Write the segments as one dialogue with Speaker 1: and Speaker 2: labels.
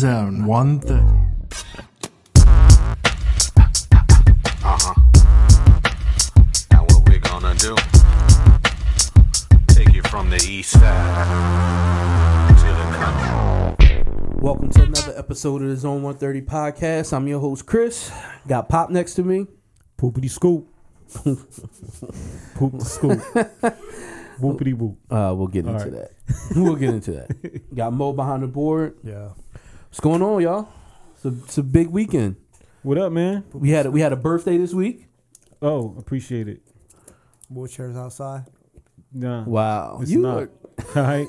Speaker 1: zone 130.
Speaker 2: Uh-huh. Now what we're gonna do? Take you from the east side to the country.
Speaker 3: Welcome to another episode of the Zone 130 podcast. I'm your host, Chris. Got Pop next to me.
Speaker 4: Poopity scoop. Poop scoop. Whoopity whoop.
Speaker 3: Uh, we'll get into that. We'll get into that. Got Mo behind the board.
Speaker 4: Yeah.
Speaker 3: What's going on, y'all? It's a, it's a big weekend.
Speaker 4: What up, man?
Speaker 3: We had a, we had a birthday this week.
Speaker 4: Oh, appreciate it.
Speaker 5: Wheelchairs outside.
Speaker 4: Nah.
Speaker 3: Wow,
Speaker 4: It's
Speaker 3: you
Speaker 4: not.
Speaker 3: are-
Speaker 4: All right.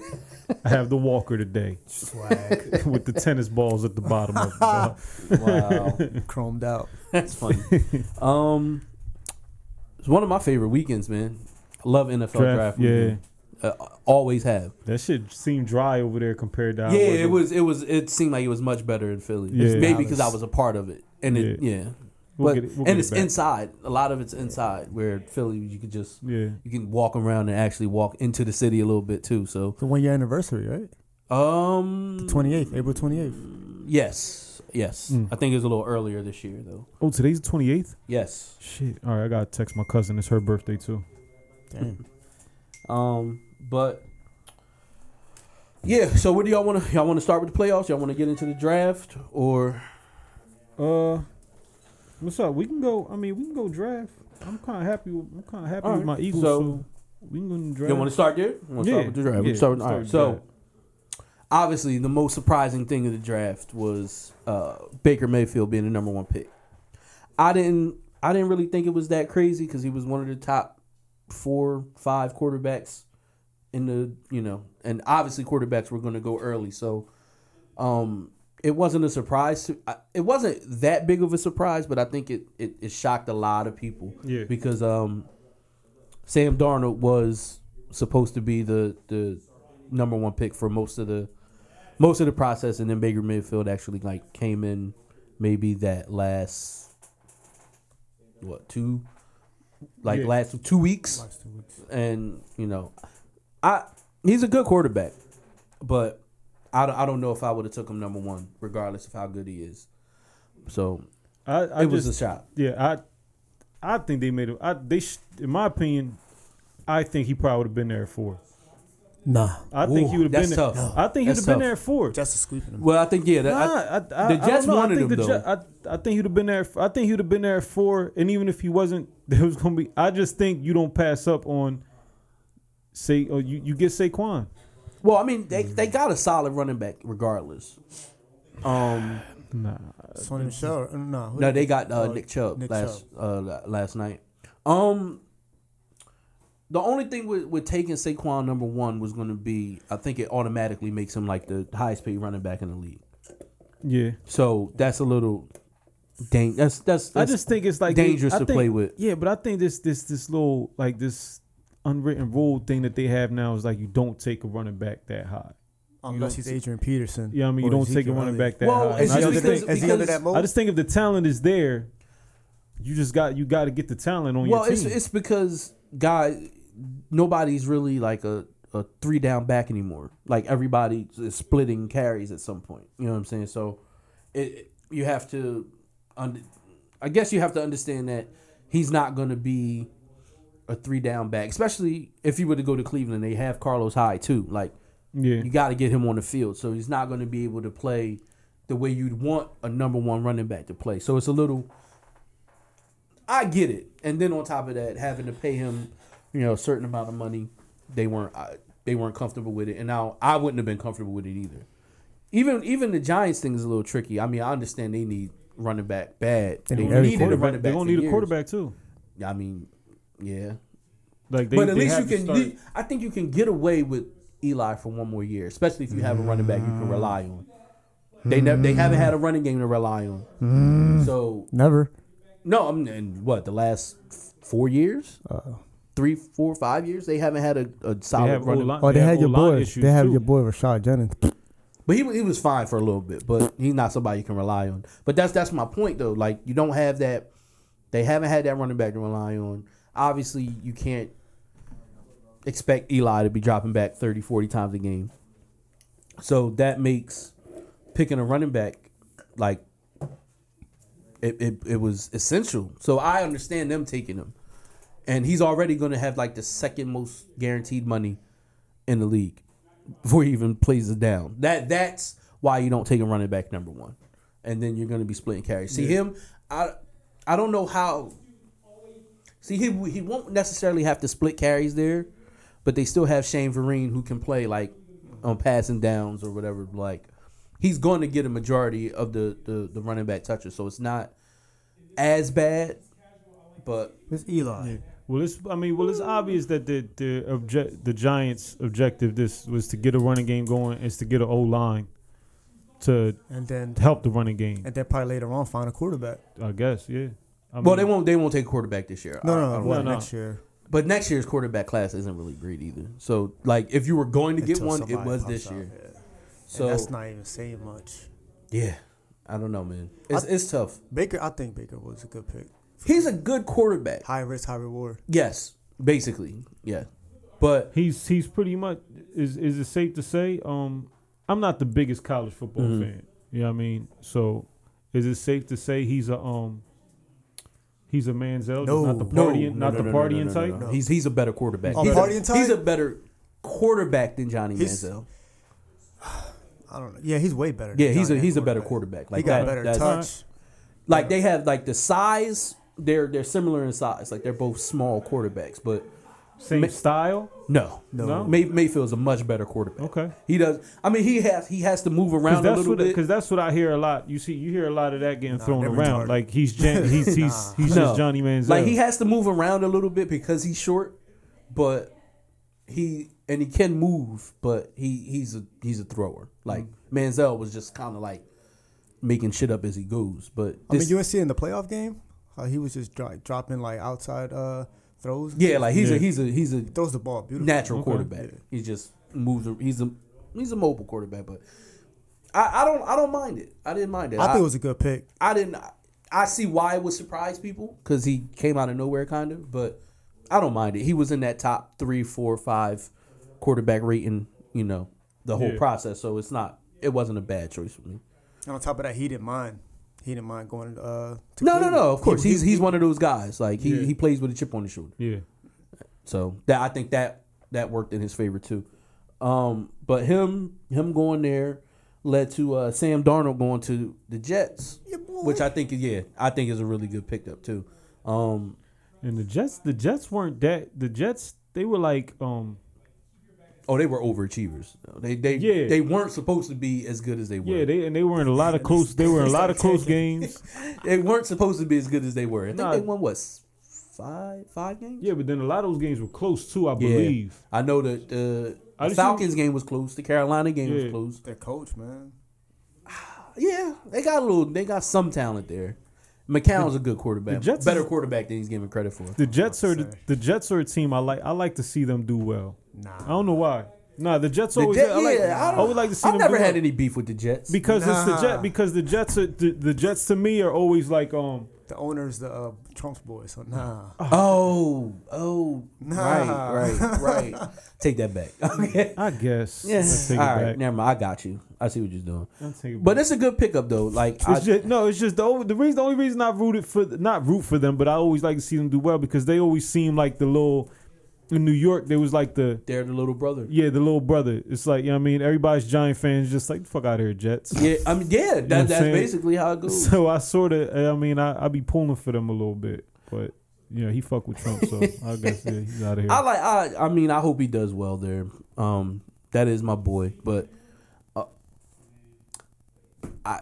Speaker 4: I have the walker today
Speaker 5: Swag.
Speaker 4: with the tennis balls at the bottom of it. dog.
Speaker 3: wow,
Speaker 5: chromed out.
Speaker 3: that's funny. Um, it's one of my favorite weekends, man. I love NFL draft.
Speaker 4: Draft, yeah.
Speaker 3: weekend. Uh, always have.
Speaker 4: That shit seemed dry over there compared to how
Speaker 3: yeah,
Speaker 4: it
Speaker 3: it was it was it seemed like it was much better in Philly.
Speaker 4: Yeah.
Speaker 3: Maybe because I was a part of it, and it yeah,
Speaker 4: Yeah.
Speaker 3: but
Speaker 4: We'll get it- we'll
Speaker 3: and
Speaker 4: get it
Speaker 3: it's
Speaker 4: back.
Speaker 3: inside. A lot of it's inside. Where Philly, you could just
Speaker 4: Yeah.
Speaker 3: you can walk around and actually walk into the city a little bit too. So
Speaker 5: The one year anniversary, right?
Speaker 3: um,
Speaker 5: 28th, April 28th.
Speaker 3: yes, yes,
Speaker 4: Hmm.
Speaker 3: I think it was a little earlier this year though.
Speaker 4: Oh, today's the 28th?
Speaker 3: Yes,
Speaker 4: Shit. All right, I gotta text my cousin. It's her birthday too.
Speaker 5: Damn.
Speaker 3: um, but. Yeah, so what do y'all want to y'all want to start with the playoffs? Y'all want to get into the draft or
Speaker 4: Uh what's up? We can go I mean we can go draft. I'm kinda happy with I'm kinda happy
Speaker 3: All
Speaker 4: with
Speaker 3: right,
Speaker 4: my Eagles,
Speaker 3: so-
Speaker 4: so, we can go and draft.
Speaker 3: You want to start there? Wanna Start
Speaker 4: Yeah,
Speaker 3: with the draft.
Speaker 4: yeah,
Speaker 3: Start with-
Speaker 4: start
Speaker 3: all right,
Speaker 4: with
Speaker 3: So,
Speaker 4: draft.
Speaker 3: obviously, the most surprising thing of the draft was uh, Baker Mayfield being the number one pick. I didn't. I didn't really think it was that crazy because he was one of the top four, five quarterbacks in the you know, and obviously quarterbacks were going to go early. So, um, it wasn't a surprise. To, I- it wasn't that big of a surprise, but I think it it, it shocked a lot of people.
Speaker 4: Yeah.
Speaker 3: because um, Sam Darnold was supposed to be the the number one pick for most of the most of the process, and then Baker Mayfield actually like came in maybe that last what two like
Speaker 4: Yeah.
Speaker 3: last two weeks, and you know I he's a good quarterback, but I don't, I don't know if I would have took him number one regardless of how good he is. So
Speaker 4: I, I
Speaker 3: it was
Speaker 4: just-
Speaker 3: a shot.
Speaker 4: Yeah, I I think they made him. I they sh- in my opinion, I think he probably would have been there at four.
Speaker 5: Nah.
Speaker 4: I think
Speaker 3: Ooh,
Speaker 4: he would have
Speaker 3: that's
Speaker 4: been.
Speaker 3: tough.
Speaker 4: There. I think he'd
Speaker 3: That's
Speaker 4: have been
Speaker 3: tough.
Speaker 4: there at four.
Speaker 5: Just a squeeping him.
Speaker 3: Well, I think yeah, that,
Speaker 4: Nah,
Speaker 3: I-
Speaker 4: I, I,
Speaker 3: the
Speaker 4: I don't
Speaker 3: Jets
Speaker 4: know. I
Speaker 3: wanted
Speaker 4: think
Speaker 3: him,
Speaker 4: the
Speaker 3: though.
Speaker 4: Je- I, I think he'd have been there. I think he'd have been there at four. And even if he wasn't, there was gonna be. I just think you don't pass up on. Say, or you you get Saquon.
Speaker 3: Well, I mean, they, they got a solid running back regardless. Um,
Speaker 4: Nah,
Speaker 5: Sony Michelle. uh, No. who-
Speaker 3: no, they got uh,
Speaker 5: Oh,
Speaker 3: Nick Chubb
Speaker 5: Nick
Speaker 3: last
Speaker 5: Chubb.
Speaker 3: uh, la- last night. Um, the only thing with, with taking Saquon number one was going to be, I think it automatically makes him like the highest paid running back in the league.
Speaker 4: yeah.
Speaker 3: So that's a little dang. That's that's,
Speaker 4: I
Speaker 3: that's
Speaker 4: just think it's like
Speaker 3: dangerous
Speaker 4: I
Speaker 3: to
Speaker 4: think-
Speaker 3: play with.
Speaker 4: Yeah, but I think this this this little like this unwritten rule thing that they have now is like you don't take a running back that high.
Speaker 5: Oh, Unless he's Adrian Peterson.
Speaker 4: Yeah, I mean
Speaker 5: or
Speaker 4: you don't take a
Speaker 5: Ezekiel
Speaker 4: running back
Speaker 5: Elliott.
Speaker 4: that
Speaker 3: Well,
Speaker 4: high.
Speaker 3: it's
Speaker 4: And I
Speaker 3: just
Speaker 4: just
Speaker 3: because-
Speaker 4: think
Speaker 5: Is he under that
Speaker 3: because-
Speaker 5: mold?
Speaker 4: I just think if the talent is there, you just got you got to get the talent on
Speaker 3: well,
Speaker 4: your
Speaker 3: it's
Speaker 4: team.
Speaker 3: it's because guy, nobody's really like a, a three down back anymore. Like everybody is splitting carries at some point. You know what I'm saying? So, it, it- you have to, under, I guess you have to understand that he's not going to be a three down back, especially if you were to go to Cleveland. They have Carlos Hyde too. Like
Speaker 4: yeah,
Speaker 3: you got to get him on the field. So he's not going to be able to play the way you'd want a number one running back to play. So it's a little. I get it, and then on top of that, having to pay him, you know, a certain amount of money, they weren't I, they weren't comfortable with it, and now I wouldn't have been comfortable with it either. Even even the Giants thing is a little tricky. I mean, I understand they need running back bad. They,
Speaker 5: They need every
Speaker 3: needed a running back.
Speaker 4: They're
Speaker 3: for
Speaker 4: gonna need a
Speaker 3: years.
Speaker 4: quarterback too.
Speaker 3: I mean, yeah,
Speaker 4: Like, they,
Speaker 3: but at
Speaker 4: they
Speaker 3: least you
Speaker 4: have to
Speaker 3: can.
Speaker 4: start-
Speaker 3: you- I think you can get away with Eli for one more year, especially if you have a running back you can rely on. They never. They haven't had a running game to rely on. Mm-hmm. So
Speaker 5: Never.
Speaker 3: no, I'm in what the last f- four years, three, four, five years. They haven't had a, a
Speaker 4: Uh-huh. they
Speaker 3: solid
Speaker 4: have
Speaker 3: running.
Speaker 4: O-line-
Speaker 5: Oh, they, had
Speaker 4: have
Speaker 5: your
Speaker 4: O-line
Speaker 5: boy.
Speaker 4: issues,
Speaker 5: They had
Speaker 4: too.
Speaker 5: your boy Rashad Jennings.
Speaker 3: But he, wa- he was fine for a little bit, but he's not somebody you can rely on. But that's that's my point though. Like you don't have that. They haven't had that running back to rely on. Obviously, you can't expect Eli to be dropping back 30, 40 times a game. So that makes picking a running back, like it, it, it was essential. So I understand them taking him. And he's already going to have like the second most guaranteed money in the league before he even plays it down. That that's why you don't take a running back number one, and then you're going to be splitting carries. See him, I I don't know how. See he he won't necessarily have to split carries there, but they still have Shane Vereen who can play like on passing downs or whatever. Like he's going to get a majority of the the, the running back touches, so it's not as bad. But
Speaker 5: It's Eli.
Speaker 4: Well, it's I mean, well, it's obvious that the the obje- the Giants' objective this was to get a running game going, is to get an O line to
Speaker 5: And then
Speaker 4: help the running game.
Speaker 5: and then probably later on find a quarterback.
Speaker 4: I guess, yeah. I
Speaker 3: well,
Speaker 4: mean,
Speaker 3: they won't they won't take a quarterback this year.
Speaker 5: No,
Speaker 3: I- I don't
Speaker 5: no, Uh, no,
Speaker 4: no, no.
Speaker 5: next year.
Speaker 3: But next year's quarterback class isn't really great either. So like if you were going to get
Speaker 5: Until
Speaker 3: one, it
Speaker 5: somebody
Speaker 3: was
Speaker 5: pops
Speaker 3: this
Speaker 5: out,
Speaker 3: year.
Speaker 5: yeah. And
Speaker 3: So
Speaker 5: that's not even saying much.
Speaker 3: yeah, I don't know, man. It's,
Speaker 5: I-
Speaker 3: it's tough.
Speaker 5: Baker, I think Baker was a good pick.
Speaker 3: He's a good quarterback.
Speaker 5: High risk, high reward.
Speaker 3: Yes, basically, yeah. But
Speaker 4: he's he's pretty much is is it safe to say? Um, I'm not the biggest college football
Speaker 5: Mm-hmm.
Speaker 4: fan. You know what I mean? So, is it safe to say he's a um he's a Manziel, just not the
Speaker 5: No,
Speaker 4: partying, not the partying type?
Speaker 5: no.
Speaker 3: He's he's a better quarterback.
Speaker 5: Oh,
Speaker 3: he's,
Speaker 5: partying
Speaker 3: a,
Speaker 5: type?
Speaker 3: he's a better quarterback than Johnny
Speaker 5: He's-
Speaker 3: Manziel.
Speaker 5: I don't know. Yeah, he's way better.
Speaker 3: Yeah,
Speaker 5: than
Speaker 3: he's a
Speaker 5: Johnny
Speaker 3: he's a
Speaker 5: at
Speaker 3: better quarterback. Like
Speaker 5: he got
Speaker 3: that,
Speaker 5: better
Speaker 3: that's-
Speaker 5: touch.
Speaker 3: Like they have like the size. They're they're similar in size. Like they're both small quarterbacks, but
Speaker 4: Same
Speaker 3: Ma-
Speaker 4: style.
Speaker 3: No,
Speaker 4: No?
Speaker 3: May- Mayfield's a much better quarterback.
Speaker 4: Okay.
Speaker 3: he does. I mean, he has he has to move
Speaker 4: Cause
Speaker 3: around a
Speaker 4: that's
Speaker 3: little
Speaker 4: what
Speaker 3: bit.
Speaker 4: because that's what I hear a lot. You see, you hear a lot of that getting thrown
Speaker 5: they're
Speaker 4: around.
Speaker 5: retarded.
Speaker 4: Like he's Jan- he's he's he's,
Speaker 3: No.
Speaker 4: just Johnny Manziel.
Speaker 3: Like he has to move around a little bit because he's short, but he and he can move, but he he's a he's a thrower. Like
Speaker 4: Mm.
Speaker 3: Manziel was just kind of like making shit up as he goes. But
Speaker 5: I mean,
Speaker 3: this-
Speaker 5: you see in the playoff game, how he was just dro- dropping like outside uh, throws.
Speaker 3: yeah, like he's a
Speaker 4: Yeah.
Speaker 3: he's a he's a
Speaker 5: throws the ball beautiful.
Speaker 3: natural quarterback. He just moves. He's a he's a mobile quarterback, but. I, I don't I don't mind it. I didn't mind it.
Speaker 5: I think it was a good pick.
Speaker 3: I didn't. I see why it would surprise people because he came out of nowhere, kind of. But I don't mind it. He was in that top three, four, five quarterback rating. You know, the whole
Speaker 4: Yeah.
Speaker 3: process. So it's not. It wasn't a bad choice for me.
Speaker 5: And on top of that, he didn't mind. He didn't mind going uh, to
Speaker 3: No, no,
Speaker 5: Cleveland.
Speaker 3: no. Of course,
Speaker 5: He-
Speaker 3: he's he's one of those guys. Like he,
Speaker 4: Yeah.
Speaker 3: he plays with a chip on his shoulder.
Speaker 4: yeah.
Speaker 3: So that I think that that worked in his favor too. Um, but him him going there led to uh, Sam Darnold going to the Jets,
Speaker 5: boy.
Speaker 3: which I think yeah, I think is a really good pickup too. Um,
Speaker 4: And the Jets, the Jets weren't that. The Jets, they were like, um,
Speaker 3: Oh, they were overachievers. They they
Speaker 4: Yeah.
Speaker 3: they weren't supposed to be as good as they were.
Speaker 4: yeah, they and they were in a lot of close. They were in a lot of close games.
Speaker 3: They weren't supposed to be as good as they were. I think
Speaker 4: Nah.
Speaker 3: they won what s- five five games.
Speaker 4: Yeah, but then a lot of those games were close too. I believe.
Speaker 3: I know that the
Speaker 4: I just
Speaker 3: Falcons game was close. The Carolina game was
Speaker 4: Yeah.
Speaker 3: close.
Speaker 5: their coach, man.
Speaker 3: Yeah, they got a little. They got some talent there. McCown's a good
Speaker 4: the
Speaker 3: quarterback,
Speaker 4: Jets
Speaker 3: better
Speaker 4: is-
Speaker 3: quarterback than he's giving credit for.
Speaker 4: The Jets are the,
Speaker 5: sorry.
Speaker 4: the Jets are a team I like. I like to see them do well.
Speaker 5: Nah.
Speaker 4: I don't know why. Nah, the Jets
Speaker 3: The
Speaker 4: always.
Speaker 3: Jet-
Speaker 4: I, like,
Speaker 3: yeah, I
Speaker 4: I,
Speaker 3: don't-
Speaker 4: would like to see
Speaker 3: I've
Speaker 4: them.
Speaker 3: never
Speaker 4: do
Speaker 3: had
Speaker 4: well.
Speaker 3: any beef with the Jets.
Speaker 4: because it's the
Speaker 5: Nah.
Speaker 4: Jet. Because the Jets are the, the Jets to me are always like um.
Speaker 5: The owner's the uh, Trump's boy, so nah.
Speaker 3: oh, oh,
Speaker 5: Nah.
Speaker 3: right, right, right. Take that back. Okay.
Speaker 4: I guess. I
Speaker 3: Yes.
Speaker 4: take
Speaker 3: All
Speaker 4: it
Speaker 3: right.
Speaker 4: back.
Speaker 3: Never mind. I got you. I see what you're doing.
Speaker 4: I'll take it
Speaker 3: But
Speaker 4: back.
Speaker 3: it's a good pickup though. Like I,
Speaker 4: It's just no. It's just the only, the reason. The only reason I rooted for not root for them, but I always like to see them do well because they always seem like the little in New York. They was like the
Speaker 3: they're the little brother.
Speaker 4: yeah the little brother. It's like you know what I mean. Everybody's Giant fans just like fuck out here Jets.
Speaker 3: Yeah, I mean, yeah, that,
Speaker 4: what I'm
Speaker 3: that's
Speaker 4: saying?
Speaker 3: basically how it goes.
Speaker 4: So I sort of I mean I I be pulling for them a little bit, but you know he fuck with Trump, so I guess yeah, he's out of here.
Speaker 3: I like. I I mean, I hope he does well there. Um, that is my boy, but uh, I.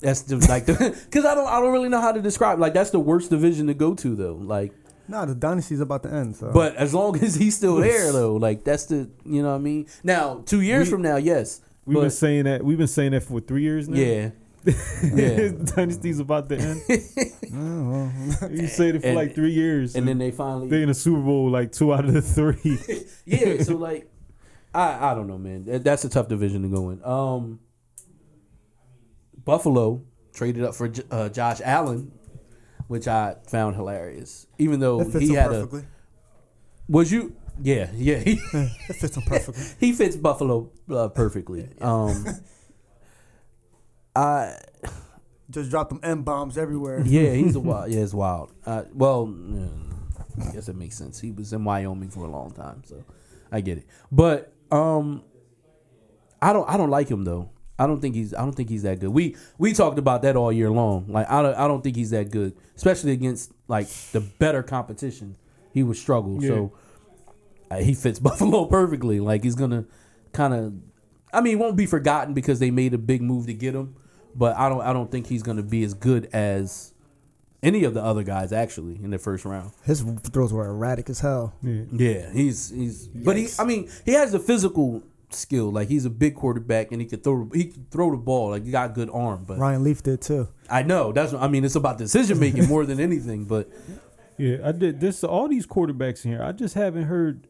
Speaker 3: That's just like the because I don't I don't really know how to describe like that's the worst division to go to though like
Speaker 5: Nah, the dynasty's about to end. So.
Speaker 3: but as long as he's still there though like that's the you know what I mean now two years from now yes
Speaker 4: We've been
Speaker 3: but
Speaker 4: saying that we've been saying that for three years now.
Speaker 3: yeah yeah
Speaker 4: Dynasty's about to end. you said it for
Speaker 3: And-
Speaker 4: like three years,
Speaker 3: and then they finally
Speaker 4: they in the Super Bowl like two out of the three.
Speaker 3: yeah, so like, I I don't know, man. That- That's a tough division to go in. Um, Buffalo traded up for J- uh, Josh Allen, which I found hilarious. Even though
Speaker 5: it fits
Speaker 3: he
Speaker 5: him
Speaker 3: had
Speaker 5: perfectly.
Speaker 3: a was you yeah yeah he
Speaker 5: It fits him perfectly.
Speaker 3: he fits Buffalo uh, perfectly. Um, I
Speaker 5: Just dropped them M bombs everywhere.
Speaker 3: yeah, he's a wild. Yeah, it's wild. Uh, well, yeah, I guess it makes sense. He was in Wyoming for a long time, so I get it. But um, I don't. I don't like him though. I don't think he's. I don't think he's that good. We we talked about that all year long. Like I don't. I don't think he's that good, especially against like the better competition. He would struggle. So uh, he fits Buffalo perfectly. Like he's gonna kind of. I mean, he won't be forgotten because they made a big move to get him. But I don't. I don't think he's gonna be as good as any of the other guys actually in the first round.
Speaker 5: His throws were erratic as hell.
Speaker 4: Yeah.
Speaker 3: Yeah, he's he's. But he.
Speaker 5: Yikes.
Speaker 3: I mean, he has the physical skill. Like he's a big quarterback and he could throw. He could throw the ball. Like he got a good arm. But
Speaker 5: Ryan Leaf did too.
Speaker 3: I know that's. What, I mean, it's about decision making more than anything. But
Speaker 4: Yeah, I did this. All these quarterbacks in here, I just haven't heard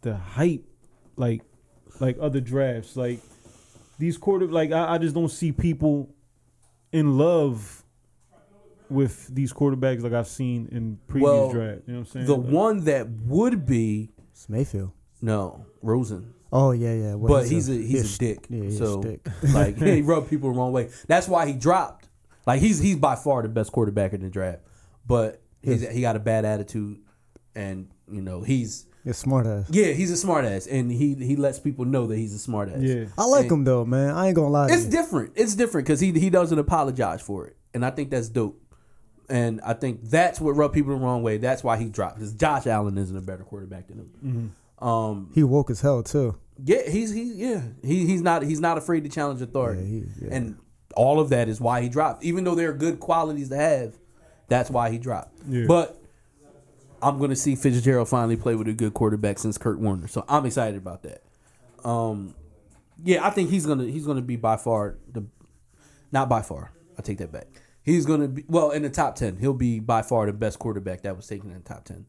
Speaker 4: the hype, like, like other drafts. Like these quarter, like I, I just don't see people in love with these quarterbacks like I've seen in previous
Speaker 3: Well,
Speaker 4: draft. You know what I'm saying?
Speaker 3: the
Speaker 4: Like,
Speaker 3: one that would be
Speaker 5: It's Mayfield. no.
Speaker 3: no Rosen.
Speaker 5: Oh yeah, yeah. Well,
Speaker 3: but he's a he's, a,
Speaker 5: sh-
Speaker 3: dick.
Speaker 5: Yeah, he's
Speaker 3: so
Speaker 5: a dick.
Speaker 3: like he rubbed people the wrong way. That's why he dropped. Like he's he's by far the best quarterback in the draft, but he's, he got a bad attitude, and you know he's
Speaker 5: You're smart ass.
Speaker 3: yeah he's a smartass, and he he lets people know that he's a smartass.
Speaker 4: yeah,
Speaker 5: I like him though, man. I ain't gonna lie. To
Speaker 3: It's
Speaker 5: you.
Speaker 3: different. It's different because he he doesn't apologize for it, and I think that's dope. And I think that's what rubbed people the wrong way. That's why he dropped. Because Josh Allen isn't a better quarterback than him. Um,
Speaker 5: he woke as hell too.
Speaker 3: yeah, he's he yeah he he's not he's not afraid to challenge authority,
Speaker 5: Yeah, he- yeah.
Speaker 3: and all of that is why he dropped. Even though there are good qualities to have, that's why he dropped.
Speaker 4: Yeah.
Speaker 3: But I'm gonna see Fitzgerald finally play with a good quarterback since Kurt Warner, so I'm excited about that. Um, yeah, I think he's gonna he's gonna be by far the not by far. I take that back. He's gonna be well in the top ten. He'll be by far the best quarterback that was taken in the top ten.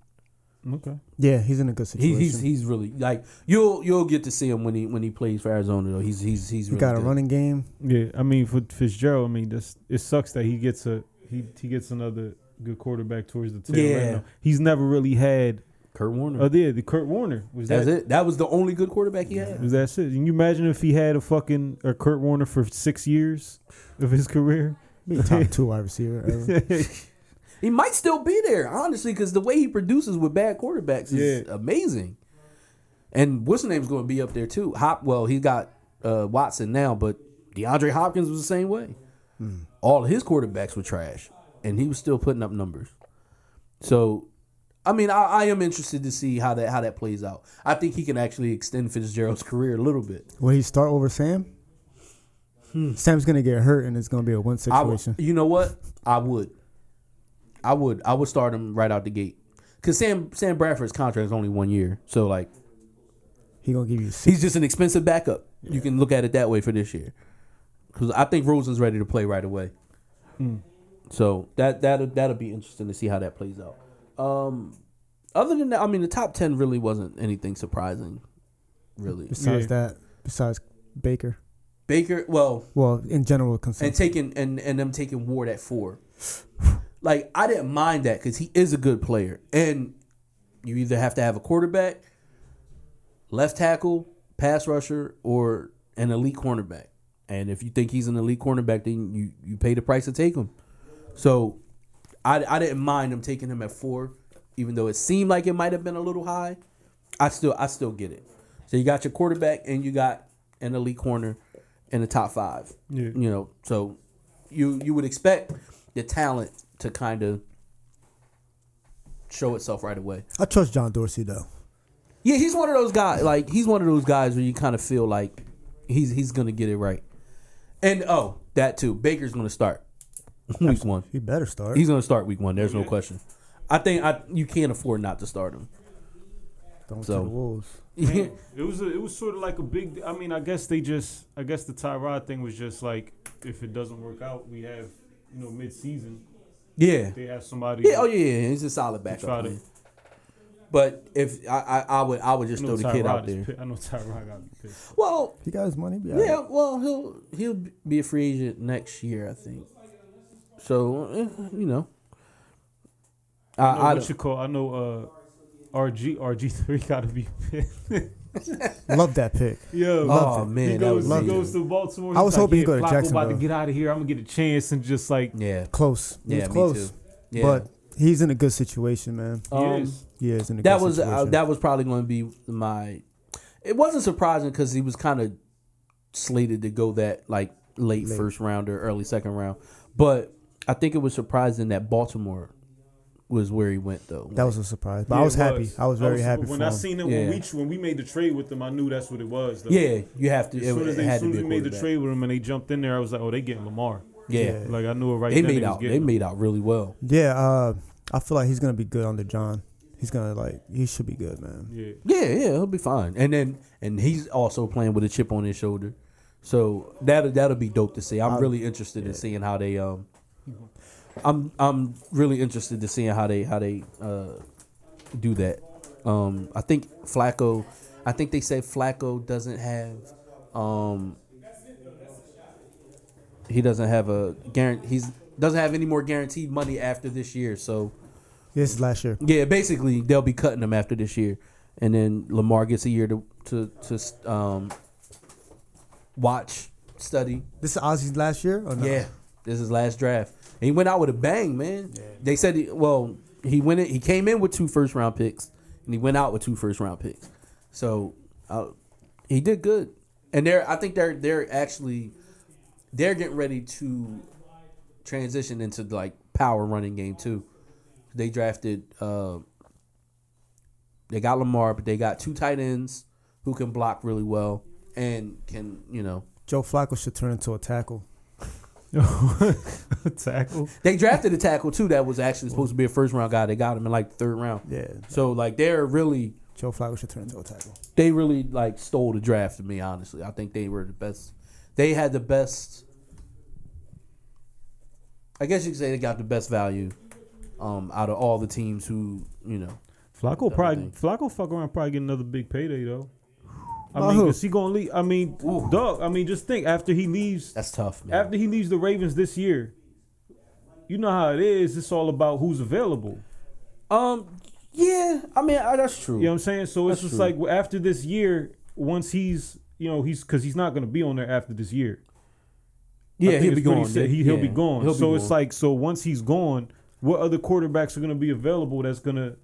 Speaker 4: okay.
Speaker 5: Yeah, he's in a good
Speaker 3: He,
Speaker 5: situation.
Speaker 3: he's he's really like you'll you'll get to see him when he when he plays for Arizona though. He's he's he's
Speaker 5: he
Speaker 3: really
Speaker 5: got a
Speaker 3: good.
Speaker 5: running game.
Speaker 4: Yeah, I mean for Fitzgerald, I mean this it sucks that he gets a he he gets another good quarterback towards the tail
Speaker 3: Yeah.
Speaker 4: end. He's never really had.
Speaker 3: Kurt Warner.
Speaker 4: Oh yeah, the Kurt Warner was
Speaker 3: That's
Speaker 4: that
Speaker 3: it. That was the only good quarterback he had.
Speaker 4: Is That's it. Can you imagine if he had a fucking a Kurt Warner for six years of his career?
Speaker 5: Be a top two wide receiver. Ever.
Speaker 3: He might still be there honestly because the way he produces with bad quarterbacks is
Speaker 4: Yeah.
Speaker 3: amazing. And what's the name's going to be up there too? Hop. Well, he got uh, Watson now, but DeAndre Hopkins was the same way. All his quarterbacks were trash, and he was still putting up numbers. So, I mean, I, I am interested to see how that how that plays out. I think he can actually extend Fitzgerald's career a little bit.
Speaker 5: Will he start over Sam? Sam's gonna get hurt, and it's gonna be a win
Speaker 3: Hmm. I w-
Speaker 5: situation.
Speaker 3: you know what? I would. I would. I would start him right out the gate. Cause Sam Sam Bradford's contract is only one year, so like
Speaker 5: he gonna give you six.
Speaker 3: he's just an expensive backup. You can look at it that way for this year. Cause I think Rosen's ready to play right away. So that that that'll be interesting to see how that plays out. Um, other than that, I mean, the top ten really wasn't anything surprising, really.
Speaker 5: Besides
Speaker 4: Yeah.
Speaker 5: that, besides Baker.
Speaker 3: Baker, well,
Speaker 5: Well, in general, concern.
Speaker 3: and taking and and them taking Ward at four. Like I didn't mind that because he is a good player, and you either have to have a quarterback, left tackle, pass rusher, or an elite cornerback. And if you think he's an elite cornerback, then you you pay the price to take him. So I I didn't mind them taking him at four, even though it seemed like it might have been a little high. I still I still get it. So you got your quarterback and you got an elite corner in the top five.
Speaker 4: Yeah.
Speaker 3: You know, so you you would expect the talent to kind of show itself right away.
Speaker 5: I trust John Dorsey though.
Speaker 3: Yeah, he's one of those guys. Like he's one of those guys where you kind of feel like he's he's gonna get it right. And oh, that too. Baker's gonna start week one.
Speaker 5: He better start.
Speaker 3: He's gonna start week one. There's no question. I think I you can't afford not to start him.
Speaker 5: Going
Speaker 3: so-
Speaker 5: to the Wolves.
Speaker 4: Man, it was a, it was sort of like a big. I mean, I guess they just. I guess the Tyrod thing was just like, if it doesn't work out, we have you know mid season
Speaker 3: yeah.
Speaker 4: they have somebody.
Speaker 3: Yeah, oh yeah, yeah, yeah. he's a solid
Speaker 4: try
Speaker 3: backup.
Speaker 4: to-
Speaker 3: man. But if I, I, I would, I would just
Speaker 4: I
Speaker 3: throw
Speaker 4: know
Speaker 3: the kid out
Speaker 4: Tyrod
Speaker 3: there.
Speaker 4: is. pi- I know Tyrod got me pissed.
Speaker 3: Well,
Speaker 5: He got his money. Be
Speaker 3: yeah,
Speaker 5: yeah.
Speaker 3: well, he'll he'll be a free agent next year, I think. So eh, you know, I,
Speaker 4: I know
Speaker 3: I
Speaker 4: what you call. I know. Uh, RG RG three got to be. pissed.
Speaker 5: Love that pick.
Speaker 4: Yo,
Speaker 5: Loved
Speaker 3: oh
Speaker 5: it.
Speaker 3: man,
Speaker 4: he
Speaker 3: that
Speaker 4: goes,
Speaker 3: was
Speaker 4: he
Speaker 5: lovely.
Speaker 4: goes to Baltimore.
Speaker 5: I
Speaker 4: he's
Speaker 5: was
Speaker 4: like,
Speaker 5: hoping
Speaker 4: yeah,
Speaker 5: he'd go to
Speaker 4: Flacco about to
Speaker 5: Jacksonville.
Speaker 4: get out of here. I'm gonna get a chance and just like
Speaker 3: yeah,
Speaker 5: Close. It
Speaker 3: yeah,
Speaker 5: was
Speaker 3: me
Speaker 5: close.
Speaker 3: too. Yeah,
Speaker 5: But he's in a good situation, man.
Speaker 4: Uh,
Speaker 3: Um,
Speaker 4: yes.
Speaker 5: Yeah, he's in a
Speaker 3: that
Speaker 5: good
Speaker 3: was
Speaker 5: situation.
Speaker 3: uh, that was probably going to be my. It wasn't surprising because he was kind of slated to go that like late,
Speaker 5: Late.
Speaker 3: first round or early second round, but I think it was surprising that Baltimore was where he went though.
Speaker 5: that was a surprise. But
Speaker 4: Yeah,
Speaker 5: I
Speaker 4: it
Speaker 5: was happy. I was very happy
Speaker 4: When
Speaker 5: for
Speaker 4: I
Speaker 5: him.
Speaker 4: seen him,
Speaker 3: Yeah.
Speaker 4: when, we, when we made the trade with them, I knew that's what it was. Though.
Speaker 3: yeah, you have to.
Speaker 4: As
Speaker 3: It,
Speaker 4: soon as
Speaker 3: it
Speaker 4: they,
Speaker 3: had
Speaker 4: as soon
Speaker 3: to
Speaker 4: as
Speaker 3: be a
Speaker 4: we made the
Speaker 3: quarterback.
Speaker 4: trade with them and they jumped in there, I was like, oh, they getting Lamar.
Speaker 3: Yeah,
Speaker 5: Yeah.
Speaker 4: Like I knew it right
Speaker 3: they
Speaker 4: then.
Speaker 3: made
Speaker 4: was
Speaker 3: out. They
Speaker 4: getting
Speaker 3: made out really well.
Speaker 5: yeah, uh, I feel like he's gonna be good under John. He's gonna like he should be good, man.
Speaker 4: him. Yeah.
Speaker 3: Yeah, yeah, he'll be fine. And then and he's also playing with a chip on his shoulder. So that that'll be dope to see. I'm
Speaker 5: I-
Speaker 3: really interested in seeing how they um I'm I'm really interested to seeing how they how they uh do that. Um I think Flacco I think they said Flacco doesn't have um he doesn't have a guarantee he's doesn't have any more guaranteed money after this year. So
Speaker 5: This is last year.
Speaker 3: yeah, basically they'll be cutting him after this year, and then Lamar gets a year to to to um, watch, study.
Speaker 5: This is Ozzy's last year. Or no?
Speaker 3: Yeah, this is his last draft. And he went out with a bang, man. They said, he, well, he went in, he came in with two first round picks, and he went out with two first round picks. So uh, he did good, and they're I think they're they're actually they're getting ready to transition into like power running game too. They drafted uh, they got Lamar, but they got two tight ends who can block really well and can you know
Speaker 5: Joe Flacco should turn into a tackle.
Speaker 4: Tackle.
Speaker 3: They drafted a tackle too that was actually supposed to be a first round guy. They got him in like the third round.
Speaker 5: Yeah,
Speaker 3: So like they're really
Speaker 5: Joe Flacco should turn into a tackle.
Speaker 3: they really like stole the draft to me, honestly. I think they were the best they had the best I guess you could say they got the best value um out of all the teams who, you know.
Speaker 4: Flacco probably
Speaker 3: probably-
Speaker 4: Flacco fuck around probably get another big payday though. I
Speaker 5: By
Speaker 4: mean,
Speaker 5: who?
Speaker 4: is he gonna leave? I mean, dog. I mean, just think after he leaves,
Speaker 3: That's tough, man.
Speaker 4: after he leaves the Ravens this year, you know how it is. It's all about who's available.
Speaker 3: um yeah, I mean I, that's true.
Speaker 4: You know what I'm saying? So it's
Speaker 3: That's
Speaker 4: just
Speaker 3: true.
Speaker 4: like well, after this year, once he's you know he's because he's not gonna be on there after this year. I
Speaker 3: yeah,
Speaker 4: think
Speaker 3: he'll
Speaker 4: it's
Speaker 3: be
Speaker 4: what
Speaker 3: gone.
Speaker 4: He said. He, will be
Speaker 3: Yeah,
Speaker 4: gone.
Speaker 3: he'll be
Speaker 4: so it's
Speaker 3: gone.
Speaker 4: like so once he's gone, what other quarterbacks are gonna be available that's gonna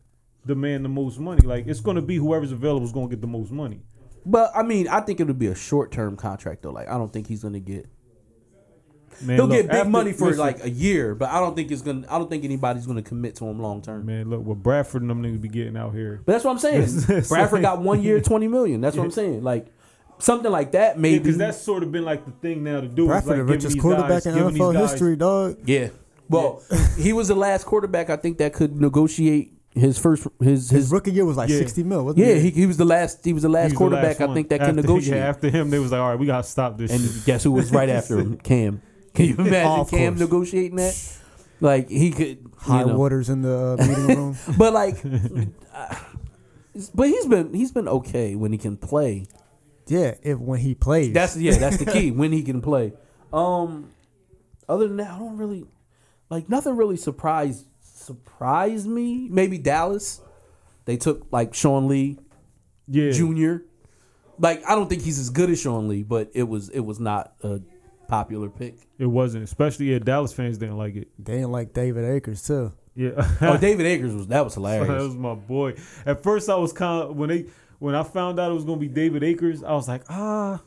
Speaker 4: demand the most money? Like it's gonna be whoever's available is gonna get the most money.
Speaker 3: But I mean, I think it'll be a short term contract though. Like I don't think he's gonna get
Speaker 4: Man,
Speaker 3: He'll
Speaker 4: look,
Speaker 3: get big
Speaker 4: after-
Speaker 3: money for
Speaker 4: listen,
Speaker 3: like a year, but I don't think it's gonna. I don't think anybody's gonna commit to him long term.
Speaker 4: Man, look what Bradford and them niggas be getting out here.
Speaker 3: But that's what I'm saying.
Speaker 4: That's-
Speaker 3: Bradford got one year, twenty million. That's what I'm saying. Like something like that, maybe.
Speaker 4: Because that's sort of been like the thing now to do.
Speaker 5: Bradford,
Speaker 4: is
Speaker 5: the
Speaker 4: like
Speaker 5: richest
Speaker 4: giving these
Speaker 5: quarterback
Speaker 4: guys,
Speaker 5: in
Speaker 4: giving these
Speaker 5: NFL
Speaker 4: guys-
Speaker 5: history, dog.
Speaker 3: yeah. Well, he was the last quarterback I think that could negotiate his first his his.
Speaker 5: His rookie year was like
Speaker 4: Yeah.
Speaker 5: sixty mil. Wasn't
Speaker 3: yeah,
Speaker 5: it?
Speaker 3: he, he was the last. He was the
Speaker 4: he
Speaker 3: last
Speaker 4: was the
Speaker 3: quarterback
Speaker 4: last
Speaker 3: I
Speaker 4: one.
Speaker 3: think that
Speaker 4: after,
Speaker 3: can negotiate.
Speaker 4: Yeah, after him, they was like, all right, we gotta stop this.
Speaker 3: And
Speaker 4: shit.
Speaker 3: guess who was right after him? Cam. Can you imagine
Speaker 5: Oh, of
Speaker 3: Cam
Speaker 5: course.
Speaker 3: negotiating that? Like he could.
Speaker 5: high
Speaker 3: you know.
Speaker 5: waters in the uh, meeting room.
Speaker 3: But like, uh, but he's been he's been okay when he can play.
Speaker 5: Yeah, if when he plays,
Speaker 3: That's yeah, that's the key when he can play. Um, other than that, I don't really like nothing really surprised surprised me. Maybe Dallas, they took like Sean Lee
Speaker 4: yeah,
Speaker 3: Jr. Like I don't think he's as good as Sean Lee, but it was it was not a popular pick.
Speaker 4: it wasn't. Especially yeah, Dallas fans didn't like it.
Speaker 5: they ain't like David Akers too.
Speaker 4: Yeah.
Speaker 3: Oh, David Akers was that was
Speaker 4: So that
Speaker 3: hilarious.
Speaker 4: was my boy. At first, I was kind of when they when I found out it was gonna be David Akers, I was like, ah,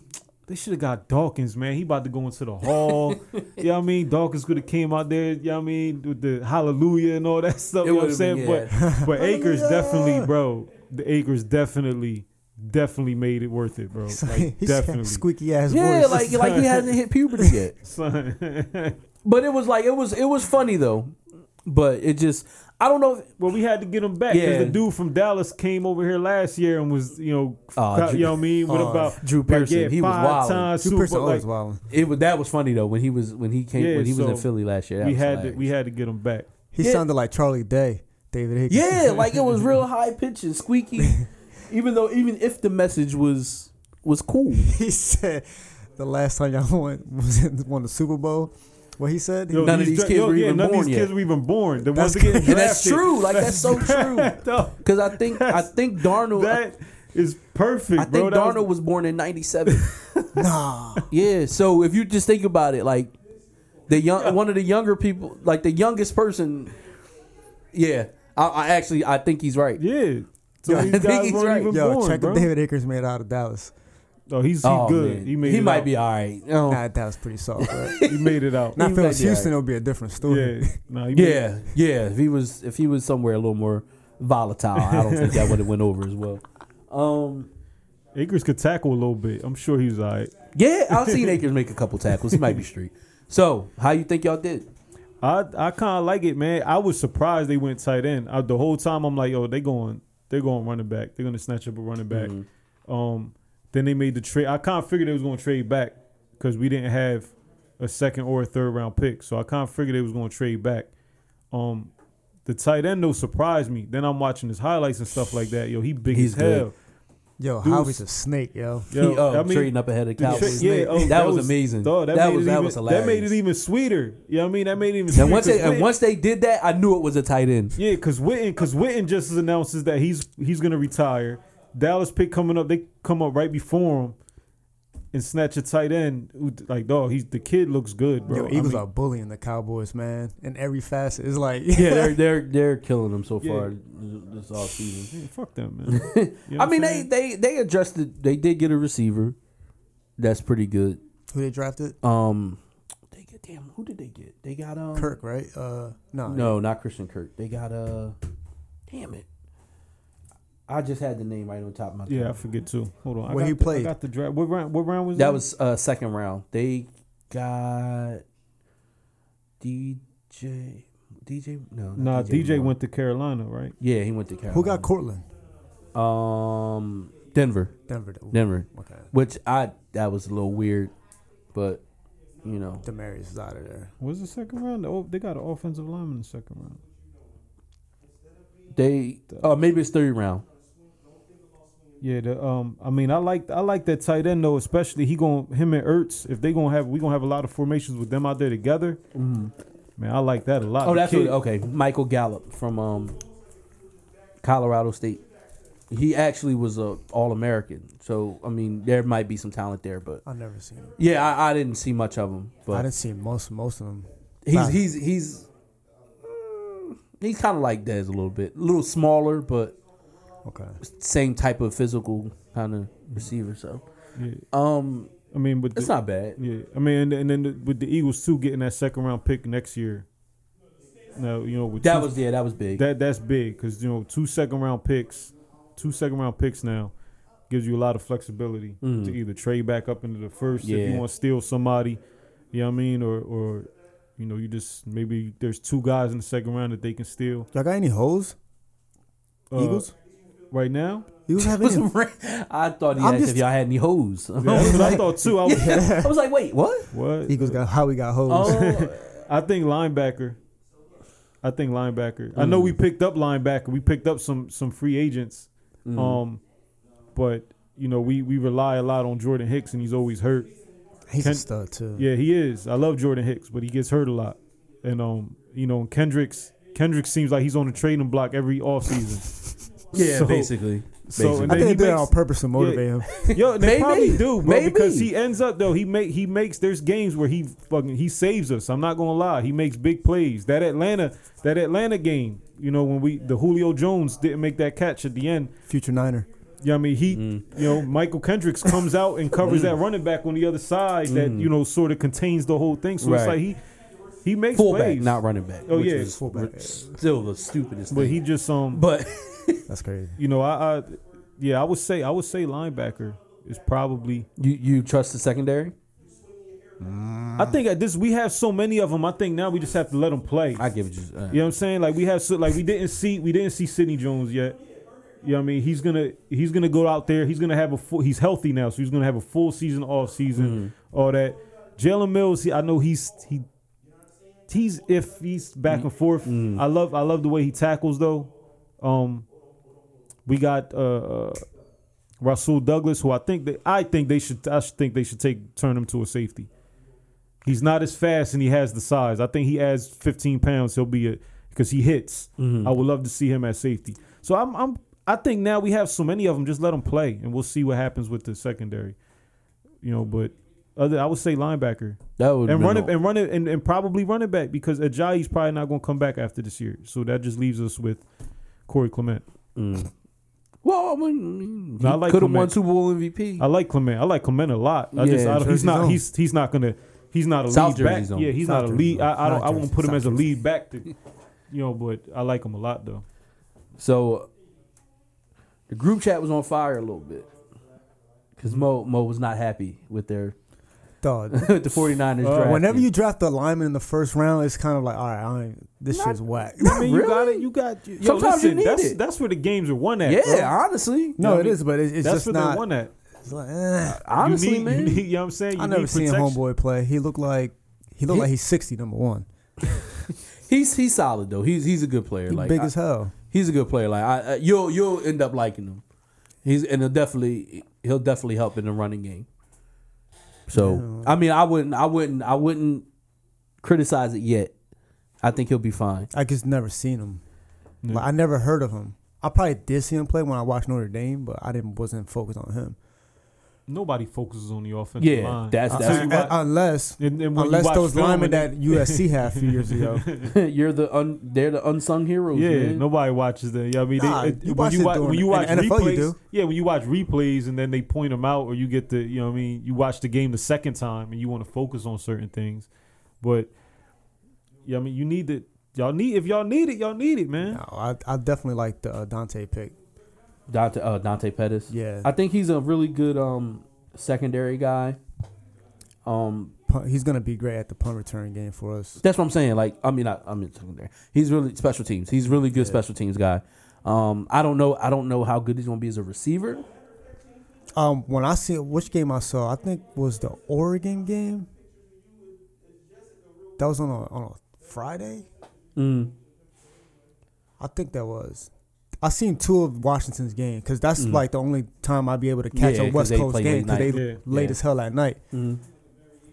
Speaker 4: they should have got Dawkins, man. He about to go into the hall. you know what I mean? Dawkins could have came out there. You know what I mean? With the hallelujah and all that stuff.
Speaker 3: It
Speaker 4: you know what I'm
Speaker 3: would've been,
Speaker 4: saying? But but Akers definitely, bro. The Akers definitely. Definitely made it worth it, bro. Like,
Speaker 5: He's
Speaker 4: definitely,
Speaker 5: squeaky ass
Speaker 3: Yeah, like
Speaker 5: voice.
Speaker 3: like he hasn't hit puberty yet.
Speaker 4: son.
Speaker 3: But it was like it was it was funny though. But it just I don't know. If,
Speaker 4: Well, we had to get him back because
Speaker 3: Yeah.
Speaker 4: the dude from Dallas came over here last year and was, you know,
Speaker 3: Aw,
Speaker 4: co-
Speaker 3: Drew-
Speaker 4: you know what I mean? What
Speaker 5: aw,
Speaker 4: about
Speaker 3: Drew Pearson, he was wildin'.
Speaker 4: times
Speaker 5: Drew
Speaker 4: Super-
Speaker 5: Pearson
Speaker 4: like,
Speaker 5: always wild.
Speaker 3: it was that was funny though when he was when he came
Speaker 4: Yeah,
Speaker 3: when he was in
Speaker 4: so
Speaker 3: Philly last year. That
Speaker 4: We
Speaker 3: was
Speaker 4: had to,
Speaker 3: hilarious.
Speaker 4: we had to get him back.
Speaker 5: He
Speaker 3: Yeah.
Speaker 5: sounded like Charlie Day, David Akers.
Speaker 3: Yeah, like it was real high pitched and squeaky. even though, even if the message was was cool,
Speaker 5: he said the last time y'all went was in, won the Super Bowl. What he said? He-
Speaker 4: Yo,
Speaker 3: None of these
Speaker 4: dra-
Speaker 3: kids were even
Speaker 4: none of
Speaker 3: born
Speaker 4: these
Speaker 3: yet.
Speaker 4: kids were even born. The ones
Speaker 5: That's
Speaker 4: that get
Speaker 3: and that's true. Like that's so true.
Speaker 4: drafted.
Speaker 3: Because I think I think Darnold.
Speaker 4: that is perfect,
Speaker 3: I
Speaker 4: bro.
Speaker 3: think
Speaker 4: That was-
Speaker 3: Darnold was born in '97.
Speaker 5: Nah.
Speaker 3: yeah, so if you just think about it, like the young, one of the younger people, like the youngest person. Yeah, I, I actually I think he's right.
Speaker 4: yeah. So
Speaker 3: Yo, I
Speaker 4: these
Speaker 3: think
Speaker 4: guys
Speaker 3: he's
Speaker 4: weren't
Speaker 3: right.
Speaker 4: even
Speaker 5: Yo,
Speaker 4: born,
Speaker 5: check
Speaker 4: bro.
Speaker 5: what David Akers made out of Dallas.
Speaker 4: Oh, he's he
Speaker 3: Oh,
Speaker 4: good.
Speaker 3: man.
Speaker 4: He made. it
Speaker 3: might
Speaker 4: out.
Speaker 3: be all right. You know?
Speaker 5: Nah, that was pretty soft. Right?
Speaker 4: He made it out.
Speaker 5: Not
Speaker 3: He
Speaker 5: Phyllis
Speaker 3: might be all
Speaker 5: Houston, it'll be a different story.
Speaker 4: yeah. Nah, he made-
Speaker 3: yeah, yeah. If he was if he was somewhere a little more volatile, I don't think that would have went over as well. Um,
Speaker 4: Akers could tackle a little bit. I'm sure he's all right.
Speaker 3: yeah, I've seen Akers make a couple tackles. He might be street. So, how you think y'all did?
Speaker 4: I I kind of like it, man. I was surprised they went tight end. I, the whole time I'm like, yo, they going they're going running back. They're gonna snatch up a running back.
Speaker 3: Mm-hmm.
Speaker 4: Um, then they made the trade. I kind of figured they was gonna trade back because we didn't have a second or a third round pick, so I kind of figured they was gonna trade back. Um, the tight end though surprised me. Then I'm watching his highlights and stuff like that. Yo, he big
Speaker 3: He's
Speaker 4: as hell.
Speaker 5: Yo,
Speaker 4: Dude,
Speaker 5: Howie's a snake, yo.
Speaker 4: Yo,
Speaker 3: he, uh,
Speaker 4: I mean,
Speaker 3: trading up ahead of
Speaker 4: the tra-
Speaker 3: Cowboys.
Speaker 4: yeah, oh,
Speaker 3: that, was, amazing.
Speaker 4: dog,
Speaker 3: that
Speaker 4: made
Speaker 3: was
Speaker 4: it
Speaker 3: that
Speaker 4: even-
Speaker 3: was hilarious.
Speaker 4: That made it even sweeter. You know what I mean? That made it even.
Speaker 3: and once
Speaker 4: sweeter
Speaker 3: they, and
Speaker 4: 'cause
Speaker 3: once they did that, I knew it was a tight end.
Speaker 4: Yeah, because Witten, because Witten just announces that he's he's gonna retire. Dallas pick coming up, they come up right before him and snatch a tight end. Who- Like dog, he's the kid looks good, bro.
Speaker 5: Yo,
Speaker 4: I
Speaker 5: Eagles
Speaker 4: mean,
Speaker 5: are bullying the Cowboys, man, in every facet. It's like,
Speaker 3: Yeah, they're they're they're killing them so
Speaker 4: Yeah.
Speaker 3: far this offseason.
Speaker 4: man, fuck them, man. You know
Speaker 3: I
Speaker 4: what
Speaker 3: mean,
Speaker 4: I'm
Speaker 3: they
Speaker 4: saying?
Speaker 3: they they addressed it. They did get a receiver. That's pretty good.
Speaker 5: who they drafted?
Speaker 3: Um, they get damn. Who did they get? They got um.
Speaker 5: Kirk, right? Uh, no,
Speaker 3: No, not Christian Kirk. They got uh. Damn it. I just had the name right on top of my.
Speaker 4: yeah, I
Speaker 3: tongue.
Speaker 4: forget too. Hold on, I
Speaker 5: Where
Speaker 4: got
Speaker 5: he
Speaker 4: the- I
Speaker 5: played?
Speaker 4: got the draft. What round? What round was
Speaker 3: that was uh second round. They got DJ DJ no not
Speaker 4: Nah, DJ
Speaker 3: Moore.
Speaker 4: went to Carolina, right?
Speaker 3: Yeah, he went to Carolina.
Speaker 5: Who got Cortland?
Speaker 3: um Denver
Speaker 5: Denver. though.
Speaker 3: Denver,
Speaker 5: Okay.
Speaker 3: which I that was a little weird, but you know
Speaker 5: Demarius is out of there.
Speaker 4: Was the second round? Oh, they got an offensive lineman in the second round.
Speaker 3: They uh maybe it's third round.
Speaker 4: Yeah, the, um, I mean, I like I like that tight end though, especially he going him and Ertz. If they gonna have, we gonna have a lot of formations with them out there together. Man, I like that a lot.
Speaker 3: Mm-hmm. Oh,
Speaker 4: The
Speaker 3: that's
Speaker 4: kid-
Speaker 3: what, okay. Michael Gallup from um Colorado State. He actually was a All American, so I mean there might be some talent there, but
Speaker 5: I've never seen him.
Speaker 3: yeah, I, I didn't see much of him.
Speaker 5: I
Speaker 3: But
Speaker 5: didn't see most most of them.
Speaker 3: he's
Speaker 5: Nah.
Speaker 3: he's he's mm, he's kind of like Dez a little bit, a little smaller, but
Speaker 5: Okay.
Speaker 3: same type of physical kind of receiver. So
Speaker 4: Yeah,
Speaker 3: um,
Speaker 4: I mean, but
Speaker 3: it's not bad.
Speaker 4: Yeah, I mean, and, and then the, with the Eagles too getting that second round pick next year. Now you know with
Speaker 3: That
Speaker 4: two-
Speaker 3: was yeah, that was big.
Speaker 4: that that's big because you know two second round picks, two second round picks now gives you a lot of flexibility to
Speaker 5: Mm.
Speaker 4: either trade back up into the first if you
Speaker 3: Yeah.
Speaker 4: want to steal somebody, you know what I mean, or or you know you just maybe there's two guys in the second round that they can steal.
Speaker 5: Y'all got any hoes?
Speaker 4: Uh,
Speaker 5: Eagles?
Speaker 4: right now.
Speaker 5: Eagles have any?
Speaker 3: I thought he
Speaker 5: I'm
Speaker 3: asked
Speaker 5: just-
Speaker 3: if y'all had any hoes.
Speaker 4: Yeah, that's what I thought too. I was,
Speaker 3: I was like, wait, what?
Speaker 4: what?
Speaker 5: Eagles got how we got hoes.
Speaker 3: Oh,
Speaker 4: I think linebacker. I think linebacker. I
Speaker 5: Mm.
Speaker 4: know we picked up linebacker. We picked up some some free agents.
Speaker 5: Mm.
Speaker 4: Um, but you know we we rely a lot on Jordan Hicks, and he's always hurt.
Speaker 5: He's
Speaker 4: Ken-
Speaker 5: a stud too.
Speaker 4: Yeah, he is. I love Jordan Hicks, but he gets hurt a lot. And um, you know, Kendricks Kendricks seems like he's on the trading block every offseason.
Speaker 3: yeah,
Speaker 4: So-
Speaker 3: basically.
Speaker 4: So and
Speaker 5: I
Speaker 4: then
Speaker 5: think
Speaker 4: he
Speaker 5: they did that on
Speaker 4: makes,
Speaker 5: purpose to motivate him.
Speaker 4: yo, they
Speaker 3: Maybe.
Speaker 4: probably do, bro,
Speaker 3: Maybe.
Speaker 4: because he ends up though he make he makes there's games where he fucking he saves us. I'm not gonna lie, he makes big plays. That Atlanta that Atlanta game, you know, when we the Julio Jones didn't make that catch at the end.
Speaker 5: Future Niner.
Speaker 4: You know what I mean? He,
Speaker 3: Mm.
Speaker 4: you know, Michael Kendricks comes out and covers that running back on the other side that, you know, sort of contains the whole thing. So it's
Speaker 3: Mm. Right.
Speaker 4: like he he makes
Speaker 3: fullback,
Speaker 4: plays.
Speaker 3: not running back.
Speaker 4: Oh,
Speaker 3: which
Speaker 4: yeah,
Speaker 3: was
Speaker 5: fullback.
Speaker 3: r- still the stupidest
Speaker 4: But
Speaker 3: thing.
Speaker 4: he just um
Speaker 3: but
Speaker 5: That's crazy.
Speaker 4: you know, I, I yeah, I would say I would say linebacker is probably
Speaker 3: you you trust the secondary?
Speaker 4: I think at this we have so many of them. I think now we just have to let them play.
Speaker 3: I give it you. Uh,
Speaker 4: You know what I'm saying? Like we have so like we didn't see we didn't see Sidney Jones yet. You know what I mean? He's gonna he's gonna go out there. He's gonna have a full. He's healthy now, so he's gonna have a full season off season. All that. Jalen Mills, he, I know he's he he's if he's back and forth. I love I love the way he tackles though. Um, we got uh, uh Rasul Douglas, who I think they I think they should I should think they should take turn him to a safety. He's not as fast and he has the size. I think he adds 15 pounds. He'll be a because he hits. I would love to see him at safety. So I'm I'm I think now we have so many of them. Just let them play, and we'll see what happens with the secondary. You know, but other I would say linebacker
Speaker 3: That would
Speaker 4: and running and running and, and probably running back because Ajayi's probably not going to come back after this year. So that just leaves us with Corey Clement.
Speaker 3: Well, I mean,
Speaker 4: I like
Speaker 3: could have won
Speaker 4: Clement.
Speaker 3: Super Bowl MVP.
Speaker 4: I like Clement. I like Clement a lot. I just
Speaker 3: Yeah,
Speaker 4: I don't, he's
Speaker 5: Jersey's
Speaker 4: not
Speaker 5: on.
Speaker 4: he's he's not gonna he's not a
Speaker 3: South
Speaker 4: lead back.
Speaker 3: Jersey's on.
Speaker 4: Yeah, he's
Speaker 5: South
Speaker 4: not a
Speaker 5: Jersey's
Speaker 4: lead.
Speaker 5: on.
Speaker 4: I, I don't
Speaker 5: Not
Speaker 4: I won't
Speaker 5: Jersey,
Speaker 4: put him
Speaker 5: South
Speaker 4: as a
Speaker 5: Jersey.
Speaker 4: lead back. To, you know, but I like him a lot though.
Speaker 3: So the group chat was on fire a little bit because Mo Mo was not happy with their
Speaker 5: Dog.
Speaker 3: with the 49ers
Speaker 4: Uh,
Speaker 3: draft.
Speaker 5: Whenever you draft the lineman in the first round, it's kind of like, all right, I ain't, this shit's whack.
Speaker 4: I mean, you got it. You got. Yo,
Speaker 3: Sometimes you
Speaker 4: listen,
Speaker 3: need
Speaker 4: that's
Speaker 3: it.
Speaker 4: that's where the games are won at.
Speaker 3: yeah,
Speaker 4: bro.
Speaker 3: honestly,
Speaker 5: No,
Speaker 4: Yeah, I
Speaker 5: it
Speaker 4: mean,
Speaker 5: is, but it's, it's
Speaker 4: that's
Speaker 5: just
Speaker 4: where
Speaker 5: not.
Speaker 4: they're won at.
Speaker 5: It's like, eh.
Speaker 3: honestly,
Speaker 4: you need,
Speaker 3: man,
Speaker 4: You, need, you know what I'm saying? You
Speaker 5: I never
Speaker 4: need
Speaker 5: seen
Speaker 4: protection.
Speaker 5: homeboy play. He looked like he looked
Speaker 3: He-
Speaker 5: like he's sixty number one.
Speaker 3: he's he's solid though. He's he's a good player.
Speaker 5: He
Speaker 3: like
Speaker 5: big
Speaker 3: I-
Speaker 5: as hell.
Speaker 3: he's a good player. Like I, I, you'll you'll end up liking him. He's and he'll definitely he'll definitely help in the running game. So I mean, I wouldn't I wouldn't I wouldn't criticize it yet. I think he'll be fine.
Speaker 5: I just never seen him. Like, I never heard of him. I probably did see him play when I watched Notre Dame, but I didn't wasn't focused on him.
Speaker 4: Nobody focuses on the offensive
Speaker 3: Yeah,
Speaker 4: line.
Speaker 3: that's-
Speaker 4: I
Speaker 3: that's-
Speaker 4: tell you
Speaker 5: Uh,
Speaker 4: what,
Speaker 5: unless
Speaker 4: And- and when you
Speaker 5: unless
Speaker 4: watch
Speaker 5: those
Speaker 4: film
Speaker 5: linemen
Speaker 4: and
Speaker 5: that USC had a few years ago.
Speaker 3: You're the un, they're the unsung heroes.
Speaker 4: Yeah,
Speaker 3: man.
Speaker 4: nobody watches that. Yeah, I mean,
Speaker 5: Nah,
Speaker 4: they,
Speaker 5: you
Speaker 4: it- when
Speaker 5: watch
Speaker 4: you
Speaker 5: it
Speaker 4: watch
Speaker 5: during-
Speaker 4: when you
Speaker 5: in
Speaker 4: watch
Speaker 5: the NFL
Speaker 4: replays,
Speaker 5: you do.
Speaker 4: yeah, when you watch replays and then they point them out, or you get the, you know, what I mean, you watch the game the second time and you want to focus on certain things, but yeah, I mean, you need to, y'all need if y'all need it, y'all need it, man.
Speaker 5: No, I, I definitely like the uh, Dante pick.
Speaker 3: Dante uh, Dante Pettis.
Speaker 5: Yeah.
Speaker 3: I think he's a really good um secondary guy. Um,
Speaker 5: Punt, he's gonna be great at the punt return game for us.
Speaker 3: that's what I'm saying. Like, I mean, I, I mean, secondary. He's really special teams. He's really good special teams guy. Um, I don't know. I don't know how good he's gonna be as a receiver.
Speaker 5: Um, when I see which game I saw, I think was the Oregon game. That was on a on a Friday.
Speaker 3: Mm.
Speaker 5: I think that was. I seen two of Washington's game because that's like the only time I'd be able to catch
Speaker 3: Mm. Yeah,
Speaker 5: a
Speaker 3: 'cause
Speaker 5: West
Speaker 3: they
Speaker 5: Coast
Speaker 3: play
Speaker 5: game
Speaker 3: late
Speaker 5: because they
Speaker 4: night. Yeah.
Speaker 5: late
Speaker 3: Yeah.
Speaker 5: as hell at night.
Speaker 3: Mm.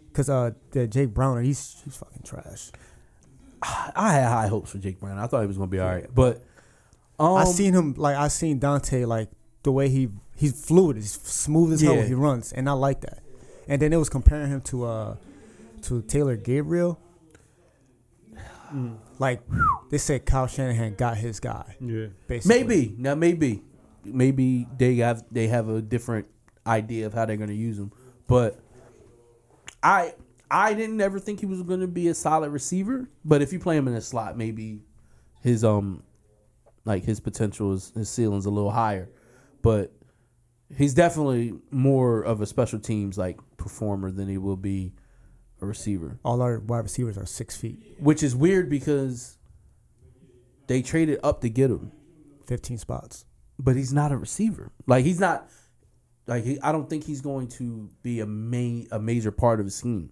Speaker 5: Because uh, that Jake Browner, he's he's fucking trash.
Speaker 3: I had high hopes for Jake Brown. I thought he was gonna be all right, but um,
Speaker 5: I seen him like I seen Dante like the way he he's fluid, he's smooth as hell
Speaker 3: Yeah.
Speaker 5: when he runs, and I like that. And then it was comparing him to uh to Taylor Gabriel.
Speaker 3: Mm.
Speaker 5: Like they said, Kyle Shanahan got his guy.
Speaker 4: Yeah,
Speaker 5: Basically,
Speaker 3: maybe now maybe maybe they have they have a different idea of how they're gonna use him. But I I didn't ever think he was gonna be a solid receiver. But if you play him in a slot, maybe his um like his potential is his ceiling's a little higher. But he's definitely more of a special teams like performer than he will be a receiver.
Speaker 5: all our wide receivers are six feet,
Speaker 3: which is weird because they traded up to get him,
Speaker 5: fifteen spots.
Speaker 3: but he's not a receiver. Like he's not like he, I don't think he's going to be a main a major part of the scheme.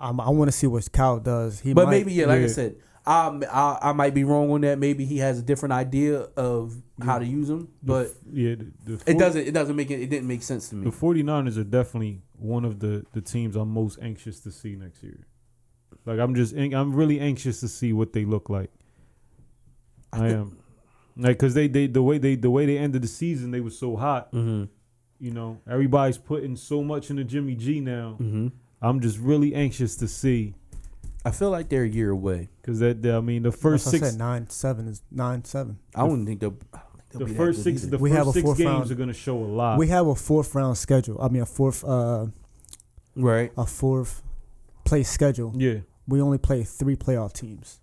Speaker 5: I'm, I want to see what Kyle does. He
Speaker 3: But
Speaker 5: might-
Speaker 3: maybe yeah, like I
Speaker 4: yeah.
Speaker 3: said, I'm, I I might be wrong on that. Maybe he has a different idea of how to use him, but
Speaker 4: yeah. The, the
Speaker 3: it
Speaker 4: four-
Speaker 3: doesn't it doesn't make it it didn't make sense to
Speaker 4: The
Speaker 3: me.
Speaker 4: 49ers are definitely one of the the teams I'm most anxious to see next year. Like I'm just an- I'm really anxious to see what they look like. I, am. Like cuz they they the way they the way they ended the season they were so hot.
Speaker 5: Mm-hmm.
Speaker 4: You know, everybody's putting so much into Jimmy G now.
Speaker 5: Mm-hmm.
Speaker 4: I'm just really anxious to see
Speaker 3: I feel like they're a year away.
Speaker 4: cuz that, that- I mean the first
Speaker 5: That's what I
Speaker 4: six
Speaker 5: said nine seven is nine seven.
Speaker 3: I wouldn't think they'll. I don't think they'll
Speaker 4: the
Speaker 3: be that
Speaker 4: first
Speaker 3: good
Speaker 4: six
Speaker 3: either.
Speaker 4: the
Speaker 5: We
Speaker 4: first
Speaker 5: have a
Speaker 4: six
Speaker 5: fourth
Speaker 4: games
Speaker 5: round.
Speaker 4: are going to show a
Speaker 3: Uh.
Speaker 4: lot.
Speaker 5: We have a fourth round schedule. I mean, a fourth uh
Speaker 3: right.
Speaker 5: a fourth place schedule.
Speaker 4: yeah.
Speaker 5: we only play three playoff teams.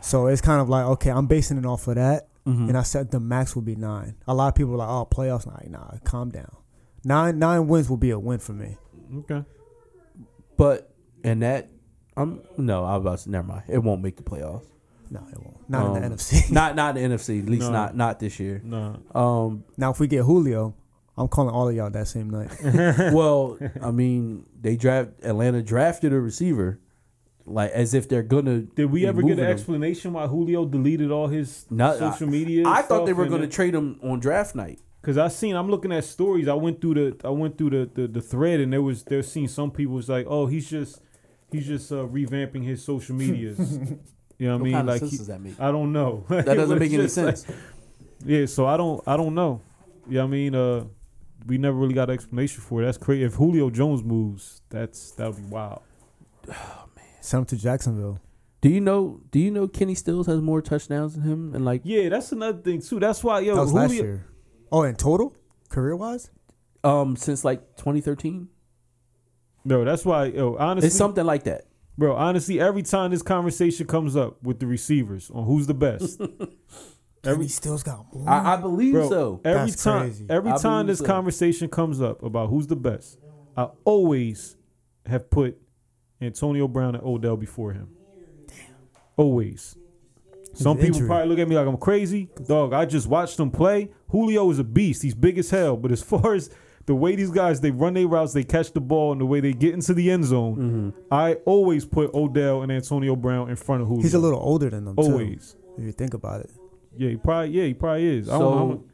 Speaker 5: So it's kind of like, okay, I'm basing it off of that. And I said the max will be nine. A lot of people are like, oh, playoffs. Like, nah, calm down. Nine nine wins will be a win for me.
Speaker 4: Okay.
Speaker 3: But and that I'm no, I was about to, never mind. It won't make the playoffs.
Speaker 5: No, it won't. Not in the
Speaker 3: Um,
Speaker 5: NFC.
Speaker 3: not not the NFC. At least
Speaker 4: No.
Speaker 3: not not this year.
Speaker 4: Nah.
Speaker 3: Um,
Speaker 5: now, if we get Julio, I'm calling all of y'all that same night.
Speaker 3: well, I mean, they draft Atlanta drafted a receiver, like as if they're gonna.
Speaker 4: Did we
Speaker 3: be
Speaker 4: ever get
Speaker 3: moving him.
Speaker 4: an explanation why Julio deleted all his
Speaker 3: No,
Speaker 4: social
Speaker 3: I-
Speaker 4: media?
Speaker 3: I thought they were gonna trade him on draft night.
Speaker 4: because I seen. I'm looking at stories. I went through the I went through the the, the thread, and there was there seen some people was like, oh, he's just he's just uh, revamping his social medias. You know
Speaker 3: What
Speaker 4: what I mean?
Speaker 3: kind of
Speaker 4: Like
Speaker 3: sense
Speaker 4: he-
Speaker 3: does that make?
Speaker 4: I don't know. Like,
Speaker 3: That
Speaker 4: it was
Speaker 3: doesn't make any
Speaker 4: just like-
Speaker 3: sense.
Speaker 4: yeah, so I don't I don't know. You know what I mean? Uh we never really got an explanation for it. That's crazy. If Julio Jones moves, that's that would be wild.
Speaker 5: Send him to Jacksonville.
Speaker 3: do you know? Do you know Kenny Stills has more touchdowns than him? And like,
Speaker 4: Yeah, that's another thing too. That's why yo
Speaker 5: that was
Speaker 4: Julio
Speaker 5: last year. Oh, in total, career wise,
Speaker 3: um, since like 2013,
Speaker 4: No, that's why yo honestly
Speaker 3: it's something like that.
Speaker 4: Bro, honestly, every time this conversation comes up with the receivers on who's the best,
Speaker 5: Kenny Stills got more.
Speaker 3: I, I believe
Speaker 4: bro,
Speaker 3: so.
Speaker 4: every
Speaker 5: That's
Speaker 4: time,
Speaker 5: crazy.
Speaker 4: every
Speaker 3: I believe
Speaker 4: time this
Speaker 3: so.
Speaker 4: conversation comes up about who's the best, I always have put Antonio Brown and Odell before him. Always. Some people
Speaker 5: injury.
Speaker 4: probably look at me like I'm crazy, dog. I just watched them play. Julio is a beast. He's big as hell. But as far as the way these guys they run their routes, they catch the ball, and the way they get into the end zone, I always put Odell and Antonio Brown in front of Julio.
Speaker 5: He's a little older than them.
Speaker 4: Always.
Speaker 5: Too, if you think about it,
Speaker 4: Yeah, he probably. Yeah, he probably is. I don't, I
Speaker 3: So
Speaker 4: don't,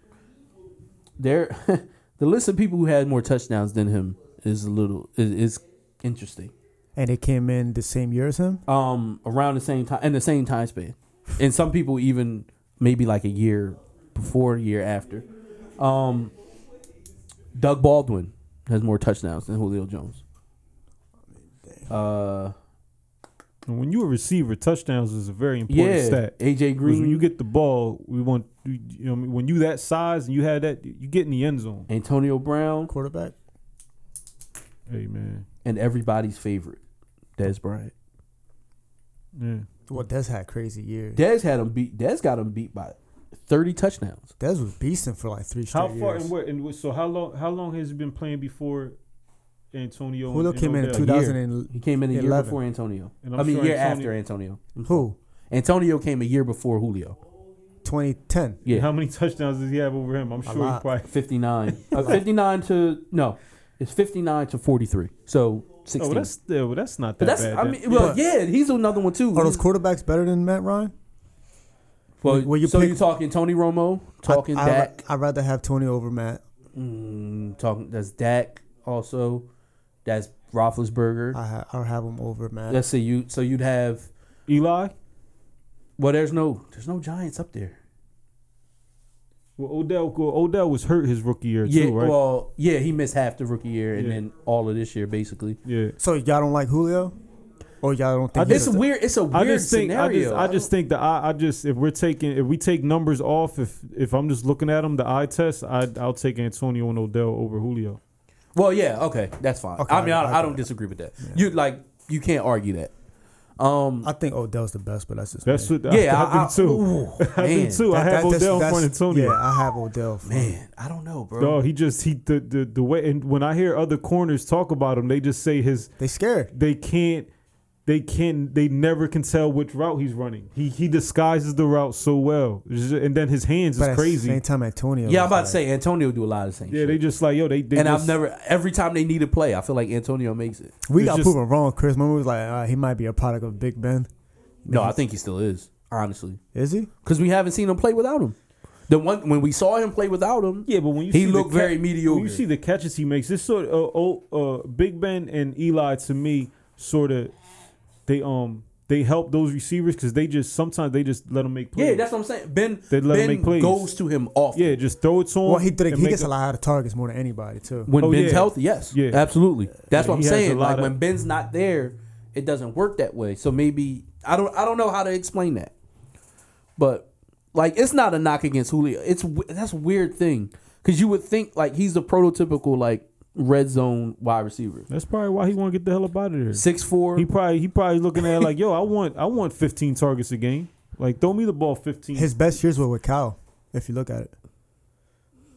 Speaker 3: there, the list of people who had more touchdowns than him is a little is, is interesting.
Speaker 5: and they came in the same year as him.
Speaker 3: Um, around the same time in the same time span, and some people even maybe like a year before, a year after. Um, Doug Baldwin has more touchdowns than Julio Jones. Uh,
Speaker 4: and when you're a receiver, touchdowns is a very important
Speaker 3: yeah,
Speaker 4: stat.
Speaker 3: AJ
Speaker 4: 'Cause
Speaker 3: Green.
Speaker 4: when you get the ball, we want you you know when you that size and you had that, you get in the end zone.
Speaker 3: Antonio Brown
Speaker 5: Quarterback.
Speaker 4: Hey man,
Speaker 3: and everybody's favorite, Dez Bryant.
Speaker 4: yeah.
Speaker 5: Well, Des had crazy years.
Speaker 3: Dez had him beat. Dez got him beat by thirty touchdowns.
Speaker 5: Des was beasting for like three straight
Speaker 4: How far
Speaker 5: years.
Speaker 4: and where and what- so how long? How long has he been playing before Antonio?
Speaker 5: Julio
Speaker 4: and
Speaker 5: came in in
Speaker 4: Odell?
Speaker 5: 2000 and
Speaker 3: He came in a year
Speaker 5: 11.
Speaker 3: before Antonio.
Speaker 4: And I'm
Speaker 3: I mean,
Speaker 4: sure
Speaker 3: year
Speaker 4: Antonio-
Speaker 3: after Antonio.
Speaker 5: who?
Speaker 3: Antonio came a year before Julio.
Speaker 5: 2010.
Speaker 3: Yeah,
Speaker 4: How many touchdowns does he have over him? I'm sure he
Speaker 5: lot.
Speaker 4: probably. oh,
Speaker 3: fifty nine. uh, fifty nine to no, it's fifty nine to forty three. So
Speaker 4: Oh,
Speaker 3: sixteen.
Speaker 4: that's still that's not
Speaker 3: but
Speaker 4: that
Speaker 3: that's
Speaker 4: bad.
Speaker 3: I
Speaker 4: then.
Speaker 3: mean, well,
Speaker 5: But-
Speaker 3: yeah, he's another one too.
Speaker 5: Are those
Speaker 3: He's-
Speaker 5: quarterbacks better than Matt Ryan?
Speaker 3: well,
Speaker 5: well, you
Speaker 3: so
Speaker 5: pick-
Speaker 3: you talking Tony Romo, talking
Speaker 5: I,
Speaker 3: Dak,
Speaker 5: I, would rather have Tony over Matt.
Speaker 3: mm, talking that's Dak also, that's Roethlisberger.
Speaker 5: I ha- I'll have him over Matt.
Speaker 3: Let's see, you so you'd have
Speaker 4: Eli
Speaker 3: well, there's no there's no Giants up there.
Speaker 4: well, Odell well, Odell was hurt his rookie year
Speaker 3: Yeah,
Speaker 4: too, right?
Speaker 3: well, yeah, he missed half the rookie year and
Speaker 4: Yeah.
Speaker 3: then all of this year basically.
Speaker 4: yeah.
Speaker 5: So y'all don't like Julio, or y'all don't
Speaker 4: I
Speaker 5: think he's
Speaker 3: It's a weird. It's a weird
Speaker 4: I just think I
Speaker 3: scenario.
Speaker 4: just, I just think that I, I just if we're taking if we take numbers off if if I'm just looking at them the eye test I I'll take Antonio and Odell over Julio.
Speaker 3: well, yeah, okay, that's fine.
Speaker 5: Okay,
Speaker 3: I mean, I,
Speaker 5: I- I
Speaker 3: I don't
Speaker 5: get it.
Speaker 3: disagree with that. You like, you can't argue that. Um,
Speaker 5: I think Odell's the best, but that's just
Speaker 4: That's
Speaker 5: me.
Speaker 4: what
Speaker 3: yeah,
Speaker 4: I, I, do too.
Speaker 3: ooh,
Speaker 4: I
Speaker 3: man,
Speaker 4: do too. I
Speaker 5: That-
Speaker 4: have
Speaker 5: that- that's-
Speaker 4: Odell in
Speaker 5: that's-
Speaker 4: front of Antonio.
Speaker 5: Yeah, I have Odell. For
Speaker 3: Man, I don't know, bro.
Speaker 4: No, he just he the, the the way and when I hear other corners talk about him, they just say his
Speaker 5: They scared.
Speaker 4: they can't they can they never can tell which route he's running. He he disguises the route so well, It's just- and then his hands
Speaker 5: But
Speaker 4: is
Speaker 5: at the
Speaker 4: crazy.
Speaker 5: same time, Antonio.
Speaker 3: yeah, I'm
Speaker 5: was
Speaker 3: about to
Speaker 5: like-
Speaker 3: say Antonio do a lot of the same.
Speaker 4: Yeah,
Speaker 3: shit.
Speaker 4: they just like yo they, they
Speaker 3: and
Speaker 4: just,
Speaker 3: I've never every time they need a play, I feel like Antonio makes it.
Speaker 5: we
Speaker 4: it's
Speaker 5: got
Speaker 4: just-
Speaker 5: proven wrong. Chris Remember, we was like, uh, he might be a product of Big Ben.
Speaker 3: No, I think he still is honestly
Speaker 5: Is he?
Speaker 3: because we haven't seen him play without him. The one when we saw him play without him,
Speaker 4: Yeah, but when you
Speaker 3: He
Speaker 4: see the
Speaker 3: looked very mediocre.
Speaker 4: When you see the catches he makes, this sort of uh, oh, uh, Big Ben and Eli to me sort of they um they help those receivers because they just sometimes they just let them make plays.
Speaker 3: yeah, that's what I'm saying. Ben
Speaker 4: They let him
Speaker 3: Ben
Speaker 4: make plays.
Speaker 3: goes to him often.
Speaker 4: yeah, just throw it to him.
Speaker 5: Well, he did,
Speaker 4: and
Speaker 5: he
Speaker 4: make
Speaker 5: gets
Speaker 4: a-
Speaker 5: a lot of targets more than anybody too.
Speaker 3: When
Speaker 4: Oh,
Speaker 3: Ben's
Speaker 4: yeah.
Speaker 3: healthy, yes.
Speaker 4: Yeah.
Speaker 3: Absolutely. That's
Speaker 4: Yeah,
Speaker 3: what I'm
Speaker 4: he has a
Speaker 3: saying.
Speaker 4: lot
Speaker 3: Like
Speaker 4: of-
Speaker 3: when Ben's not there, it doesn't work that way. So maybe I don't I don't know how to explain that. But like it's not a knock against Julio. It's w- that's a weird thing cuz you would think like he's a prototypical like red zone wide receiver.
Speaker 4: That's probably why he want to get the hell up out of there.
Speaker 3: 6'4.
Speaker 4: He probably he probably looking at it like yo, I want I want 15 targets a game. Like throw me the ball 15.
Speaker 5: His best years were with Kyle. If you look at it,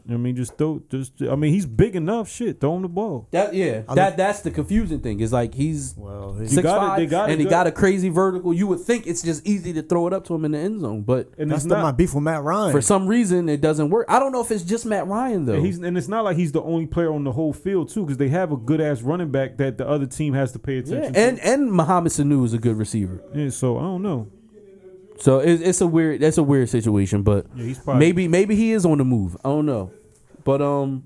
Speaker 4: I mean, just throw just I mean he's big enough. Shit, throw him the ball.
Speaker 3: that yeah,
Speaker 5: I
Speaker 3: that
Speaker 5: look-
Speaker 3: that's the confusing thing. Is like he's
Speaker 5: well, he,
Speaker 4: You
Speaker 3: six
Speaker 4: got it,
Speaker 3: five,
Speaker 4: they got it
Speaker 3: and he
Speaker 4: good.
Speaker 3: got a crazy vertical. You would think it's just easy to throw it up to him in the end zone, but
Speaker 4: And
Speaker 5: that's
Speaker 4: it's
Speaker 5: the,
Speaker 4: not.
Speaker 5: my beef with Matt Ryan.
Speaker 3: for some reason it doesn't work. I don't know if it's just Matt Ryan though.
Speaker 4: And he's and it's not like he's the only player on the whole field too, because they have a good ass running back that the other team has to pay
Speaker 3: Yeah,
Speaker 4: attention.
Speaker 3: and and Mohamed Sanu is a good receiver,
Speaker 4: to. yeah so I don't know.
Speaker 3: so it's, it's a weird that's a weird situation. But
Speaker 4: Yeah, he's probably
Speaker 3: maybe maybe he is on the move. I don't know, but um,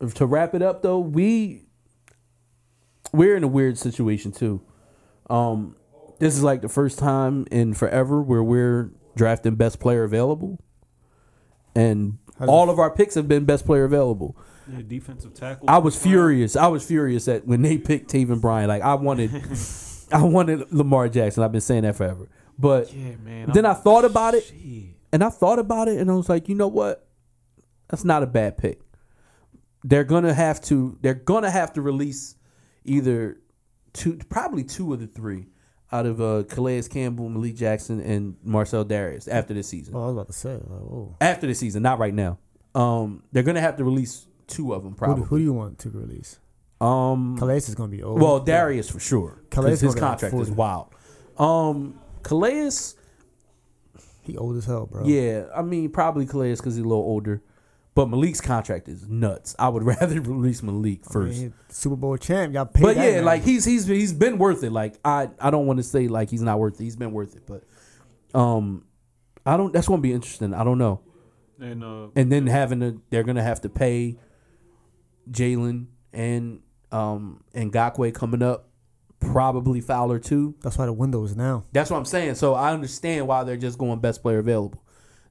Speaker 3: if- to wrap it up though, we we're in a weird situation too. Um, this is like the first time in forever where we're drafting best player available, and
Speaker 5: How's
Speaker 3: all of our picks have been best player available.
Speaker 4: Yeah, defensive tackle.
Speaker 3: I was furious. I was furious at when they picked Taven Bryan. Like I wanted, I wanted Lamar Jackson. I've been saying that forever, but
Speaker 4: Yeah, man.
Speaker 3: Then I thought about it.
Speaker 4: Shit.
Speaker 3: and I thought about it, and I was like, you know what? That's not a bad pick. They're gonna have to. They're gonna have to release either two, probably two of the three out of uh, Calais Campbell, Malik Jackson, and Marcel Darius after this season.
Speaker 5: Oh, I was about to say. Like, oh,
Speaker 3: After this season, not right now. Um, they're gonna have to release two of them
Speaker 5: who do,
Speaker 3: probably.
Speaker 5: who do you want to release?
Speaker 3: um,
Speaker 5: Calais is gonna be old.
Speaker 3: well, Darius for sure.
Speaker 5: Calais
Speaker 3: Calais his
Speaker 5: gonna be like
Speaker 3: contract is
Speaker 5: 40.
Speaker 3: wild. Um, Calais.
Speaker 5: he old as hell, bro.
Speaker 3: Yeah, I mean probably Calais because he's a little older, but Malik's contract is nuts. I would rather release Malik
Speaker 5: I mean,
Speaker 3: first.
Speaker 5: he- Super Bowl champ, y'all paid
Speaker 3: but
Speaker 5: that
Speaker 3: yeah,
Speaker 5: man.
Speaker 3: like he's he's he's been worth it. Like I I don't want to say like he's not worth it. He's been worth it, but um, I don't. That's gonna be interesting. I don't know.
Speaker 4: And uh,
Speaker 3: And then having to they're gonna have to pay Jalen and um and Gakwe coming up, probably Fowler too.
Speaker 5: that's why the window is now.
Speaker 3: That's what I'm saying. So I understand why they're just going best player available.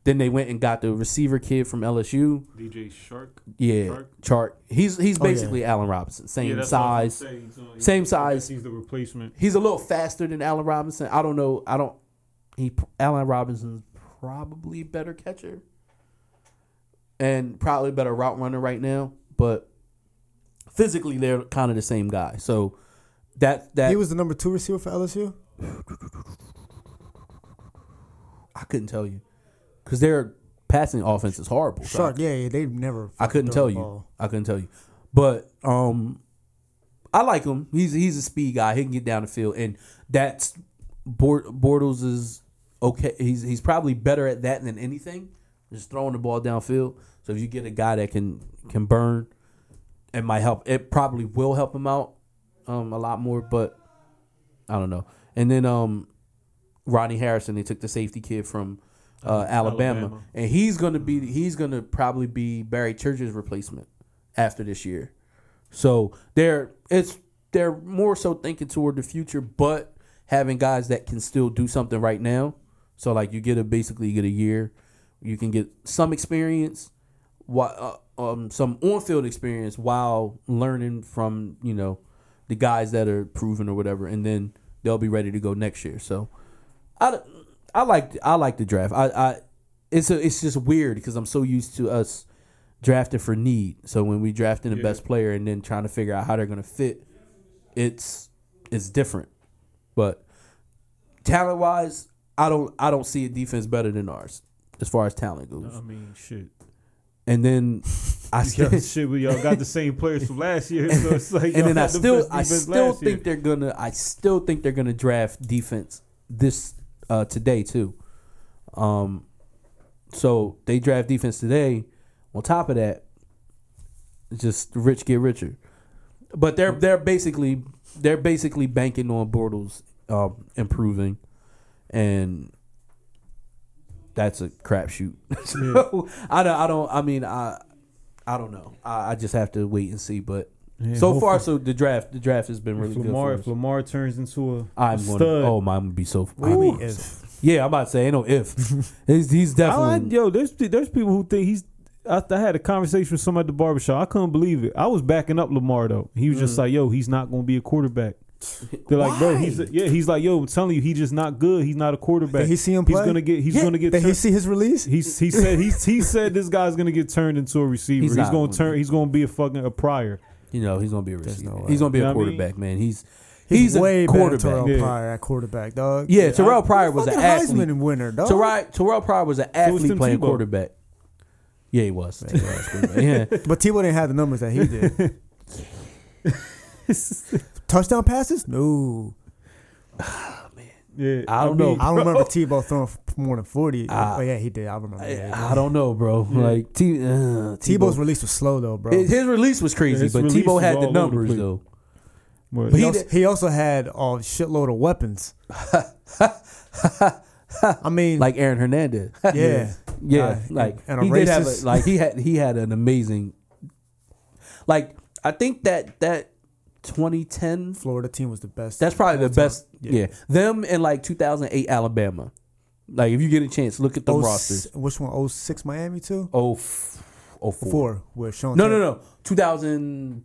Speaker 3: Then they went and got the receiver kid from LSU.
Speaker 4: DJ Shark.
Speaker 3: Yeah,
Speaker 4: Chark?
Speaker 3: Chark. He's he's
Speaker 5: Oh, yeah.
Speaker 3: basically Allen Robinson, same
Speaker 4: Yeah, that's what I was
Speaker 3: size.
Speaker 4: gonna say. He's on- he's-
Speaker 3: Same
Speaker 4: I guess
Speaker 3: size.
Speaker 4: He's the replacement.
Speaker 3: He's a little faster than Allen Robinson. I don't know. I don't. He Allen Robinson's probably a better catcher, and probably a better route runner right now. But physically, they're kind of the same guy. So that that
Speaker 5: He was the number two receiver for LSU.
Speaker 3: I couldn't tell you because their passing offense is horrible. So I
Speaker 5: Shark, yeah, yeah, they never.
Speaker 3: I couldn't
Speaker 5: fucking
Speaker 3: tell
Speaker 5: throw the
Speaker 3: you.
Speaker 5: ball.
Speaker 3: I couldn't tell you. But um I like him. He's he's a speed guy. He can get down the field and that's Bort, Bortles is okay. He's he's probably better at that than anything. Just throwing the ball downfield. So if you get a guy that can can burn, it might help. It probably will help him out um a lot more, but I don't know. And then um Rodney Harrison, they took the safety kid from uh, Alabama,
Speaker 4: Alabama.
Speaker 3: and he's gonna be he's gonna probably be Barry Church's replacement after this year. So they're it's they're more so thinking toward the future, but having guys that can still do something right now. So like you get a basically you get a year, you can get some experience, while, uh, um, some on field experience while learning from you know the guys that are proven or whatever, and then they'll be ready to go next year. So I, I like I like the draft. I, I it's a, it's just weird because I'm so used to us drafting for need. So when we drafting the
Speaker 4: Yeah.
Speaker 3: best player and then trying to figure out how they're gonna fit, it's it's different. But talent wise, I don't I don't see a defense better than ours as far as talent goes.
Speaker 4: I mean, shit.
Speaker 3: And then I
Speaker 4: Yeah,
Speaker 3: still
Speaker 4: shit, we y'all got the same players from last year, so it's like. y'all
Speaker 3: and then I
Speaker 4: had the
Speaker 3: still
Speaker 4: best
Speaker 3: I
Speaker 4: defense
Speaker 3: still
Speaker 4: last year.
Speaker 3: think they're gonna I still think they're gonna draft defense this uh, today too. Um, so they draft defense today. On top of that, it's just the rich get richer. But they're they're basically they're basically banking on Bortles um, improving, and that's a crapshoot. so I don't I don't I mean I I don't know. I, I just have to wait and see. But
Speaker 4: Yeah,
Speaker 3: so far, so the draft the draft has been really
Speaker 4: if Lamar,
Speaker 3: good.
Speaker 4: if
Speaker 3: For us.
Speaker 4: Lamar turns into a
Speaker 3: I'm going.
Speaker 4: stud,
Speaker 3: To, oh my, I'm gonna be so.
Speaker 5: I
Speaker 3: Ooh.
Speaker 5: mean, if
Speaker 3: yeah, I'm about to say ain't no if. he's, he's
Speaker 4: I,
Speaker 3: definitely.
Speaker 4: yo, there's there's people who think he's. I, I had a conversation with somebody at the barbershop. I couldn't believe it. I was backing up Lamar though. He was just
Speaker 3: Mm.
Speaker 4: like, "Yo, he's not going to be a quarterback." They're like, "Bro, he's
Speaker 3: Why?
Speaker 4: a, yeah." He's like, "Yo, I'm telling you, he's just not good. He's not a quarterback."
Speaker 5: Did he see him
Speaker 4: He's
Speaker 5: play?
Speaker 4: gonna get. He's
Speaker 3: Yeah,
Speaker 4: gonna get.
Speaker 5: did he
Speaker 4: turned-
Speaker 5: see his release,
Speaker 4: He, he said he, he said this guy's gonna get turned into a receiver.
Speaker 3: He's
Speaker 4: He's,
Speaker 3: not
Speaker 4: gonna
Speaker 3: gonna
Speaker 4: turn.
Speaker 3: be.
Speaker 4: He's gonna be a fucking a prior.
Speaker 3: you know he's gonna be a receiver.
Speaker 5: no way.
Speaker 3: he's gonna be
Speaker 4: You know
Speaker 3: a
Speaker 4: what I mean?
Speaker 3: quarterback, man. He's he's,
Speaker 5: way
Speaker 3: a
Speaker 5: better than
Speaker 3: quarterback.
Speaker 5: Terrell
Speaker 4: Yeah.
Speaker 5: Pryor at quarterback, dog.
Speaker 3: Yeah, Terrell Pryor
Speaker 5: He's
Speaker 3: was an
Speaker 5: fucking
Speaker 3: athlete.
Speaker 5: Heisman winner, dog.
Speaker 3: Terrell, Terrell Pryor was an
Speaker 4: was
Speaker 3: athlete
Speaker 4: Tim
Speaker 3: playing
Speaker 4: Tebow.
Speaker 3: quarterback. Yeah, he was. yeah,
Speaker 5: But Tebow didn't have the numbers that he did. Touchdown passes? No.
Speaker 4: Yeah,
Speaker 3: I don't know.
Speaker 5: I don't remember Tebow throwing f- more than 40.
Speaker 3: Ah.
Speaker 5: oh, yeah, he did. I remember.
Speaker 3: I,
Speaker 5: that.
Speaker 3: I don't know, bro. Like T, uh,
Speaker 5: Tebow's
Speaker 3: Tebow,
Speaker 5: release was slow, though, bro.
Speaker 3: his release was crazy,
Speaker 4: His
Speaker 3: but
Speaker 4: release
Speaker 3: Tebow
Speaker 4: was
Speaker 3: had
Speaker 4: all
Speaker 3: the
Speaker 4: over the
Speaker 3: numbers
Speaker 4: place.
Speaker 3: though.
Speaker 4: But-
Speaker 5: He,
Speaker 3: he
Speaker 5: also,
Speaker 3: did-
Speaker 5: he also had a shitload of weapons. I mean,
Speaker 3: Like Aaron Hernandez.
Speaker 5: yeah.
Speaker 3: Yeah,
Speaker 5: Uh,
Speaker 3: like
Speaker 5: and a
Speaker 3: he did have a,
Speaker 5: racist.
Speaker 3: like he had he had an amazing like I think that that 2010.
Speaker 5: Florida team was the best.
Speaker 3: That's probably the
Speaker 5: all-time.
Speaker 3: best. Yeah. them and like 2008 Alabama. Like if you get a chance, look at the
Speaker 5: Oh,
Speaker 3: rosters.
Speaker 5: s- Which one? Oh six Miami too.
Speaker 3: Oh, f- oh four.
Speaker 5: Four. Where Sean?
Speaker 3: No, no, no. 2001.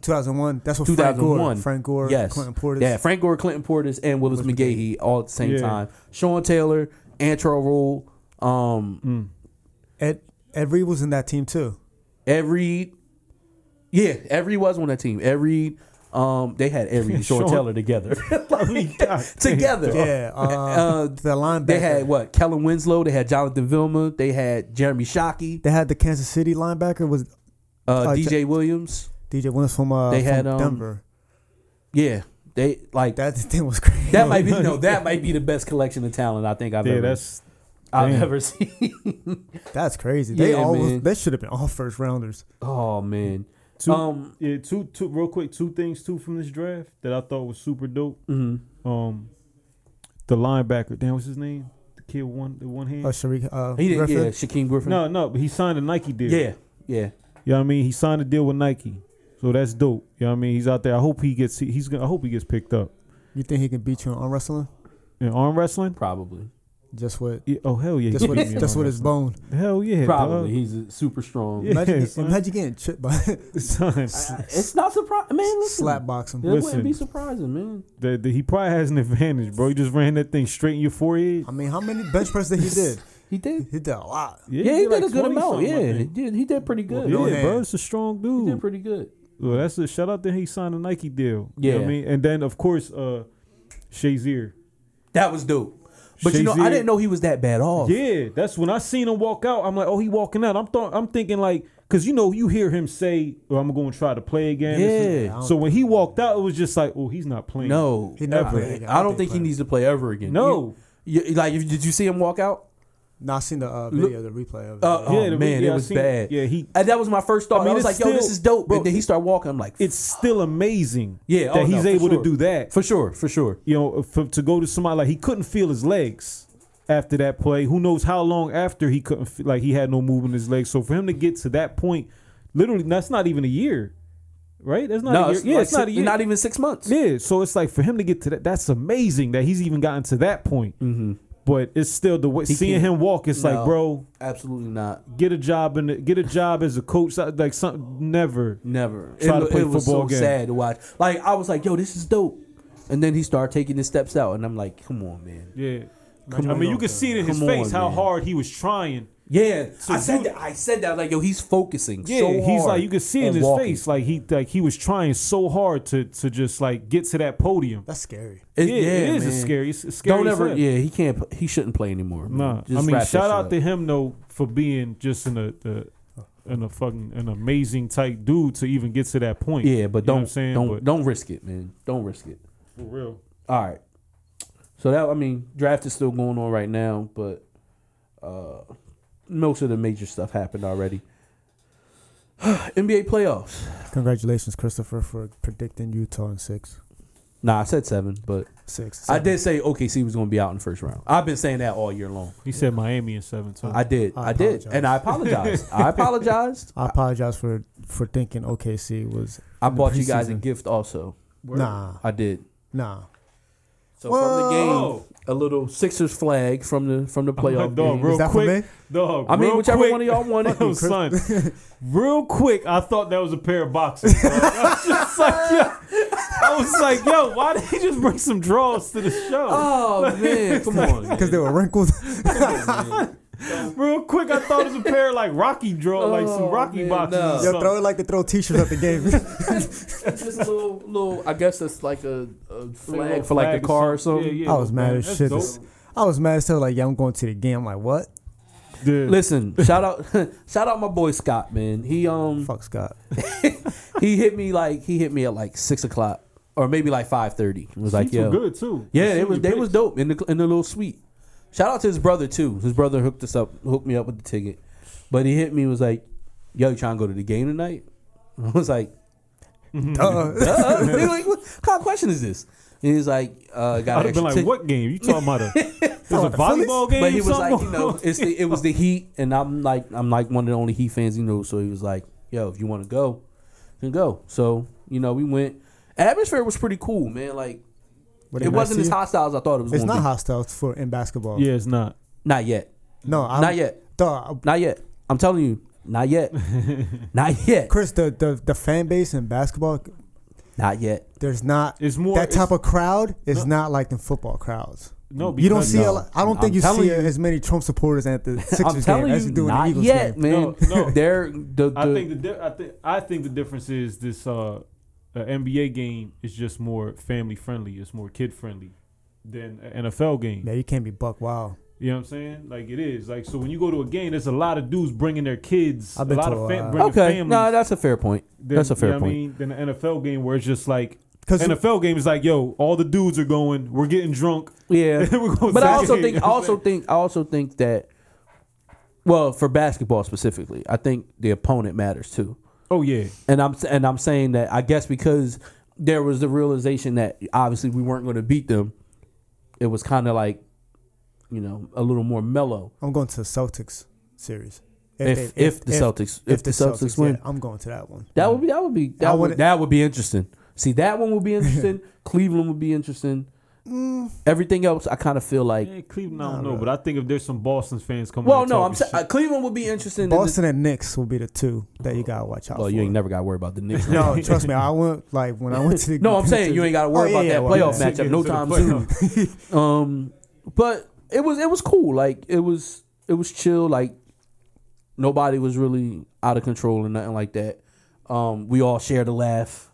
Speaker 5: 2001. That's what Frank Gore.
Speaker 3: 2001.
Speaker 5: Frank Gore.
Speaker 3: Yes.
Speaker 5: Clinton Portis.
Speaker 3: Yeah, Frank Gore, Clinton Portis, and Willis
Speaker 5: Willis
Speaker 3: McGahee all at the same
Speaker 4: Yeah.
Speaker 3: time. Sean Taylor, Antro Rule, um,
Speaker 5: Mm. Ed Ed Reed was in that team too.
Speaker 3: every yeah, every was on that team. Every um, they had every and Sean,
Speaker 4: Sean-
Speaker 3: Taylor together, Like,
Speaker 4: God
Speaker 3: together.
Speaker 5: Yeah. Uh,
Speaker 3: Uh,
Speaker 5: the linebacker.
Speaker 3: They had what? Kellen Winslow. They had Jonathan Vilma. They had Jeremy Shockey,
Speaker 5: They had the Kansas City linebacker was
Speaker 3: uh,
Speaker 5: Uh,
Speaker 3: DJ Williams.
Speaker 5: DJ Williams from uh
Speaker 3: They
Speaker 5: from
Speaker 3: had, um,
Speaker 5: Denver.
Speaker 3: Yeah, they like that.
Speaker 5: That thing was crazy.
Speaker 3: That might be no. That might be the best collection of talent I think I've
Speaker 4: Yeah,
Speaker 3: ever
Speaker 4: that's
Speaker 3: I've
Speaker 4: damn.
Speaker 3: ever seen.
Speaker 5: That's crazy. They
Speaker 3: Yeah,
Speaker 5: all was,
Speaker 3: man.
Speaker 5: that should have been all first rounders.
Speaker 3: oh man.
Speaker 4: two.
Speaker 3: Um,
Speaker 4: yeah, two, two. Real quick, two things too from this draft that I thought was super dope.
Speaker 3: mhm.
Speaker 4: Um, the linebacker. Damn, what's his name? The kid with one, the one
Speaker 3: Oh,
Speaker 4: hand.
Speaker 5: Uh, Sharik, uh,
Speaker 3: He didn't.
Speaker 5: Griffin.
Speaker 3: Yeah, Shaquem Griffin.
Speaker 4: no, no, but he signed a Nike deal.
Speaker 3: Yeah, yeah.
Speaker 4: You know what I mean? He signed a deal with Nike. So that's dope. You know what I mean? He's out there. I hope he gets he's gonna I hope he gets picked up.
Speaker 5: You think he can beat you in arm wrestling?
Speaker 4: In arm wrestling?
Speaker 3: Probably.
Speaker 5: Just what?
Speaker 4: Yeah, oh hell yeah. he
Speaker 5: Just
Speaker 4: beat
Speaker 5: what?
Speaker 4: me in
Speaker 5: Just
Speaker 4: arm
Speaker 5: what his bone.
Speaker 4: wrestling. Hell yeah.
Speaker 3: Probably.
Speaker 4: dog.
Speaker 3: He's a super strong.
Speaker 4: Yeah,
Speaker 5: Imagine,
Speaker 4: son.
Speaker 5: imagine getting tripped by
Speaker 4: Son,
Speaker 3: It's not surprising, man. Listen,
Speaker 5: slap box him.
Speaker 3: It
Speaker 4: Listen.
Speaker 3: wouldn't be surprising, man.
Speaker 4: the- the- he probably has an advantage, bro. He just ran that thing straight in your forehead.
Speaker 5: I mean, how many bench presses did he did?
Speaker 3: He did.
Speaker 5: He did a lot.
Speaker 3: Yeah, he did
Speaker 4: like
Speaker 3: a good
Speaker 4: 20
Speaker 3: amount.
Speaker 4: something, I
Speaker 3: Yeah, he
Speaker 4: think.
Speaker 3: did. He did pretty good.
Speaker 5: Well,
Speaker 4: Yeah,
Speaker 5: Go
Speaker 4: bro,
Speaker 5: ahead.
Speaker 4: it's a strong
Speaker 3: He did
Speaker 4: dude.
Speaker 3: pretty good.
Speaker 4: Well, that's a shout out that he signed a Nike deal. You know what
Speaker 3: Yeah.
Speaker 4: I mean? And then of course uh Shazier.
Speaker 3: That was dope. But you know, I
Speaker 4: Shazier.
Speaker 3: didn't know he was that bad off.
Speaker 4: Yeah, that's when I seen him walk out. I'm like, oh, he walking out. I'm th- I'm thinking like, cause you know you hear him say, oh, I'm going to try to play again. This
Speaker 3: Yeah.
Speaker 4: is- So when he walked out, it was just like, oh, he's not playing.
Speaker 3: No,
Speaker 5: He never
Speaker 3: I-
Speaker 5: played again.
Speaker 3: I don't think he needs to play ever again.
Speaker 4: No.
Speaker 3: You, you- like, if- did you see him walk out?
Speaker 5: No, I seen the uh, video, the replay of it.
Speaker 3: Uh,
Speaker 4: Yeah,
Speaker 3: oh
Speaker 4: the-
Speaker 3: man,
Speaker 4: yeah,
Speaker 3: it
Speaker 4: I
Speaker 3: was
Speaker 4: seen-
Speaker 3: bad.
Speaker 4: yeah, he-
Speaker 3: And that was my first thought.
Speaker 4: I
Speaker 3: I,
Speaker 4: mean,
Speaker 3: was like,
Speaker 4: it's
Speaker 3: "Yo,
Speaker 4: still-
Speaker 3: this is dope."
Speaker 4: bro,
Speaker 3: and then he started walking. I'm like,
Speaker 4: it's still amazing.
Speaker 3: Yeah,
Speaker 4: that
Speaker 3: oh,
Speaker 4: he's
Speaker 3: no, for
Speaker 4: able
Speaker 3: sure.
Speaker 4: to do that.
Speaker 3: for sure, for sure.
Speaker 4: you know, for, to go to somebody like he couldn't feel his legs after that play. Who knows how long after he couldn't feel, like he had no movement in his legs. So for him to get to that point, literally, that's not even a year, right? That's not
Speaker 3: no,
Speaker 4: a year.
Speaker 3: it's,
Speaker 4: yeah,
Speaker 3: like
Speaker 4: it's not a
Speaker 3: si-
Speaker 4: year.
Speaker 3: Not even six months.
Speaker 4: Yeah, so it's like for him to get to that, that's amazing that he's even gotten to that point. Mm-hmm. But it's still the way seeing
Speaker 3: can't-
Speaker 4: him walk. It's
Speaker 3: No.
Speaker 4: like, bro,
Speaker 3: Absolutely not.
Speaker 4: get a job and get a job as a coach. Like something never.
Speaker 3: Never.
Speaker 4: Try
Speaker 3: it,
Speaker 4: to
Speaker 3: wa-
Speaker 4: play
Speaker 3: it was
Speaker 4: football
Speaker 3: so
Speaker 4: again.
Speaker 3: sad to watch. Like I was like, "Yo, this is dope," and then he started taking his steps out, and I'm like, "Come on, man."
Speaker 4: Yeah,
Speaker 5: Come
Speaker 4: I
Speaker 5: on.
Speaker 4: mean, you could see it in his
Speaker 3: Come on,
Speaker 4: face how
Speaker 3: man.
Speaker 4: hard he was trying.
Speaker 3: Yeah, I said
Speaker 4: you-
Speaker 3: that. I said that. Like, yo, he's focusing.
Speaker 4: Yeah,
Speaker 3: so
Speaker 4: he's
Speaker 3: hard
Speaker 4: like you could see it in
Speaker 3: and
Speaker 4: his
Speaker 3: walking.
Speaker 4: face like he like he was trying so hard to to just like get to that podium.
Speaker 5: That's scary.
Speaker 3: It-
Speaker 4: yeah, it is
Speaker 3: man.
Speaker 4: a scary. It's it's scary.
Speaker 3: Don't
Speaker 4: as
Speaker 3: ever.
Speaker 4: hell.
Speaker 3: Yeah, he can't. pl- He shouldn't play anymore. man.
Speaker 4: Nah,
Speaker 3: Just
Speaker 4: I mean,
Speaker 3: wrap that
Speaker 4: shout
Speaker 3: shit
Speaker 4: out
Speaker 3: up.
Speaker 4: to him though for being just an a, a an a fucking an amazing type dude to even get to that point.
Speaker 3: Yeah, but
Speaker 4: You know what
Speaker 3: don't
Speaker 4: I'm saying?
Speaker 3: don't
Speaker 4: But-
Speaker 3: don't risk it, man. Don't risk it.
Speaker 4: For real.
Speaker 3: All right. So that I mean, draft is still going on right now, but uh most of the major stuff happened already. NBA playoffs.
Speaker 5: Congratulations, Christopher, for predicting Utah in six.
Speaker 3: Nah, I said seven, but
Speaker 5: Six.
Speaker 3: I did say OKC was going to be out in the first round. I've been saying that all year long.
Speaker 4: He said Miami in seven times.
Speaker 3: I did, I,
Speaker 5: I
Speaker 3: did, and I apologized. I apologized.
Speaker 5: I apologize for for thinking OKC was.
Speaker 3: I
Speaker 5: in the
Speaker 3: bought you guys a
Speaker 5: preseason.
Speaker 3: gift also.
Speaker 5: Nah,
Speaker 3: I did.
Speaker 5: nah.
Speaker 3: So from the game, a little Sixers flag from the from the playoff
Speaker 4: Oh, dog,
Speaker 3: game.
Speaker 4: Real
Speaker 5: Is that
Speaker 4: quick,
Speaker 5: for me?
Speaker 4: Dog,
Speaker 3: I mean,
Speaker 4: real
Speaker 3: whichever
Speaker 4: quick-
Speaker 3: one of y'all wanted.
Speaker 4: Oh, son. Real quick, I thought that was a pair of boxes. dog. I was just like, yo, I was like, yo, why did he just bring some draws to the show?
Speaker 3: Oh man, come on.
Speaker 5: Because they were wrinkled.
Speaker 4: Real quick, I thought it was a pair of like Rocky draw, like some
Speaker 3: Oh,
Speaker 4: Rocky
Speaker 3: man, no.
Speaker 4: boxes. or
Speaker 5: Yo,
Speaker 4: something.
Speaker 5: throw it like they throw t-shirts at the game.
Speaker 3: just a little, little. I guess that's like a, a
Speaker 4: Like a
Speaker 3: flag for
Speaker 4: little
Speaker 3: like a
Speaker 4: flag or
Speaker 3: car or something.
Speaker 4: Yeah, yeah,
Speaker 5: I was
Speaker 4: man,
Speaker 5: mad
Speaker 4: that's
Speaker 5: as shit.
Speaker 4: dope.
Speaker 5: I was mad as hell. Like, yeah, I'm going to the game. I'm like, what?
Speaker 4: Dude,
Speaker 3: Listen, shout out, shout out my boy Scott, man. He um
Speaker 5: Fuck Scott.
Speaker 3: he hit me like he hit me at like six o'clock or maybe like five thirty. Was like
Speaker 4: Seats were
Speaker 3: yo,
Speaker 4: good too.
Speaker 3: yeah,
Speaker 4: The
Speaker 3: they
Speaker 4: seat
Speaker 3: was
Speaker 4: you
Speaker 3: they
Speaker 4: picked.
Speaker 3: was dope in the in the little suite. Shout out to his brother too. His brother hooked us up, hooked me up with the ticket. But he hit me was like, "Yo, you trying to go to the game tonight?" I was like,
Speaker 5: Uh,
Speaker 3: "Duh." He like, "What kind of question is this?" And he's like, uh, "Got an
Speaker 4: I'd have been
Speaker 3: extra
Speaker 4: like,
Speaker 3: ticket."
Speaker 4: "What game? You talking about a? It's a
Speaker 5: the Phillies?
Speaker 4: volleyball game."
Speaker 3: But he
Speaker 4: or
Speaker 3: was like,
Speaker 4: something?
Speaker 3: you know, it's the, it was the Heat, and I'm like, I'm like one of the only Heat fans he knows. So he was like, yo, if you want to go, then go. So You know, we went. Atmosphere was pretty cool, man. Like
Speaker 5: Were they
Speaker 3: it
Speaker 5: nice
Speaker 3: wasn't
Speaker 5: to
Speaker 3: as
Speaker 5: you?
Speaker 3: hostile as I thought it was.
Speaker 5: It's
Speaker 3: gonna
Speaker 5: not
Speaker 3: be.
Speaker 5: hostile for in basketball.
Speaker 4: Yeah, it's not.
Speaker 3: Not yet.
Speaker 5: No, I'm,
Speaker 3: not yet.
Speaker 5: Dog,
Speaker 3: Not yet. I'm telling you, not yet. not yet.
Speaker 5: Chris, the, the the fan base in basketball,
Speaker 3: Not yet.
Speaker 5: there's not
Speaker 4: It's more
Speaker 5: that type
Speaker 4: it's-
Speaker 5: of crowd is not like the football crowds.
Speaker 4: no. Because,
Speaker 5: You don't see a
Speaker 3: no.
Speaker 5: lot. I don't think
Speaker 3: I'm
Speaker 5: you
Speaker 3: telling
Speaker 5: see
Speaker 3: you.
Speaker 5: as many Trump supporters at the
Speaker 3: I'm
Speaker 5: Sixers game
Speaker 3: telling
Speaker 5: as
Speaker 3: you,
Speaker 5: you do in the
Speaker 3: not
Speaker 5: Eagles
Speaker 3: yet,
Speaker 5: game.
Speaker 3: man.
Speaker 4: No, no.
Speaker 3: They're the,
Speaker 4: I
Speaker 3: the-
Speaker 4: think the di- I think I think the difference is this uh, uh NBA game is just more family friendly. It's more kid friendly than an NFL game.
Speaker 5: Yeah, you can't be buck wild.
Speaker 4: You know what I'm saying? Like it is. Like so when you go to a game, there's a lot of dudes bringing their kids. a
Speaker 5: I've been
Speaker 4: lot
Speaker 5: to
Speaker 4: of
Speaker 5: a
Speaker 4: fam-
Speaker 5: lot.
Speaker 4: bringing
Speaker 3: okay.
Speaker 4: families.
Speaker 3: No, that's a fair point.
Speaker 4: than-
Speaker 3: that's a fair
Speaker 4: you know what
Speaker 3: point.
Speaker 4: I mean, than an NFL game where it's just like.
Speaker 5: 'Cause you-
Speaker 4: NFL game is like, yo, all the dudes are going. We're getting drunk.
Speaker 3: Yeah,
Speaker 4: We're going
Speaker 3: but I
Speaker 4: to
Speaker 3: also
Speaker 4: the
Speaker 3: think,
Speaker 4: game.
Speaker 3: I also think, I also think that, well, for basketball specifically, I think the opponent matters too.
Speaker 4: Oh yeah,
Speaker 3: And I'm and I'm saying that I guess because there was the realization that obviously we weren't going to beat them, it was kind of like, you know, a little more mellow.
Speaker 5: I'm going to the Celtics series.
Speaker 3: If if,
Speaker 5: they-
Speaker 3: the Celtics if, the Celtics,
Speaker 5: yeah,
Speaker 3: win,
Speaker 5: I'm going to that one.
Speaker 3: that would be that would be that
Speaker 5: I
Speaker 3: would
Speaker 5: wouldn't-
Speaker 3: that would be interesting. See, that one would be interesting. Cleveland would be interesting. Mm. Everything else, I kind of feel like.
Speaker 4: yeah, Cleveland. I don't know, but I think if there's some Boston fans coming,
Speaker 3: Well,
Speaker 4: out
Speaker 3: no, I'm
Speaker 4: talking
Speaker 3: sa- uh, Cleveland would be interesting. in the-
Speaker 5: Boston and Knicks will be the two that you gotta watch out
Speaker 3: Well,
Speaker 5: for.
Speaker 3: you ain't never got to worry about the Knicks.
Speaker 5: no, trust me. I went like when I went to the.
Speaker 3: no, I'm saying you ain't got to worry
Speaker 5: Oh, yeah,
Speaker 3: about
Speaker 5: yeah,
Speaker 3: that playoff
Speaker 5: well,
Speaker 3: matchup no
Speaker 4: To the
Speaker 3: time
Speaker 4: playoff.
Speaker 3: soon. um, but it was it was cool. Like it was it was chill. Like nobody was really out of control or nothing like that. Um, we all shared a laugh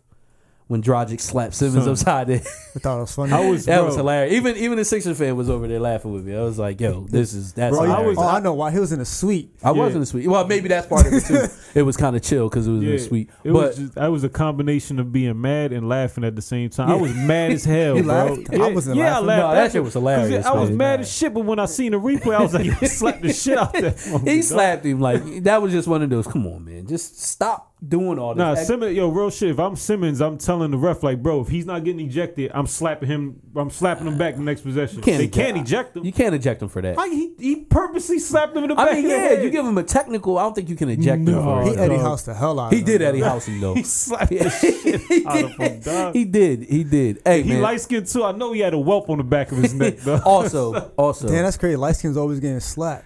Speaker 3: when Drogic slapped Simmons
Speaker 4: Son.
Speaker 3: upside the
Speaker 5: I thought it was funny.
Speaker 4: I was,
Speaker 3: That
Speaker 4: bro,
Speaker 3: was hilarious. Even even the Sixers fan was over there laughing with me. I was like, "Yo, this is that's."
Speaker 4: Bro, I
Speaker 3: hilarious.
Speaker 4: was-
Speaker 5: oh, I know why he was in a suite.
Speaker 3: I
Speaker 4: Yeah.
Speaker 3: was in the suite. Well, maybe that's part of it too. it was kind of chill because it was in
Speaker 4: Yeah,
Speaker 3: the suite.
Speaker 4: It
Speaker 3: but
Speaker 4: was just, I was a combination of being mad and laughing at the same time. I
Speaker 3: Yeah.
Speaker 4: was mad as hell,
Speaker 5: You
Speaker 4: bro.
Speaker 5: laughed? I wasn't
Speaker 4: yeah,
Speaker 5: laughing.
Speaker 4: I laughed.
Speaker 3: No, that
Speaker 4: at
Speaker 3: shit
Speaker 4: it.
Speaker 3: was hilarious,
Speaker 4: 'Cause I was
Speaker 3: man.
Speaker 4: mad as shit, but when I seen the replay, I was like, you slapped the shit out that.
Speaker 3: He
Speaker 4: motherfucker,
Speaker 3: slapped him like that was just one of those. Come on, man, just stop doing all this.
Speaker 4: Nah,
Speaker 3: act-
Speaker 4: Simmons, yo, real shit. If I'm Simmons, I'm telling the ref like, bro, if he's not getting ejected, I'm slapping him. I'm slapping him back the next possession.
Speaker 3: can't
Speaker 4: they
Speaker 3: eject-
Speaker 4: can't eject him.
Speaker 3: you can't eject him for that.
Speaker 4: I, he, he purposely slapped him in the back.
Speaker 3: I mean,
Speaker 4: of the
Speaker 3: yeah,
Speaker 4: head.
Speaker 3: you give him a technical. I don't think you can eject him.
Speaker 4: No.
Speaker 3: For
Speaker 5: He
Speaker 3: it.
Speaker 4: Dog.
Speaker 5: Eddie House the hell out.
Speaker 3: Oh, He
Speaker 5: of
Speaker 3: did
Speaker 5: him,
Speaker 3: Eddie
Speaker 5: bro.
Speaker 3: House him though.
Speaker 4: He slapped the shit out of him, dog.
Speaker 3: he did. He did. Hey
Speaker 4: He
Speaker 3: man.
Speaker 4: light skinned too. I know he had a whelp on the back of his neck, though.
Speaker 3: also, also,
Speaker 5: Damn, that's crazy. Light skin's always getting slapped.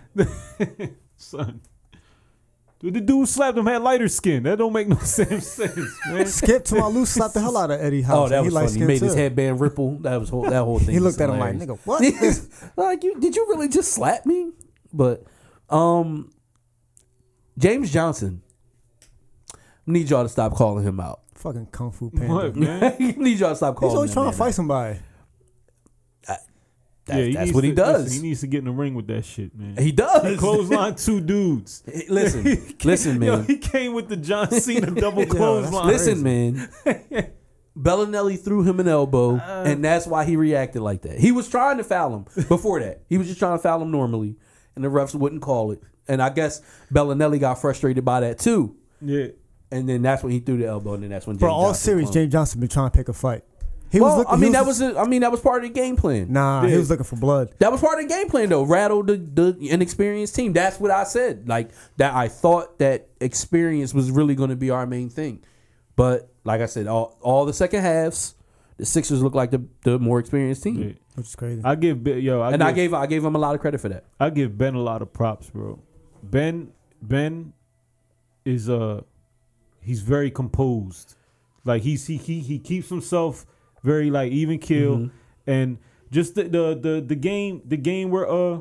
Speaker 4: Son. Dude, the dude slapped him had lighter skin. That don't make no damn sense, man.
Speaker 5: Skip to my loose slapped the hell out of Eddie
Speaker 3: oh,
Speaker 5: House.
Speaker 3: that was
Speaker 5: and he
Speaker 3: funny. He
Speaker 5: light-skinned
Speaker 3: made his
Speaker 5: too.
Speaker 3: headband ripple. That was whole, that whole thing.
Speaker 5: He
Speaker 3: was
Speaker 5: looked at him like,
Speaker 3: hilarious.
Speaker 5: "Nigga, what?"
Speaker 3: like you did you really just slap me? But um James Johnson. Need y'all to stop calling him out.
Speaker 5: Fucking kung fu panda.
Speaker 4: What,
Speaker 5: He's
Speaker 4: man?
Speaker 3: Need y'all to stop calling
Speaker 5: always
Speaker 3: that
Speaker 5: trying
Speaker 3: man
Speaker 5: to
Speaker 3: out.
Speaker 5: fight somebody.
Speaker 3: That-
Speaker 4: he
Speaker 3: that's
Speaker 4: needs
Speaker 3: what he
Speaker 4: to-
Speaker 3: does.
Speaker 4: listen, he needs to get in the ring with that shit, man.
Speaker 3: He does.
Speaker 4: clothesline two dudes.
Speaker 3: listen, listen,
Speaker 4: Yo,
Speaker 3: man.
Speaker 4: he came with the John Cena double
Speaker 5: that's
Speaker 4: clothesline.
Speaker 3: listen, man. Bellinelli threw him an elbow,
Speaker 5: Uh.
Speaker 3: and that's why he reacted like that. He was trying to foul him before that. He was just trying to foul him normally, and the refs wouldn't call it. And I guess Bellinelli got frustrated by that too.
Speaker 4: Yeah.
Speaker 3: And then that's when he threw the elbow, and then that's when James
Speaker 5: Bro, all
Speaker 3: Johnson
Speaker 5: series,
Speaker 3: clung.
Speaker 5: James Johnson been trying to pick a fight. He
Speaker 3: Well, I
Speaker 5: he
Speaker 3: mean that was a, I mean that was part of the game plan.
Speaker 5: nah. He was looking for blood.
Speaker 3: That was part of the game plan, though. Rattle the, the inexperienced team. That's what I said. Like that, I thought that experience was really going to be our main thing. But like I said, all, all the second halves, the Sixers look like the, the more experienced team,
Speaker 4: yeah.
Speaker 5: Which is crazy.
Speaker 4: I give Ben- yo, I
Speaker 3: and
Speaker 4: give,
Speaker 3: I gave I gave them a lot of credit for that.
Speaker 4: I give Ben a lot of props, bro. Ben Ben is uh he's very composed. Like he's he he, he keeps himself very like even keel
Speaker 3: Mm-hmm.
Speaker 4: and just the, the the the game the game where uh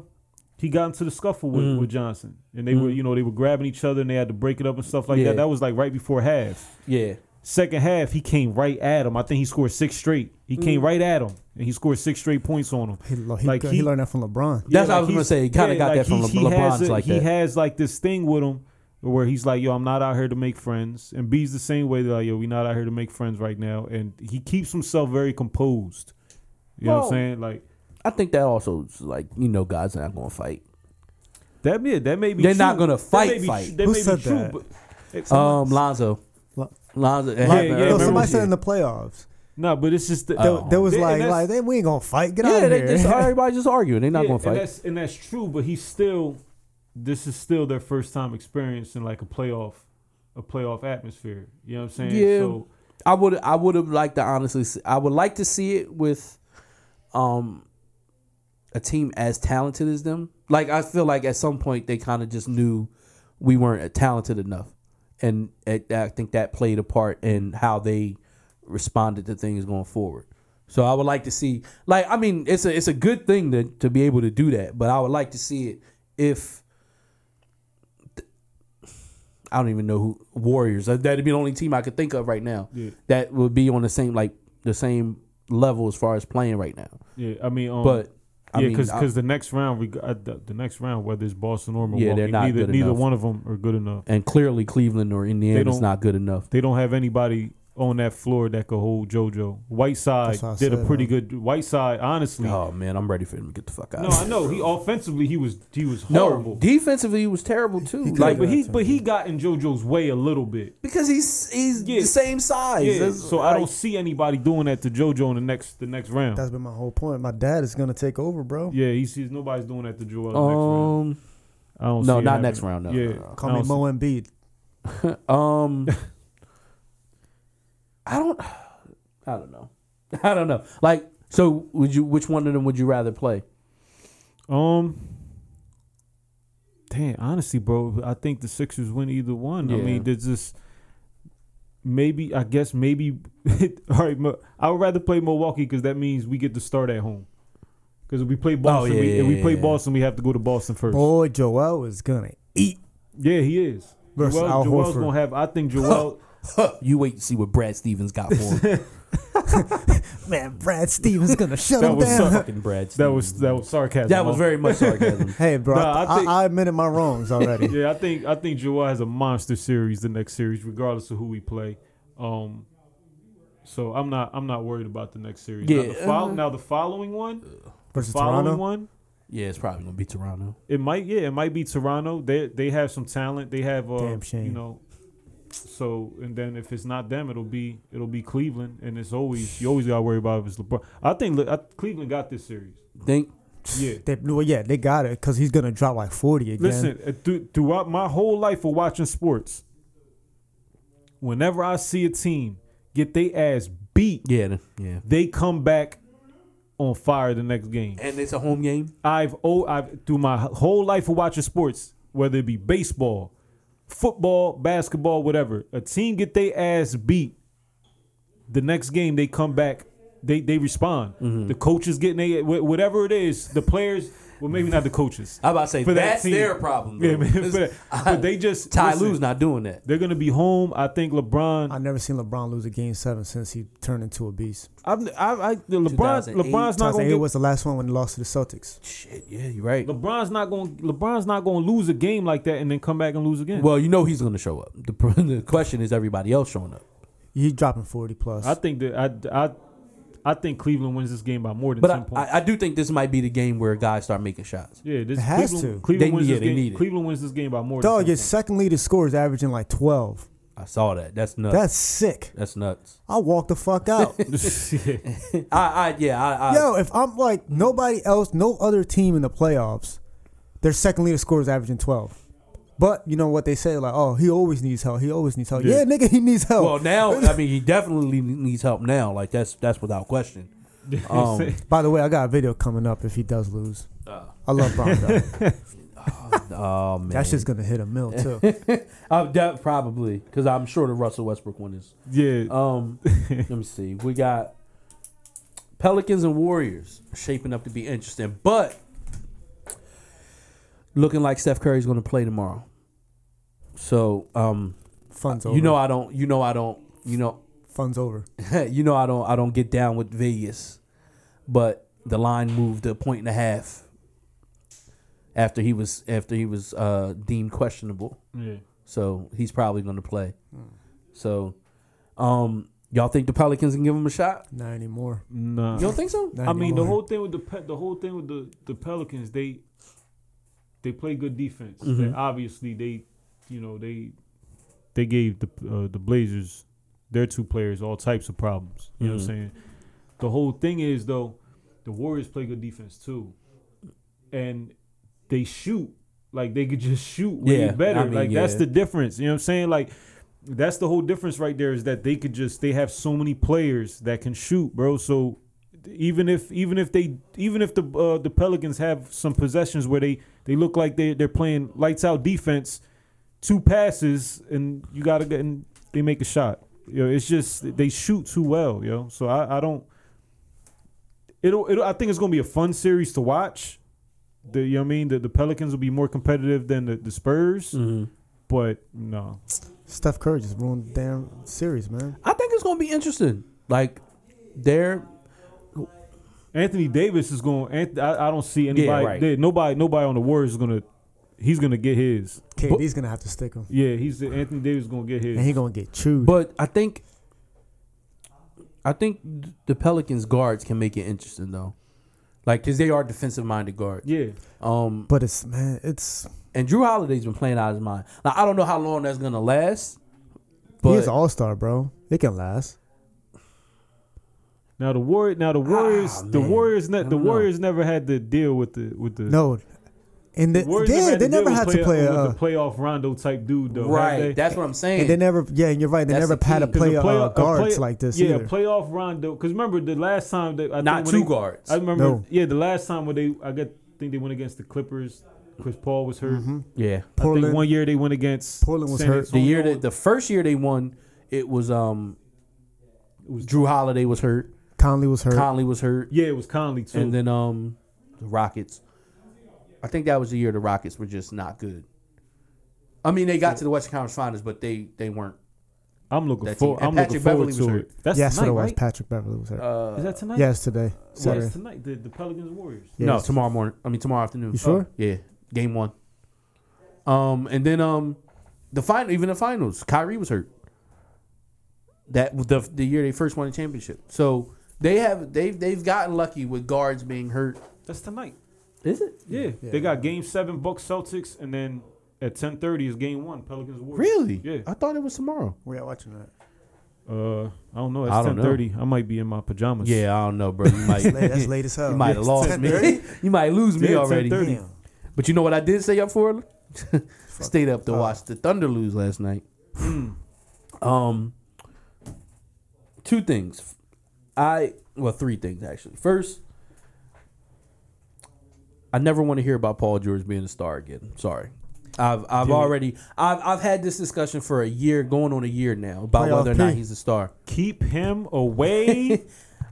Speaker 4: he got into the scuffle with,
Speaker 3: Mm.
Speaker 4: with Johnson and they were you know they were grabbing each other and they had to break it up and stuff like
Speaker 3: Yeah.
Speaker 4: that. That was like right before half.
Speaker 3: Yeah,
Speaker 4: Second half, he came right at him. I think he scored six straight. He came
Speaker 3: Mm.
Speaker 4: right at him and he scored six straight points on him.
Speaker 5: He, lo- he,
Speaker 4: like
Speaker 5: he learned that from LeBron.
Speaker 3: That's what I
Speaker 4: like
Speaker 3: was gonna
Speaker 4: he's-
Speaker 3: say. He kinda got that from
Speaker 4: he's-
Speaker 3: Le- LeBron's
Speaker 4: has a-
Speaker 3: like
Speaker 4: he
Speaker 3: that.
Speaker 4: has like this thing with him where he's like, "Yo, I'm not out here to make friends," and B's the same way. They're like, "Yo, we not out here to make friends right now," and he keeps himself very composed. You know what
Speaker 3: Well-
Speaker 4: I'm saying? Like
Speaker 3: I think that also is like you know, guys not going to fight.
Speaker 4: that. May, that may be.
Speaker 3: They're
Speaker 4: true.
Speaker 3: not gonna
Speaker 4: That
Speaker 3: fight,
Speaker 4: may be
Speaker 3: fight.
Speaker 4: tr- that
Speaker 5: Who
Speaker 4: may be
Speaker 5: said
Speaker 4: true,
Speaker 5: that?
Speaker 4: But,
Speaker 3: Um, Lonzo,
Speaker 5: Lo-
Speaker 3: Lonzo, it
Speaker 5: Like,
Speaker 3: happened
Speaker 4: yeah,
Speaker 5: yo,
Speaker 3: earlier.
Speaker 5: somebody
Speaker 4: remember-
Speaker 5: said in the playoffs,
Speaker 4: no, but it's just the,
Speaker 5: there,
Speaker 3: Oh.
Speaker 5: there was
Speaker 4: and
Speaker 5: like,
Speaker 4: that's-
Speaker 5: like, they, we ain't gonna fight. Get out
Speaker 3: yeah,
Speaker 5: of
Speaker 3: they
Speaker 5: here.
Speaker 3: just everybody's just arguing. They're not
Speaker 4: yeah,
Speaker 3: going to
Speaker 4: And
Speaker 3: fight.
Speaker 4: that's, and that's true, but he's still. This is still their first time experiencing like a playoff, a playoff atmosphere. You know what I'm saying?
Speaker 3: Yeah.
Speaker 4: So
Speaker 3: I would I would have liked to honestly see, I would like to see it with um a team as talented as them. Like I feel like at some point they kind of just knew we weren't talented enough, and it, I think that played a part in how they responded to things going forward. So I would like to see, like I mean, it's a it's a good thing to to be able to do that, but I would like to see it if. I don't even know who Warriors. That- That'd be the only team I could think of right now
Speaker 4: Yeah.
Speaker 3: that would be on the same like the same level as far as playing right now.
Speaker 4: Yeah, I mean, um,
Speaker 3: But I
Speaker 4: yeah,
Speaker 3: mean,
Speaker 4: because
Speaker 3: I-
Speaker 4: the next round, reg- uh, the, the next round, whether it's Boston or Milwaukee,
Speaker 3: Yeah, they're not
Speaker 4: neither
Speaker 3: good
Speaker 4: neither
Speaker 3: enough.
Speaker 4: one of them are good enough.
Speaker 3: and clearly Cleveland or Indiana's
Speaker 4: don't-
Speaker 3: not good enough.
Speaker 4: They don't have anybody on that floor that could hold JoJo. Whiteside
Speaker 5: That's what I
Speaker 4: did a
Speaker 5: said,
Speaker 4: pretty
Speaker 5: man.
Speaker 4: good. Whiteside, honestly,
Speaker 3: Oh man, I'm ready for him to get the fuck out.
Speaker 4: no, I know he offensively he was he was
Speaker 3: No,
Speaker 4: horrible.
Speaker 3: defensively he was terrible too.
Speaker 5: could've
Speaker 3: like
Speaker 4: but he but he got in JoJo's way a little bit.
Speaker 3: because he's he's
Speaker 4: Yeah.
Speaker 3: the same size.
Speaker 4: Yeah,
Speaker 3: That's-
Speaker 4: so I don't
Speaker 3: like,
Speaker 4: see anybody doing that to JoJo in the next the next round.
Speaker 5: That's been my whole point. My dad is gonna take over, bro.
Speaker 4: yeah, he sees nobody's doing that to Joel. in the next round.
Speaker 3: Um,
Speaker 4: I don't
Speaker 3: no,
Speaker 4: see it
Speaker 3: not next round,
Speaker 4: happening.
Speaker 3: no,
Speaker 4: yeah,
Speaker 3: no, no.
Speaker 5: Call
Speaker 4: I
Speaker 5: me
Speaker 4: don't
Speaker 5: Mo Embiid.
Speaker 3: um, I don't, I don't know, I don't know. Like, so would you? Which one of them would you rather play?
Speaker 4: Um. Damn, honestly, bro, I think the Sixers win either one. I
Speaker 3: Yeah.
Speaker 4: mean, there's just maybe. I guess maybe. all right, Mo- I would rather play Milwaukee because that means we get to start at home. Because if we play Boston,
Speaker 3: Oh, yeah,
Speaker 4: we, if we
Speaker 3: yeah,
Speaker 4: play
Speaker 3: yeah.
Speaker 4: Boston, we have to go to Boston first.
Speaker 5: Boy, Joel is gonna eat.
Speaker 4: yeah, he is.
Speaker 5: Versus
Speaker 4: Joel,
Speaker 5: Al
Speaker 4: Joel's
Speaker 5: Horford.
Speaker 4: gonna have. I think Joel.
Speaker 3: You wait to see what Brad Stevens got for him.
Speaker 5: Man, Brad Stevens gonna shut
Speaker 4: That
Speaker 5: him
Speaker 4: was
Speaker 5: down.
Speaker 3: Fucking Brad.
Speaker 4: that
Speaker 3: Stevens. Uh-huh.
Speaker 4: was that was sarcasm.
Speaker 3: that was
Speaker 4: Mo.
Speaker 3: very much sarcasm.
Speaker 5: Hey, bro,
Speaker 4: Nah,
Speaker 5: I,
Speaker 4: I think-
Speaker 5: I, I admitted my wrongs already.
Speaker 4: yeah, I think I think Joel has a monster series the next series, regardless of who we play. Um, so I'm not I'm not worried about the next series. Now, the,
Speaker 3: Yeah.
Speaker 4: fol- now the following one,
Speaker 5: Versus
Speaker 4: following
Speaker 5: Toronto.
Speaker 4: one,
Speaker 3: yeah, it's probably gonna be Toronto.
Speaker 4: it might yeah, it might be Toronto. They they have some talent. They have uh,
Speaker 5: Damn shame.
Speaker 4: you know. So and then if it's not them, it'll be it'll be Cleveland, and it's always you always got to worry about if it's LeBron. I think Le- I, Cleveland got this series.
Speaker 3: Think
Speaker 4: Yeah.
Speaker 5: They, well, yeah, they got it because he's gonna drop like forty again.
Speaker 4: Listen, uh, th- throughout my whole life of watching sports, whenever I see a team get their ass beat,
Speaker 3: yeah, th- yeah.
Speaker 4: they come back on fire the next game.
Speaker 3: And it's a home game.
Speaker 4: I've oh, I've through my whole life of watching sports, whether it be baseball, football, basketball, whatever, a team get their ass beat. The next game they come back, they they respond.
Speaker 3: Mm-hmm.
Speaker 4: The coaches getting they wh- whatever it is, the players. Well, maybe not the coaches.
Speaker 3: I about to say
Speaker 4: For that
Speaker 3: that's
Speaker 4: team.
Speaker 3: their problem.
Speaker 4: Yeah,
Speaker 3: though.
Speaker 4: man,
Speaker 3: This-
Speaker 4: but, but they just
Speaker 3: Ty
Speaker 4: listen,
Speaker 3: Lue's not doing that.
Speaker 4: They're gonna be home. I think LeBron.
Speaker 5: I've never seen LeBron lose a game seven since he turned into a beast.
Speaker 4: I'm, I, I, the LeBron.
Speaker 3: 2008,
Speaker 4: LeBron's not gonna.
Speaker 5: It
Speaker 4: Get,
Speaker 5: was the last one when he lost to the Celtics.
Speaker 3: Shit, yeah, you're right.
Speaker 4: LeBron's not going. LeBron's not going to lose a game like that and then come back and lose again.
Speaker 3: Well, you know he's going to show up. The, pr- the question is everybody else showing up.
Speaker 5: He's dropping forty plus.
Speaker 4: I think that I, I, I think Cleveland wins this game by more than
Speaker 3: But
Speaker 4: ten
Speaker 3: I,
Speaker 4: points.
Speaker 3: I, I do think this might be the game where guys start making shots.
Speaker 4: yeah, this
Speaker 5: It has
Speaker 4: Cleveland,
Speaker 5: to.
Speaker 4: Cleveland
Speaker 3: They-
Speaker 4: wins
Speaker 3: yeah,
Speaker 4: this
Speaker 3: they
Speaker 4: game.
Speaker 3: need it.
Speaker 4: Cleveland wins this game by more.
Speaker 5: Dog,
Speaker 4: than
Speaker 5: your
Speaker 4: 10
Speaker 5: second leading scorer is averaging like twelve.
Speaker 3: I saw that. That's nuts. That's,
Speaker 5: That's sick.
Speaker 3: nuts.
Speaker 5: I'll walk the fuck out.
Speaker 4: points. Yeah.
Speaker 3: I, I yeah, I, I
Speaker 5: Yo, if I'm like nobody else, no other team in the playoffs, their second leader scorer is averaging 12. But you know what they say, like, oh, he always needs help. He always needs help.
Speaker 4: Yeah.
Speaker 5: Yeah, nigga, he needs help.
Speaker 3: Well, now I mean he definitely needs help now. Like that's that's without question. Um,
Speaker 5: By the way, I got a video coming up if he does lose.
Speaker 3: uh,
Speaker 5: I love Bron. though.
Speaker 3: oh man,
Speaker 5: That's just gonna hit a mill too.
Speaker 3: uh, that probably because I'm sure the Russell Westbrook one is
Speaker 4: yeah.
Speaker 3: Um, let me see. We got Pelicans and Warriors shaping up to be interesting, but looking like Steph Curry's going to play tomorrow. So, um,
Speaker 5: Fun's over.
Speaker 3: you know I don't. You know I don't. You know,
Speaker 5: fun's over.
Speaker 3: you know I don't. I don't get down with Vegas, but the line moved a point and a half after he was after he was uh, deemed questionable.
Speaker 4: yeah.
Speaker 3: So he's probably going to play. So, um, y'all think the Pelicans can give him a shot?
Speaker 5: Not anymore.
Speaker 4: Nah.
Speaker 3: You don't think so?
Speaker 5: Not
Speaker 4: I mean, the
Speaker 5: anymore.
Speaker 4: whole thing with the pe- the whole thing with the, the Pelicans, they they play good defense. They- obviously, they you know they they gave the uh, the Blazers their two players all types of problems. You know what I'm saying? The whole thing is though, the Warriors play good defense too, and they shoot like they could just shoot way
Speaker 3: Yeah,
Speaker 4: better.
Speaker 3: I mean,
Speaker 4: like that's
Speaker 3: yeah.
Speaker 4: the difference. You know what I'm saying? Like that's the whole difference right there is that they could just they have so many players that can shoot, bro. So even if even if they even if the uh, the Pelicans have some possessions where they they look like they they're playing lights out defense, two passes and you gotta get and they make a shot. You know, it's just they shoot too well, yo. So I, I don't. It'll, it'll I think it's gonna be a fun series to watch. The you know what I mean the, the Pelicans will be more competitive than the, the Spurs,
Speaker 3: Mm-hmm.
Speaker 4: but no,
Speaker 5: Steph Curry just ruined the damn series, man.
Speaker 3: I think it's gonna be interesting. Like they're
Speaker 4: Anthony Davis is going. I, I don't see anybody.
Speaker 3: right.
Speaker 4: there- nobody. Nobody on the Warriors is gonna. He's gonna get his.
Speaker 5: KD's gonna have to stick him,
Speaker 4: Yeah, he's Anthony Davis is gonna get his.
Speaker 5: and he gonna get chewed.
Speaker 3: but I think I think the Pelicans guards can make it interesting though. Like cuz they are defensive minded guards.
Speaker 4: yeah,
Speaker 3: Um
Speaker 5: but it's man, it's
Speaker 3: and Drew Holiday's been playing out of his mind. Now I don't know how long that's going to last. But
Speaker 5: he is all star, bro. It can last.
Speaker 4: Now the war. Now the Warriors.
Speaker 5: Ah,
Speaker 4: the
Speaker 3: man.
Speaker 4: Warriors.
Speaker 3: I
Speaker 4: Ne- the
Speaker 3: don't know.
Speaker 4: Warriors never had to deal with the with the.
Speaker 5: No, and the,
Speaker 4: Warriors
Speaker 5: yeah, they
Speaker 4: to
Speaker 5: never
Speaker 4: deal
Speaker 5: had
Speaker 4: with
Speaker 5: to play.
Speaker 4: with
Speaker 5: Uh,
Speaker 4: the playoff Rondo type dude though. have
Speaker 3: right,
Speaker 4: they?
Speaker 3: that's what I'm saying.
Speaker 5: and they never, yeah, and you're right. They
Speaker 3: That's
Speaker 5: never
Speaker 3: the
Speaker 5: had to
Speaker 3: key, 'cause
Speaker 5: play,
Speaker 4: a
Speaker 5: uh,
Speaker 4: playoff- a
Speaker 5: guards
Speaker 4: play-
Speaker 5: like this
Speaker 4: Yeah,
Speaker 5: either.
Speaker 4: playoff Rondo. Because remember the last time that I
Speaker 3: Not
Speaker 4: think when
Speaker 3: two
Speaker 4: they-
Speaker 3: guards.
Speaker 4: I remember.
Speaker 5: No.
Speaker 4: Yeah, the last time when they I got think they went against the Clippers. Chris Paul was hurt.
Speaker 3: yeah.
Speaker 4: I
Speaker 5: Mm-hmm. Portland-
Speaker 4: think one year they went against
Speaker 5: Portland was
Speaker 4: San
Speaker 5: hurt.
Speaker 3: The
Speaker 4: Antonio.
Speaker 3: year that the first year they won, it was um Drew Holiday was hurt,
Speaker 5: Conley was hurt.
Speaker 3: Conley was hurt,
Speaker 4: yeah, it was Conley too.
Speaker 3: and then um the Rockets. I think that was the year the Rockets were just not good. I mean, they got to the Western Conference Finals, but they they weren't.
Speaker 4: I'm looking
Speaker 3: That team.
Speaker 4: for. I'm
Speaker 3: And
Speaker 4: looking
Speaker 3: Patrick
Speaker 4: forward
Speaker 3: Beverly was
Speaker 4: to
Speaker 3: hurt.
Speaker 4: it. That's
Speaker 5: yes,
Speaker 4: tonight,
Speaker 5: it was.
Speaker 4: right?
Speaker 5: Patrick Beverly was hurt.
Speaker 3: Uh,
Speaker 4: Is that tonight?
Speaker 5: yes, today.
Speaker 4: Yes,
Speaker 5: Saturday.
Speaker 4: tonight. The, the Pelicans Warriors.
Speaker 5: Yeah,
Speaker 3: no,
Speaker 5: it's-
Speaker 3: tomorrow morning. I mean, tomorrow afternoon.
Speaker 5: You sure?
Speaker 3: Yeah, game one. Um, and then um, the final, even the finals, Kyrie was hurt. That the the year they first won the championship. So they have they've they've gotten lucky with guards being hurt.
Speaker 4: That's tonight.
Speaker 3: Is it
Speaker 4: Yeah. They got game seven Bucks Celtics and then at ten thirty is game one, Pelicans Warriors.
Speaker 3: really?
Speaker 4: Yeah.
Speaker 3: I thought it was tomorrow.
Speaker 5: We are watching that.
Speaker 4: Uh I don't know. It's
Speaker 3: I don't
Speaker 4: ten thirty. I might be in my pajamas.
Speaker 3: Yeah, I don't know, bro. You might
Speaker 5: That's late as hell.
Speaker 3: you might have lost me. you might lose me
Speaker 4: Yeah,
Speaker 3: already.
Speaker 4: 10:30.
Speaker 5: Damn.
Speaker 3: But you know what I did stay up for? Stayed up to watch the Thunder lose last night.
Speaker 4: Mm.
Speaker 3: um, two things. I well, three things actually. First, I never want to hear about Paul George being a star again. Sorry. I've I've already I've I've had this discussion for a year, going on a year now, about
Speaker 5: Playoff
Speaker 3: whether or not
Speaker 5: P.
Speaker 3: he's a star.
Speaker 4: Keep him away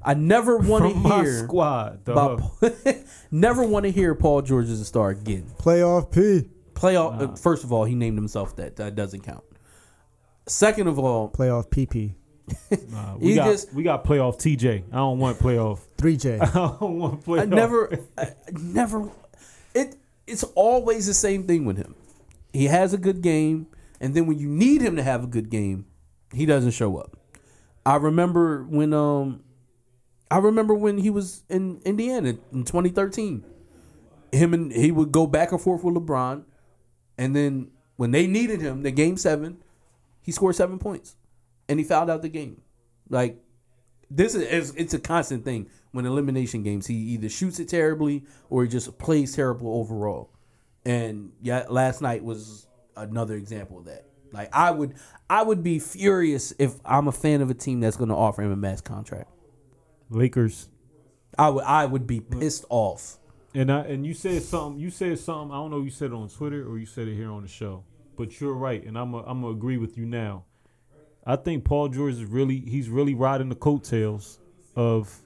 Speaker 3: I never want
Speaker 4: from
Speaker 3: to
Speaker 4: my
Speaker 3: hear
Speaker 4: squad. dog.
Speaker 3: about never want to hear Paul George is a star again.
Speaker 5: Playoff P.
Speaker 3: Playoff. uh, First of all, he named himself that. That doesn't count. Second of all,
Speaker 5: Playoff PP.
Speaker 4: Nah, Uh, we
Speaker 3: he
Speaker 4: got
Speaker 3: just-
Speaker 4: we got playoff TJ. I don't want playoff.
Speaker 5: 3J.
Speaker 4: I don't want playoff.
Speaker 3: I never, I I never. It it's always the same thing with him. He has a good game, and then when you need him to have a good game, he doesn't show up. I remember when um, I remember when he was in Indiana in 2013. Him and he would go back and forth with LeBron, and then when they needed him, the game seven, he scored seven points, and he fouled out the game. Like this is it's, it's a constant thing when elimination games he either shoots it terribly or he just plays terrible overall and yeah last night was another example of that like i would i would be furious if i'm a fan of a team that's going to offer him a max contract
Speaker 4: Lakers.
Speaker 3: i would i would be pissed off
Speaker 4: And I and you said something. You said something. I don't know. if You said it on Twitter or you said it here on the show. But you're right, and I'm i I'm gonna agree with you now. I think Paul George is really he's really riding the coattails of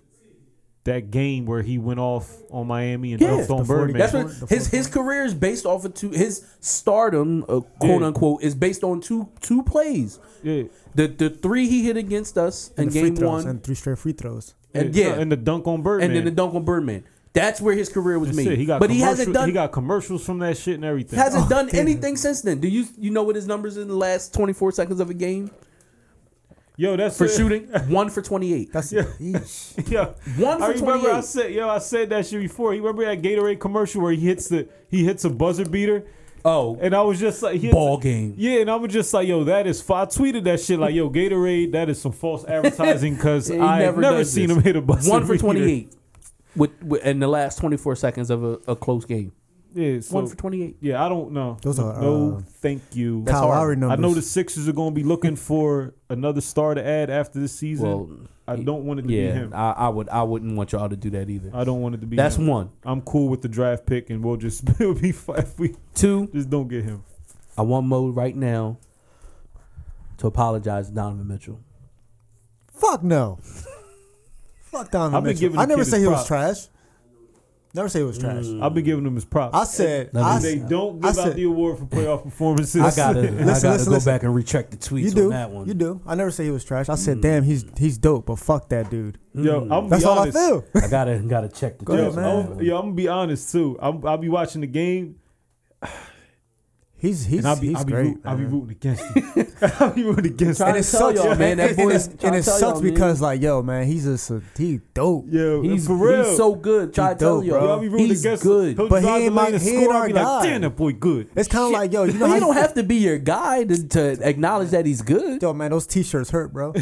Speaker 4: that game where he went off on Miami and
Speaker 3: Yeah,
Speaker 4: dunked on
Speaker 5: the 40
Speaker 4: Birdman.
Speaker 3: that's
Speaker 5: The
Speaker 3: what
Speaker 5: fourth- the
Speaker 3: his
Speaker 5: fourth
Speaker 3: his career is based off of two his stardom uh, quote
Speaker 4: Yeah.
Speaker 3: unquote is based on two two plays
Speaker 4: yeah,
Speaker 3: the the three he hit against us in
Speaker 5: And the free
Speaker 3: game
Speaker 5: throws.
Speaker 3: one
Speaker 5: And three straight free throws.
Speaker 3: and yeah
Speaker 4: and the dunk on Birdman.
Speaker 3: and then the dunk on Birdman. That's where his career was
Speaker 4: That's
Speaker 3: made.
Speaker 4: it. He got
Speaker 3: but he hasn't
Speaker 4: commercial-
Speaker 3: done
Speaker 4: He got commercials from that shit and everything.
Speaker 3: hasn't
Speaker 5: Oh,
Speaker 3: done
Speaker 5: damn.
Speaker 3: anything since then. Do you you know what his numbers in the last 24 seconds of a game
Speaker 4: yo, that's
Speaker 3: for
Speaker 4: it.
Speaker 3: shooting? One for 28.
Speaker 5: That's Yeesh.
Speaker 4: Yo,
Speaker 3: One
Speaker 4: I
Speaker 3: for
Speaker 4: remember I
Speaker 3: 28.
Speaker 4: said yo, I said that shit before. You remember that Gatorade commercial where he hits the he hits a buzzer beater.
Speaker 3: Oh,
Speaker 4: And I was just like, he-
Speaker 3: Ball game.
Speaker 4: Yeah, and I was just like, yo, that is. F-. I tweeted that shit like, yo, Gatorade, that is some false advertising because
Speaker 3: He
Speaker 4: I've never,
Speaker 3: does
Speaker 4: seen
Speaker 3: this.
Speaker 4: him hit a buzzer.
Speaker 3: One for
Speaker 4: beater.
Speaker 3: 28 with, with in the last 24 seconds of a, a close game.
Speaker 4: yeah, so,
Speaker 3: One for twenty eight.
Speaker 4: yeah, I don't know.
Speaker 5: Those are,
Speaker 4: no,
Speaker 5: uh,
Speaker 4: thank you.
Speaker 3: That's
Speaker 5: Kyle
Speaker 3: hard.
Speaker 5: Lowry
Speaker 4: I
Speaker 5: numbers.
Speaker 4: know the Sixers are going to be looking for another star to add after this season.
Speaker 3: Well,
Speaker 4: I don't want it to be
Speaker 3: yeah,
Speaker 4: him.
Speaker 3: I, I would I wouldn't want y'all to do that either.
Speaker 4: I don't want it to be.
Speaker 3: That's
Speaker 4: him.
Speaker 3: one.
Speaker 4: I'm cool with the draft pick, and we'll just it'll be fine if we
Speaker 3: Two.
Speaker 4: just don't get him.
Speaker 3: I want Mo right now to apologize to Donovan Mitchell.
Speaker 5: Fuck no. Fuck Donovan
Speaker 4: I've been
Speaker 5: Mitchell.
Speaker 4: giving the
Speaker 5: I never
Speaker 4: kid
Speaker 5: say
Speaker 4: his
Speaker 5: he was
Speaker 4: props. Mm.
Speaker 5: trash. Never say he was trash.
Speaker 4: I've been giving him his props.
Speaker 5: I said,
Speaker 3: Let me-
Speaker 5: I,
Speaker 4: And they
Speaker 5: said
Speaker 4: don't
Speaker 5: I
Speaker 4: give out
Speaker 5: said-
Speaker 4: the award for playoff performances.
Speaker 3: I gotta, I
Speaker 5: listen,
Speaker 3: gotta
Speaker 5: listen,
Speaker 3: go
Speaker 5: listen.
Speaker 3: back and recheck the tweets
Speaker 5: you
Speaker 3: on
Speaker 5: do,
Speaker 3: that one.
Speaker 5: you do. I never say he was trash. I said, damn, he's he's dope, but fuck that dude.
Speaker 4: Yo, I'm gonna
Speaker 5: Mm.
Speaker 4: Mm.
Speaker 5: That's
Speaker 4: be
Speaker 5: all
Speaker 4: honest.
Speaker 5: I feel.
Speaker 3: I gotta, gotta check the
Speaker 5: Go
Speaker 3: tweets. on
Speaker 4: Yo,
Speaker 5: ahead, man.
Speaker 3: that
Speaker 4: I'm,
Speaker 3: one.
Speaker 4: yo, I'm gonna be honest too. I'm, I'll be watching the game
Speaker 5: He's he's
Speaker 4: and I'll be,
Speaker 5: he's
Speaker 4: I'll be,
Speaker 5: great.
Speaker 4: root, I'll be
Speaker 5: man.
Speaker 4: rooting against him. I'll be rooting against
Speaker 3: Trying
Speaker 4: him.
Speaker 5: And it
Speaker 3: to tell
Speaker 5: sucks,
Speaker 3: y'all, man, that
Speaker 5: and-
Speaker 3: boy
Speaker 5: and,
Speaker 3: is-
Speaker 5: it-
Speaker 3: trying
Speaker 5: and
Speaker 3: to
Speaker 5: it
Speaker 3: tell
Speaker 5: sucks
Speaker 3: y'all, man.
Speaker 5: because like, yo, man, he's just a, he dope.
Speaker 4: Yo,
Speaker 3: He's,
Speaker 4: for real.
Speaker 3: he's so good. Try to
Speaker 5: He
Speaker 3: tell
Speaker 5: dope, bro.
Speaker 4: Yo,
Speaker 3: y'all.
Speaker 4: I'll be rooting
Speaker 3: He's
Speaker 4: against
Speaker 3: good.
Speaker 4: him. He'll
Speaker 5: But he
Speaker 4: drive the lane
Speaker 5: ain't my-
Speaker 4: and
Speaker 5: he ain't
Speaker 4: score. I'll
Speaker 5: our
Speaker 4: be
Speaker 5: guy.
Speaker 4: like, damn, that boy good.
Speaker 5: It's kind of like, yo, you know,
Speaker 3: But
Speaker 5: how
Speaker 3: he
Speaker 5: you-
Speaker 3: don't have to be your guy to, to acknowledge that he's good.
Speaker 5: yo, man, those t-shirts hurt, bro.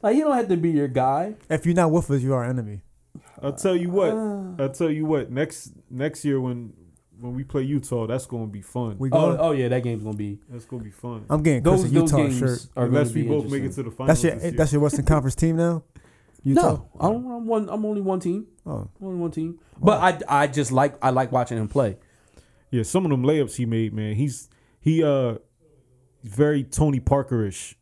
Speaker 3: Like you don't have to be your guy.
Speaker 5: if you're not with us, you're our enemy.
Speaker 4: I'll tell you what.
Speaker 5: Uh.
Speaker 4: I'll tell you what. Next next year when when we play Utah, that's gonna be fun.
Speaker 5: We
Speaker 3: Oh,
Speaker 5: going.
Speaker 3: oh yeah, that game's gonna be.
Speaker 4: that's gonna be fun.
Speaker 5: I'm getting Chris
Speaker 3: Those,
Speaker 5: a
Speaker 3: those
Speaker 5: Utah
Speaker 3: games
Speaker 5: shirt.
Speaker 3: are
Speaker 4: Unless
Speaker 3: gonna be
Speaker 4: we both make it
Speaker 3: interesting.
Speaker 4: to the finals.
Speaker 5: That's your
Speaker 4: this year.
Speaker 5: that's your Western Conference team now. Utah.
Speaker 3: No, I don't, I'm one. I'm only one team.
Speaker 5: Oh,
Speaker 3: I'm only one team. But I, I just like I like watching him play.
Speaker 4: Yeah, some of them layups he made, man. He's he uh he's very Tony Parkerish.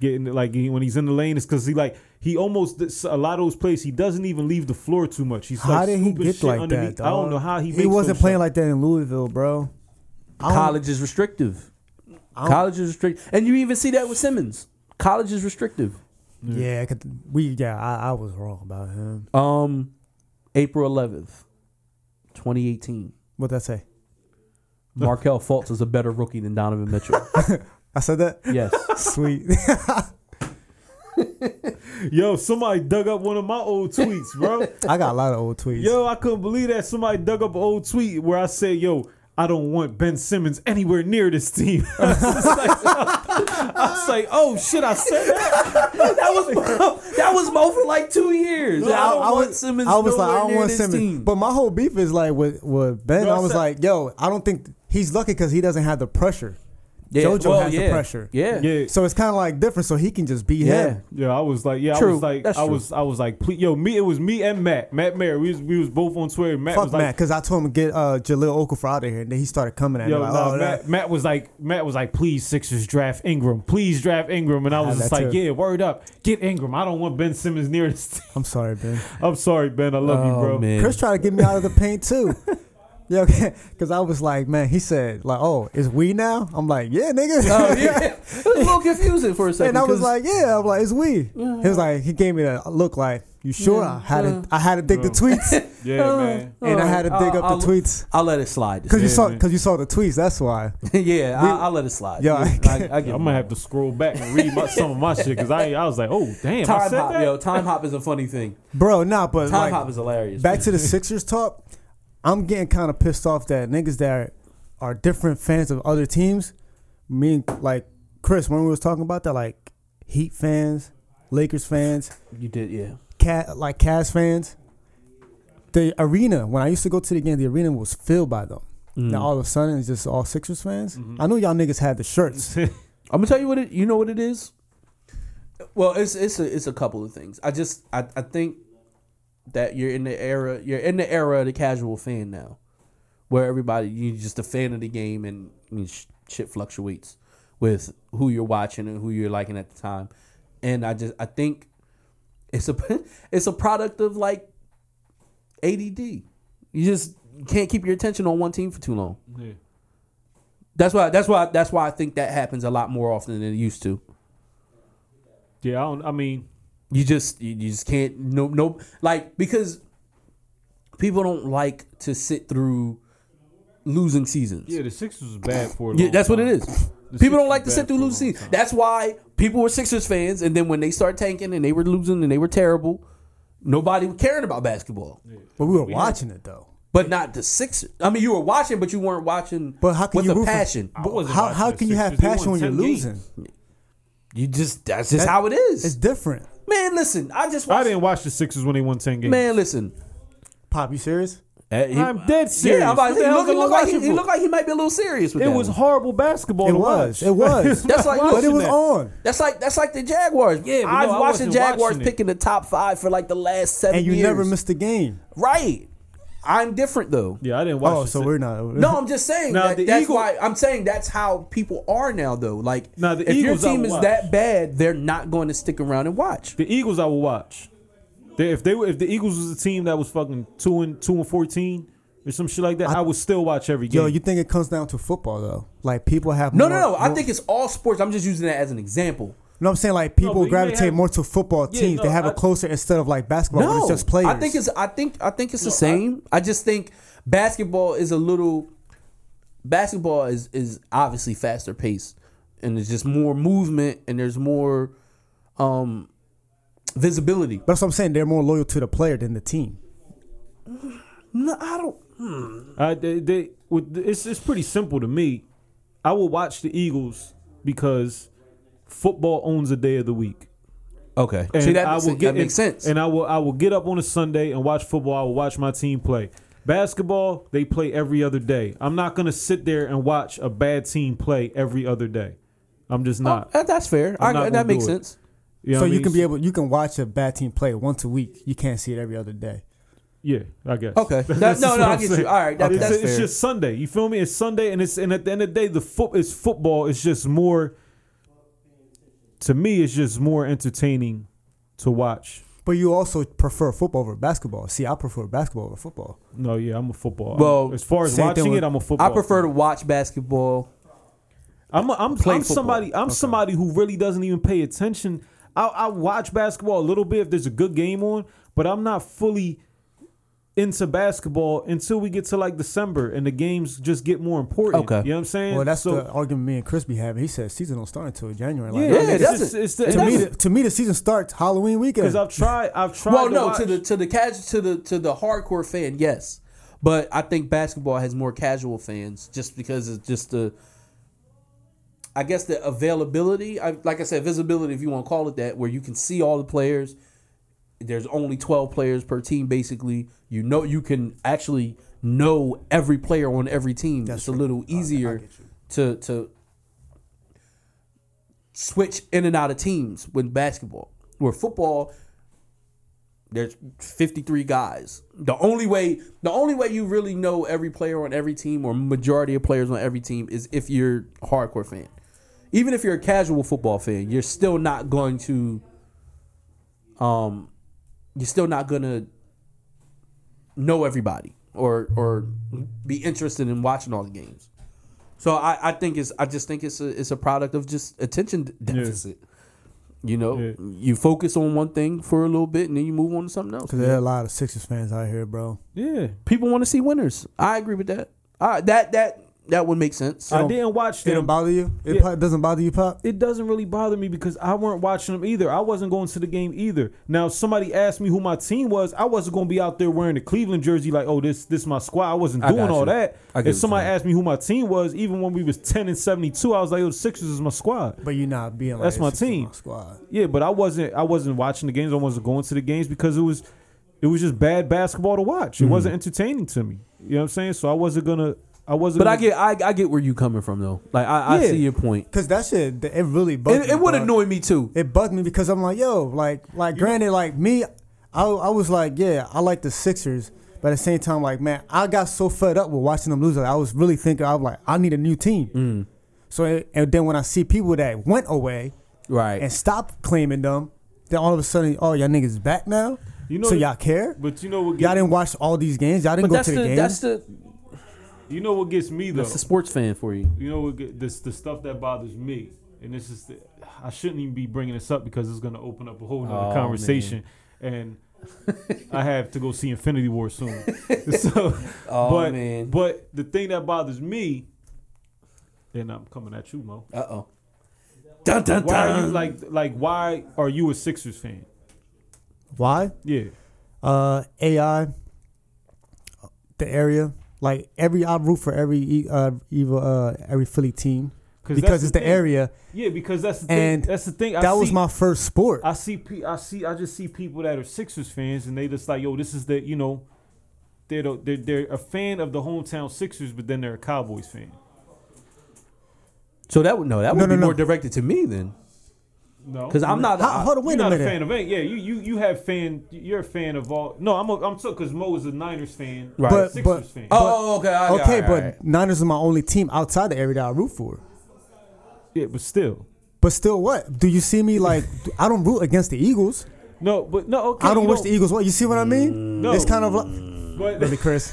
Speaker 4: Getting like he, when he's in the lane, it's because he like he almost a lot of those plays he doesn't even leave the floor too much. He's
Speaker 5: how
Speaker 4: like
Speaker 5: did he
Speaker 4: scooping
Speaker 5: get
Speaker 4: shit
Speaker 5: like
Speaker 4: underneath.
Speaker 5: that?
Speaker 4: I don't
Speaker 5: dog?
Speaker 4: know how he.
Speaker 5: He
Speaker 4: makes
Speaker 5: wasn't
Speaker 4: those
Speaker 5: playing
Speaker 4: shots.
Speaker 5: like that in Louisville, bro. I don't-
Speaker 3: College is restrictive.
Speaker 5: don't-
Speaker 3: College is restrictive, and you even see that with Simmons. College is restrictive.
Speaker 5: Yeah, I could- we yeah, I, I was wrong about him.
Speaker 3: Um, April eleventh, twenty eighteen.
Speaker 5: What'd that say?
Speaker 3: Markel Fultz is a better rookie than Donovan Mitchell.
Speaker 5: I said that.
Speaker 3: Yes.
Speaker 5: Sweet.
Speaker 4: Yo, somebody dug up one of my old tweets, bro.
Speaker 5: I got a lot of old tweets.
Speaker 4: Yo, I couldn't believe that somebody dug up an old tweet where I said, "Yo, I don't want Ben Simmons anywhere near this team." I was like, I was like, "Oh shit, I said that."
Speaker 3: That was Mo, that was Mo for like two years.
Speaker 5: Yeah,
Speaker 3: I, don't want
Speaker 5: was-
Speaker 3: Simmons.
Speaker 5: I was like, I don't want
Speaker 3: Simmons.
Speaker 5: Simmons. But my whole beef is like with with Ben.
Speaker 4: Yo, I
Speaker 5: I was
Speaker 4: said-
Speaker 5: like, yo, I don't think he's lucky because he doesn't have the pressure. JoJo has the pressure.
Speaker 3: Yeah,
Speaker 4: Yeah,
Speaker 5: So it's kind of like different. So he can just be
Speaker 3: yeah.
Speaker 5: him.
Speaker 4: Yeah, I was like, yeah, I
Speaker 3: True.
Speaker 4: was like,
Speaker 3: That's
Speaker 4: I
Speaker 3: true.
Speaker 4: was, I was like, please, yo, me, it was me and Matt, Matt Mayer. We was, we was both on Twitter. Matt
Speaker 5: Fuck
Speaker 4: was
Speaker 5: Matt,
Speaker 4: like,
Speaker 5: because I told him to get uh, Jaleel Okafor out of here, and then he started coming at
Speaker 4: yo,
Speaker 5: me like,
Speaker 4: nah,
Speaker 5: oh,
Speaker 4: Matt,
Speaker 5: that-
Speaker 4: Matt was like, Matt was like, please Sixers draft Ingram, please draft Ingram, and I
Speaker 5: had
Speaker 4: was just
Speaker 5: that
Speaker 4: like,
Speaker 5: too.
Speaker 4: yeah, word up, get Ingram. I don't want Ben Simmons near this. Team.
Speaker 5: I'm sorry, Ben.
Speaker 4: I'm sorry, Ben, I love
Speaker 3: Oh,
Speaker 4: you, bro.
Speaker 5: Chris tried to get me out of the paint too. Yeah, because I was like, man, he said, like, oh, it's we now? I'm like, yeah, nigga.
Speaker 3: Oh, yeah. it was a little confusing for a second.
Speaker 5: and I
Speaker 3: 'cause-
Speaker 5: was like, yeah, I'm like, it's we. He was like, he gave me that look like, you sure?
Speaker 3: Uh-huh. Yeah,
Speaker 5: I had to,
Speaker 3: yeah.
Speaker 5: I had to dig the
Speaker 4: Yeah.
Speaker 5: tweets,
Speaker 4: Yeah,
Speaker 3: Uh,
Speaker 4: man.
Speaker 5: and I had to dig
Speaker 3: I'll-
Speaker 5: up the
Speaker 3: I'll-
Speaker 5: tweets
Speaker 3: I'll let it slide.
Speaker 5: because you
Speaker 4: Yeah,
Speaker 5: saw
Speaker 4: man.
Speaker 5: because you saw the tweets. That's why.
Speaker 3: yeah, I, I'll let it slide.
Speaker 5: Yo, I-
Speaker 3: I, I, I
Speaker 4: I'm gonna have to scroll back and read my, some of my shit because I, I was like, oh damn, I
Speaker 3: time
Speaker 4: said
Speaker 3: hop.
Speaker 4: that.
Speaker 3: Yo, time hop is a funny thing.
Speaker 5: Bro, nah, but
Speaker 3: Time
Speaker 5: like,
Speaker 3: hop is hilarious.
Speaker 5: back to the Sixers talk. I'm getting kind of pissed off that niggas that are, are different fans of other teams. Me and like Chris when we was talking about that, like Heat fans, Lakers fans,
Speaker 3: you did, yeah.
Speaker 5: cat like Cavs fans. The arena when I used to go to the game, the arena was filled by them. Now all of a sudden it's just all Sixers fans. I know y'all niggas had the shirts.
Speaker 3: I'm gonna tell you what it. You know what it is. Well, it's it's a, it's a couple of things. I just I, I think that you're in the era you're in the era of the casual fan now, where everybody you're just a fan of the game and I mean, sh- shit fluctuates with who you're watching and who you're liking at the time, and I just I think it's a it's a product of like ADD. You just can't keep your attention on one team for too long.
Speaker 4: Yeah.
Speaker 3: That's why. That's why. That's why I think that happens a lot more often than it used to.
Speaker 4: yeah, I, don't, I mean,
Speaker 3: You just you you just can't no no like because people don't like to sit through losing seasons.
Speaker 4: yeah, the Sixers was bad for. A
Speaker 3: Yeah,
Speaker 4: long
Speaker 3: that's what it
Speaker 4: time.
Speaker 3: is.
Speaker 4: The
Speaker 3: people
Speaker 4: Sixers
Speaker 3: don't like to
Speaker 4: bad
Speaker 3: sit through
Speaker 4: for a
Speaker 3: losing
Speaker 4: long
Speaker 3: seasons.
Speaker 4: time.
Speaker 3: That's why people were Sixers fans, and then when they start tanking and they were losing and they were terrible, nobody was caring about basketball.
Speaker 5: But we were watching it though.
Speaker 3: But not the Sixers. I mean, you were watching, but you weren't watching
Speaker 5: But how can
Speaker 3: with
Speaker 5: you
Speaker 3: a
Speaker 5: root for-
Speaker 3: passion.
Speaker 4: I wasn't
Speaker 5: How
Speaker 4: watching
Speaker 5: how
Speaker 4: the
Speaker 5: can you have
Speaker 4: Sixers. They
Speaker 5: passion
Speaker 4: won
Speaker 5: when you're
Speaker 4: 10 games.
Speaker 5: losing?
Speaker 3: You just that's just
Speaker 5: That-
Speaker 3: how it
Speaker 5: It's
Speaker 3: is.
Speaker 5: different.
Speaker 3: Man, listen, I just
Speaker 4: I
Speaker 3: watched,
Speaker 4: didn't watch the Sixers when they won ten games.
Speaker 3: man, listen.
Speaker 5: Pop, you serious?
Speaker 3: Uh, he-
Speaker 4: I'm dead serious.
Speaker 3: Yeah, I'm about to
Speaker 4: What the
Speaker 3: say, he
Speaker 4: hell
Speaker 3: looked,
Speaker 4: am
Speaker 3: looked
Speaker 4: I
Speaker 3: like he,
Speaker 4: watching
Speaker 3: he
Speaker 4: for?
Speaker 3: looked like he might be a little serious with
Speaker 4: It
Speaker 3: that
Speaker 4: was
Speaker 3: one.
Speaker 4: horrible basketball.
Speaker 5: It
Speaker 4: to
Speaker 5: was.
Speaker 4: watch.
Speaker 5: It was.
Speaker 3: That's like
Speaker 5: but it
Speaker 3: watching
Speaker 5: was
Speaker 3: that.
Speaker 5: on.
Speaker 3: That's like that's like the Jaguars. Yeah,
Speaker 4: but
Speaker 3: I was
Speaker 4: no, I
Speaker 3: watching
Speaker 4: wasn't
Speaker 3: Jaguars
Speaker 4: watching it.
Speaker 3: picking the top five for like the last seven
Speaker 5: And you
Speaker 3: years.
Speaker 5: never missed a game.
Speaker 3: right. I'm different though.
Speaker 4: Yeah, I didn't watch.
Speaker 5: Oh,
Speaker 4: the
Speaker 5: so
Speaker 4: se-
Speaker 5: we're not.
Speaker 3: No, I'm just saying
Speaker 4: Now,
Speaker 3: that,
Speaker 4: the
Speaker 3: that's
Speaker 4: Eagle-
Speaker 3: why I'm saying that's how people are now though. Like
Speaker 4: Now, the
Speaker 3: if
Speaker 4: Eagles I
Speaker 3: your team is
Speaker 4: watch.
Speaker 3: that bad, they're not going to stick around and watch.
Speaker 4: The Eagles, I will watch. They, if they were, if the Eagles was a team that was fucking two and two and fourteen or some shit like that, I, would still watch every game.
Speaker 5: Yo, you think it comes down to football though? Like people have
Speaker 3: No,
Speaker 5: more,
Speaker 3: no, no. I
Speaker 5: more-
Speaker 3: think it's all sports. I'm just using that as an example.
Speaker 5: No, I'm saying
Speaker 4: but
Speaker 5: like people
Speaker 4: you may
Speaker 5: gravitate
Speaker 4: have-
Speaker 5: more to football
Speaker 4: Yeah,
Speaker 5: teams. they
Speaker 4: no,
Speaker 5: have
Speaker 4: I-
Speaker 5: it closer instead of like basketball. when
Speaker 3: No,
Speaker 5: it's just players.
Speaker 3: I think it's I think I think it's the same. I, just think basketball is a little basketball is is obviously faster paced and there's just more movement and there's more um visibility.
Speaker 5: But that's what I'm saying. They're more loyal to the player than the team.
Speaker 3: No, I don't
Speaker 4: I, they, they, with, it's it's pretty simple to me. I will watch the Eagles because football owns a day of the week.
Speaker 3: Okay.
Speaker 4: And
Speaker 3: See that,
Speaker 4: I
Speaker 3: makes-
Speaker 4: will
Speaker 3: that
Speaker 4: get and-
Speaker 3: makes sense.
Speaker 4: And I will I will get up on a Sunday and watch football. I will watch my team play. Basketball, they play every other day. I'm not gonna sit there and watch a bad team play every other day. I'm just
Speaker 3: Oh,
Speaker 4: not.
Speaker 3: that- that's fair.
Speaker 4: I'm
Speaker 3: I,
Speaker 4: not gonna
Speaker 3: that makes
Speaker 4: do it.
Speaker 3: sense.
Speaker 4: know
Speaker 5: so
Speaker 4: what I
Speaker 5: you
Speaker 4: mean?
Speaker 5: can be able, you can watch a bad team play once a week. You can't see it every other day.
Speaker 4: Yeah, I guess.
Speaker 3: Okay. That-
Speaker 4: That's
Speaker 3: no, no,
Speaker 4: just what
Speaker 3: I
Speaker 4: I'm
Speaker 3: get you.
Speaker 4: saying.
Speaker 3: All right, that-
Speaker 4: it's,
Speaker 3: that's
Speaker 4: it's
Speaker 3: fair.
Speaker 4: just Sunday. You feel me? It's Sunday, and it's and at the end of the day, the foot is football. It's just more. To me, it's just more entertaining to watch.
Speaker 5: But you also prefer football over basketball. See, I prefer basketball over football.
Speaker 4: No, yeah, I'm a football.
Speaker 3: Well,
Speaker 4: as far as
Speaker 5: same thing
Speaker 4: watching
Speaker 5: with-
Speaker 4: it, I'm a football.
Speaker 3: I prefer
Speaker 4: fan.
Speaker 3: to watch basketball.
Speaker 4: I'm a, I'm,
Speaker 3: Play
Speaker 4: I'm
Speaker 3: football.
Speaker 4: somebody I'm somebody who really doesn't even pay attention. I, I watch basketball a little bit if there's a good game on, but I'm not fully into basketball until we get to like December and the games just get more important.
Speaker 3: Okay.
Speaker 4: you know what I'm saying?
Speaker 5: Well, that's
Speaker 4: So-
Speaker 5: the argument me and Chris be having. He says season don't start until January. Like,
Speaker 4: yeah,
Speaker 3: Yeah, it
Speaker 4: it's,
Speaker 3: doesn't.
Speaker 4: just- it's the,
Speaker 3: It
Speaker 5: to me,
Speaker 3: doesn't.
Speaker 5: the, to me, the season starts Halloween
Speaker 4: because
Speaker 5: weekend.
Speaker 4: I've tried I've tried.
Speaker 3: Well,
Speaker 4: to
Speaker 3: no,
Speaker 4: watch-
Speaker 3: to the to the casual to the to the hardcore fan, yes. But I think basketball has more casual fans just because it's just the I guess the availability, I, like I said, visibility if you want to call it that, where you can see all the players. There's only 12 players per team basically. You know you can actually know every player on every team. it's a little easier to to switch in and out of teams with basketball. Where football, there's 53 guys. The only way the only way you really know every player on every team or majority of players on every team is if you're a hardcore fan. Even if you're a casual football fan, you're still not going to um you're still not going to know everybody or or be interested in watching all the games. So I, I think it's I just think it's a it's a product of just attention deficit. You know,
Speaker 4: Yeah.
Speaker 3: you focus on one thing for a little bit and then you move on to something else.
Speaker 5: Because there are a lot of Sixers fans out here, bro.
Speaker 4: yeah.
Speaker 3: People want to see winners. I agree with that. I, that that that would make sense.
Speaker 4: I didn't watch
Speaker 5: It don't
Speaker 4: them.
Speaker 5: bother you. It
Speaker 4: Yeah.
Speaker 5: probably doesn't bother you, pop.
Speaker 4: it doesn't really bother me because I weren't watching them either. I wasn't going to the game either. Now, if somebody asked me who my team was. I wasn't going to be out there wearing the Cleveland jersey like, "Oh, this this my squad." I wasn't
Speaker 3: I
Speaker 4: doing
Speaker 3: got
Speaker 4: all
Speaker 3: you.
Speaker 4: that.
Speaker 3: I get what
Speaker 4: If
Speaker 3: you
Speaker 4: somebody
Speaker 3: mean.
Speaker 4: asked me who my team was, even when we was ten and seventy two, I was like, "Oh, the Sixers is my squad."
Speaker 5: But you're not being like
Speaker 4: That's my
Speaker 5: "This is
Speaker 4: team."
Speaker 5: squad.
Speaker 4: Yeah, but I wasn't. I wasn't watching the games. I wasn't going to the games because it was, it was just bad basketball to watch.
Speaker 3: Mm-hmm.
Speaker 4: It wasn't entertaining to me. You know what I'm saying? So I wasn't gonna. I wasn't.
Speaker 3: But I
Speaker 4: gonna-
Speaker 3: get I, I get where you coming from though. Like I, I
Speaker 4: Yeah.
Speaker 3: see your point.
Speaker 5: Cause that shit, th- it really bugged
Speaker 3: It,
Speaker 5: me,
Speaker 3: it would
Speaker 5: bro.
Speaker 3: annoy me too.
Speaker 5: It bugged me because I'm like, yo, like, like, granted, like me, I, I was like, yeah, I like the Sixers, but at the same time, like, man, I got so fed up with watching them lose. Like, I was really thinking, I was like, I need a new team.
Speaker 3: Mm.
Speaker 5: So, it, and then when I see people that went away
Speaker 3: Right.
Speaker 5: and stopped claiming them, then all of a sudden, oh, y'all niggas back now.
Speaker 4: You know
Speaker 5: so
Speaker 4: the-
Speaker 5: y'all care?
Speaker 4: But you know what?
Speaker 5: Y'all
Speaker 4: Gets,
Speaker 5: didn't watch all these games. Y'all
Speaker 3: but
Speaker 5: didn't go
Speaker 3: that's
Speaker 5: to
Speaker 3: the,
Speaker 5: the, games.
Speaker 3: that's the
Speaker 4: you know what gets me though.
Speaker 3: that's the sports fan for you.
Speaker 4: you know what get- this the stuff that bothers me and this is the, i shouldn't even be bringing this up because it's going to open up a whole nother
Speaker 3: Oh,
Speaker 4: conversation and i have to go see infinity war soon so
Speaker 3: Oh,
Speaker 4: but
Speaker 3: man.
Speaker 4: but the thing that bothers me and i'm coming at you mo
Speaker 3: Uh oh. Dun dun
Speaker 4: why are you
Speaker 3: dun.
Speaker 4: like like why are you a sixers fan
Speaker 5: Why?
Speaker 4: yeah
Speaker 5: uh, AI, the area. Like every, I root for every e- uh, evil, uh, every Philly team
Speaker 4: that's
Speaker 5: because it's the
Speaker 4: thing.
Speaker 5: area.
Speaker 4: yeah because that's the
Speaker 5: And
Speaker 4: thing that's the thing I
Speaker 5: that was
Speaker 4: see-
Speaker 5: my first sport.
Speaker 4: I see, pe- I see, I just see people that are Sixers fans, and they just like, yo, this is the, you know, they're, the, they're they're a fan of the hometown Sixers, but then they're a Cowboys fan.
Speaker 3: So that would no, that
Speaker 5: No,
Speaker 3: would
Speaker 5: no,
Speaker 3: be
Speaker 5: no.
Speaker 3: more directed to me then,
Speaker 4: No,
Speaker 3: because I'm not.
Speaker 5: How, hold on, wait
Speaker 4: you're
Speaker 5: a
Speaker 4: not
Speaker 5: minute.
Speaker 4: a fan of it. Yeah, you you you have fan. You're a fan of all. No, I'm a, I'm so because Mo is a Niners fan,
Speaker 3: Right.
Speaker 4: I'm a
Speaker 5: But-
Speaker 4: Sixers
Speaker 5: but-
Speaker 4: fan.
Speaker 3: oh, okay, all right,
Speaker 5: okay,
Speaker 3: all right,
Speaker 5: but
Speaker 3: all right.
Speaker 5: Niners is my only team outside the area that I root for.
Speaker 4: yeah, but still,
Speaker 5: But still, what do you see me like? I don't root against the Eagles.
Speaker 4: no, but no, okay,
Speaker 5: I don't
Speaker 4: you Mm.
Speaker 5: wish the Eagles. What you see what I mean?
Speaker 4: No.
Speaker 5: It's kind of like
Speaker 4: But,
Speaker 5: really, Chris.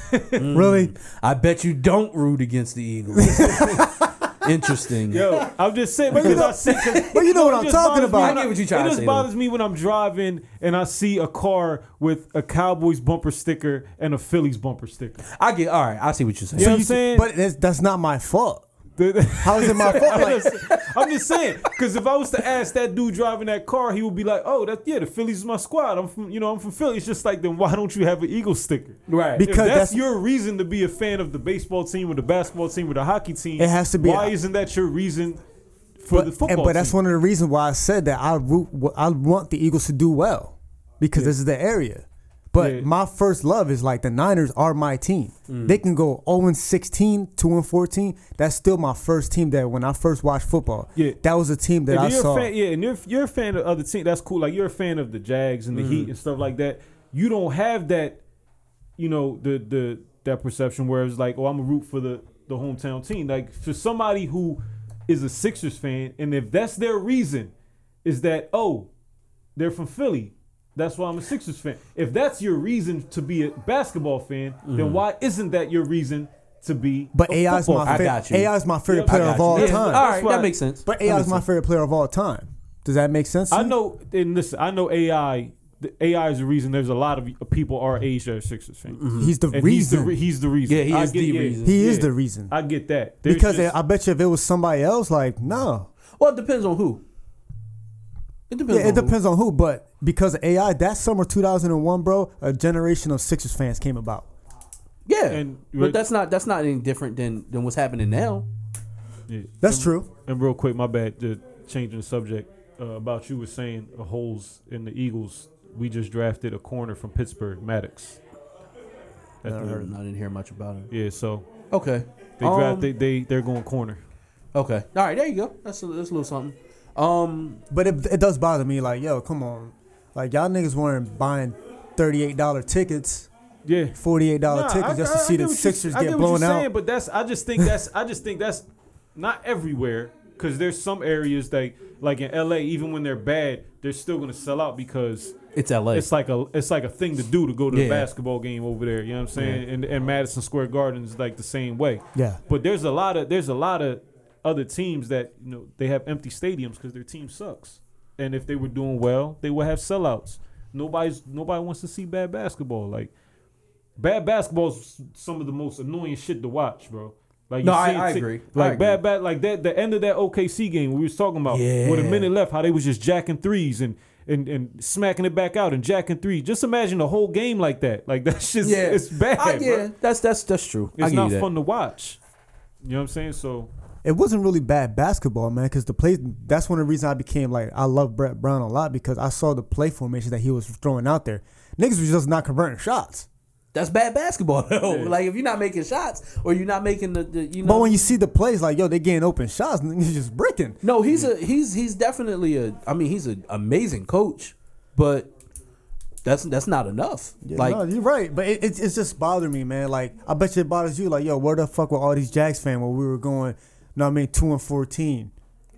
Speaker 5: really,
Speaker 3: I bet you don't root against the Eagles. Interesting.
Speaker 4: Yo, I'm just saying because I see. 'cause-
Speaker 5: But you know
Speaker 4: No,
Speaker 5: what
Speaker 4: it
Speaker 5: I'm
Speaker 4: just
Speaker 5: talking
Speaker 4: bothers me
Speaker 5: about.
Speaker 4: when
Speaker 3: I get what you're trying
Speaker 4: It
Speaker 3: to
Speaker 4: just
Speaker 3: say,
Speaker 4: bothers me when I'm driving and I see a car with a Cowboys bumper sticker and a Phillies bumper sticker.
Speaker 3: I get all right. I see what you're saying.
Speaker 4: You know what I'm
Speaker 5: you-
Speaker 4: saying?
Speaker 5: but that's, that's not my fault.
Speaker 4: The-
Speaker 5: How is it my fault?
Speaker 4: I'm
Speaker 5: Like,
Speaker 4: just- I'm just saying because if I was to ask that dude driving that car, he would be like, "Oh, that yeah, the Phillies is my squad. I'm from you know I'm from Philly. It's just like then why don't you have an Eagle sticker?
Speaker 3: Right.
Speaker 4: If
Speaker 5: Because
Speaker 4: that's,
Speaker 5: that's-
Speaker 4: your reason to be a fan of the baseball team or the basketball team or the hockey team.
Speaker 5: It has to be-
Speaker 4: Why isn't that your reason for
Speaker 5: but,
Speaker 4: the
Speaker 5: and-
Speaker 4: football?
Speaker 5: but that's
Speaker 4: team?
Speaker 5: one of the reasons why I said that I root. I want the Eagles to do well because this is the area. But
Speaker 4: Yeah. Mm.
Speaker 5: my first love is like the Niners are my team. They can go 0 16, 2 14. That's still my first team that when I first watched football,
Speaker 4: Yeah.
Speaker 5: that was a team that
Speaker 4: And
Speaker 5: I
Speaker 4: you're
Speaker 5: saw.
Speaker 4: A fan, yeah, and you're you're a fan of other teams. That's cool. Like you're a fan of the Jags and the
Speaker 5: Mm-hmm.
Speaker 4: Heat and stuff like that. You don't have that, you know, the the that perception where it's like, oh, I'm a root for the the hometown team. Like for somebody who is a Sixers fan, and if that's their reason, is that oh, they're from Philly. That's why I'm a Sixers fan. If that's your reason to be a basketball fan, then why isn't that your reason to be?
Speaker 5: Mm-hmm. But
Speaker 4: a
Speaker 5: AI is
Speaker 4: football
Speaker 5: my
Speaker 3: I
Speaker 4: fan?
Speaker 3: got
Speaker 5: favorite.
Speaker 3: you.
Speaker 5: AI is my favorite
Speaker 4: Yeah, I
Speaker 5: player
Speaker 4: got
Speaker 5: of
Speaker 4: you.
Speaker 5: all
Speaker 4: Yeah,
Speaker 5: time.
Speaker 3: all right,
Speaker 4: why-
Speaker 3: that makes sense.
Speaker 5: But
Speaker 3: That
Speaker 5: AI
Speaker 3: makes
Speaker 5: is my
Speaker 3: sense.
Speaker 5: favorite player of all time. Does that make sense? to
Speaker 4: I
Speaker 5: you?
Speaker 4: know, and listen, I know AI. The AI is the reason there's a lot of people our age that are Sixers fans.
Speaker 5: he's the
Speaker 4: And He's the,
Speaker 5: reason.
Speaker 4: re- he's the reason.
Speaker 3: Mm-hmm. Yeah, he
Speaker 4: I
Speaker 3: is the reason.
Speaker 5: he is
Speaker 4: yeah.
Speaker 5: the reason.
Speaker 4: I get that. There's
Speaker 5: because
Speaker 4: just-
Speaker 5: I bet you if it was somebody else, like no,
Speaker 3: Well, it depends on who. It depends.
Speaker 5: yeah, it
Speaker 3: on who.
Speaker 5: depends on who. But because of AI, that summer 2001, bro, a generation of Sixers fans came about.
Speaker 3: Yeah,
Speaker 4: And-
Speaker 3: but that's not that's not any different than than what's happening now.
Speaker 4: yeah.
Speaker 5: That's
Speaker 4: and,
Speaker 5: true.
Speaker 4: And real quick, my bad, the changing the subject uh, about you was saying the holes in the Eagles. We just drafted a corner from Pittsburgh, Maddox. That
Speaker 3: I
Speaker 4: dude-
Speaker 3: didn't hear much about it.
Speaker 4: yeah, so
Speaker 3: Okay,
Speaker 4: they
Speaker 3: Um,
Speaker 4: draft they, they they're going corner.
Speaker 3: Okay, all right, there you go. That's a, that's a little something. Um,
Speaker 5: But it, it does bother me. Like yo, come on, like y'all niggas weren't buying thirty-eight dollar tickets,
Speaker 4: Yeah,
Speaker 5: forty-eight dollar
Speaker 4: Nah,
Speaker 5: tickets
Speaker 4: I-
Speaker 5: just
Speaker 4: I-
Speaker 5: to
Speaker 4: I
Speaker 5: see
Speaker 4: get
Speaker 5: the
Speaker 4: what you-
Speaker 5: Sixers
Speaker 4: I
Speaker 5: get
Speaker 4: what
Speaker 5: blown
Speaker 4: you're
Speaker 5: out.
Speaker 4: Saying, but that's I just think that's I just think that's not everywhere because there's some areas that like in LA even when they're bad they're still gonna sell out because
Speaker 3: it's L.A.
Speaker 4: it's like a it's like a thing to do to go to the
Speaker 3: Yeah.
Speaker 4: basketball game over there. You know what I'm saying? And and Madison Square Garden is like the same way.
Speaker 5: Yeah.
Speaker 4: But there's a lot of there's a lot of other teams that you know they have empty stadiums because their team sucks. And if they were doing well, they would have sellouts. Nobody's nobody wants to see bad basketball. Like bad basketball's some of the most annoying shit to watch, bro. Like
Speaker 3: No, I-
Speaker 4: see-
Speaker 3: I
Speaker 4: see-
Speaker 3: agree. I
Speaker 4: Like
Speaker 3: agree.
Speaker 4: bad, bad, like that. The end of that OKC game we was talking about
Speaker 3: Yeah.
Speaker 4: with a minute left, how they was just jacking threes and and and smacking it back out and jacking three. Just imagine the whole game like that. Like that's just
Speaker 3: yeah,
Speaker 4: it's bad.
Speaker 3: I, yeah,
Speaker 4: bro.
Speaker 3: that's that's that's true. I
Speaker 4: It's
Speaker 3: give you
Speaker 4: not
Speaker 3: that.
Speaker 4: fun to watch. You know what I'm saying? So
Speaker 5: it wasn't really bad basketball, man, because the play. That's one of the reasons I became like I love Brett Brown a lot because I saw the play formation that he was throwing out there. Niggas was just not converting shots.
Speaker 3: That's bad basketball though.
Speaker 4: Yeah.
Speaker 3: Like if you're not making shots or you're not making the, the you know.
Speaker 5: But when you see the plays, like yo, they getting open shots, niggas just bricking.
Speaker 3: no, he's a he's he's definitely a. I mean, he's an amazing coach, but that's that's not enough. like
Speaker 5: no, you're right, but it, it, it's just bothering me, man. Like, I bet you it bothers you. Like, yo, where the fuck were all these Jags fans when we were going? No, I mean two and fourteen.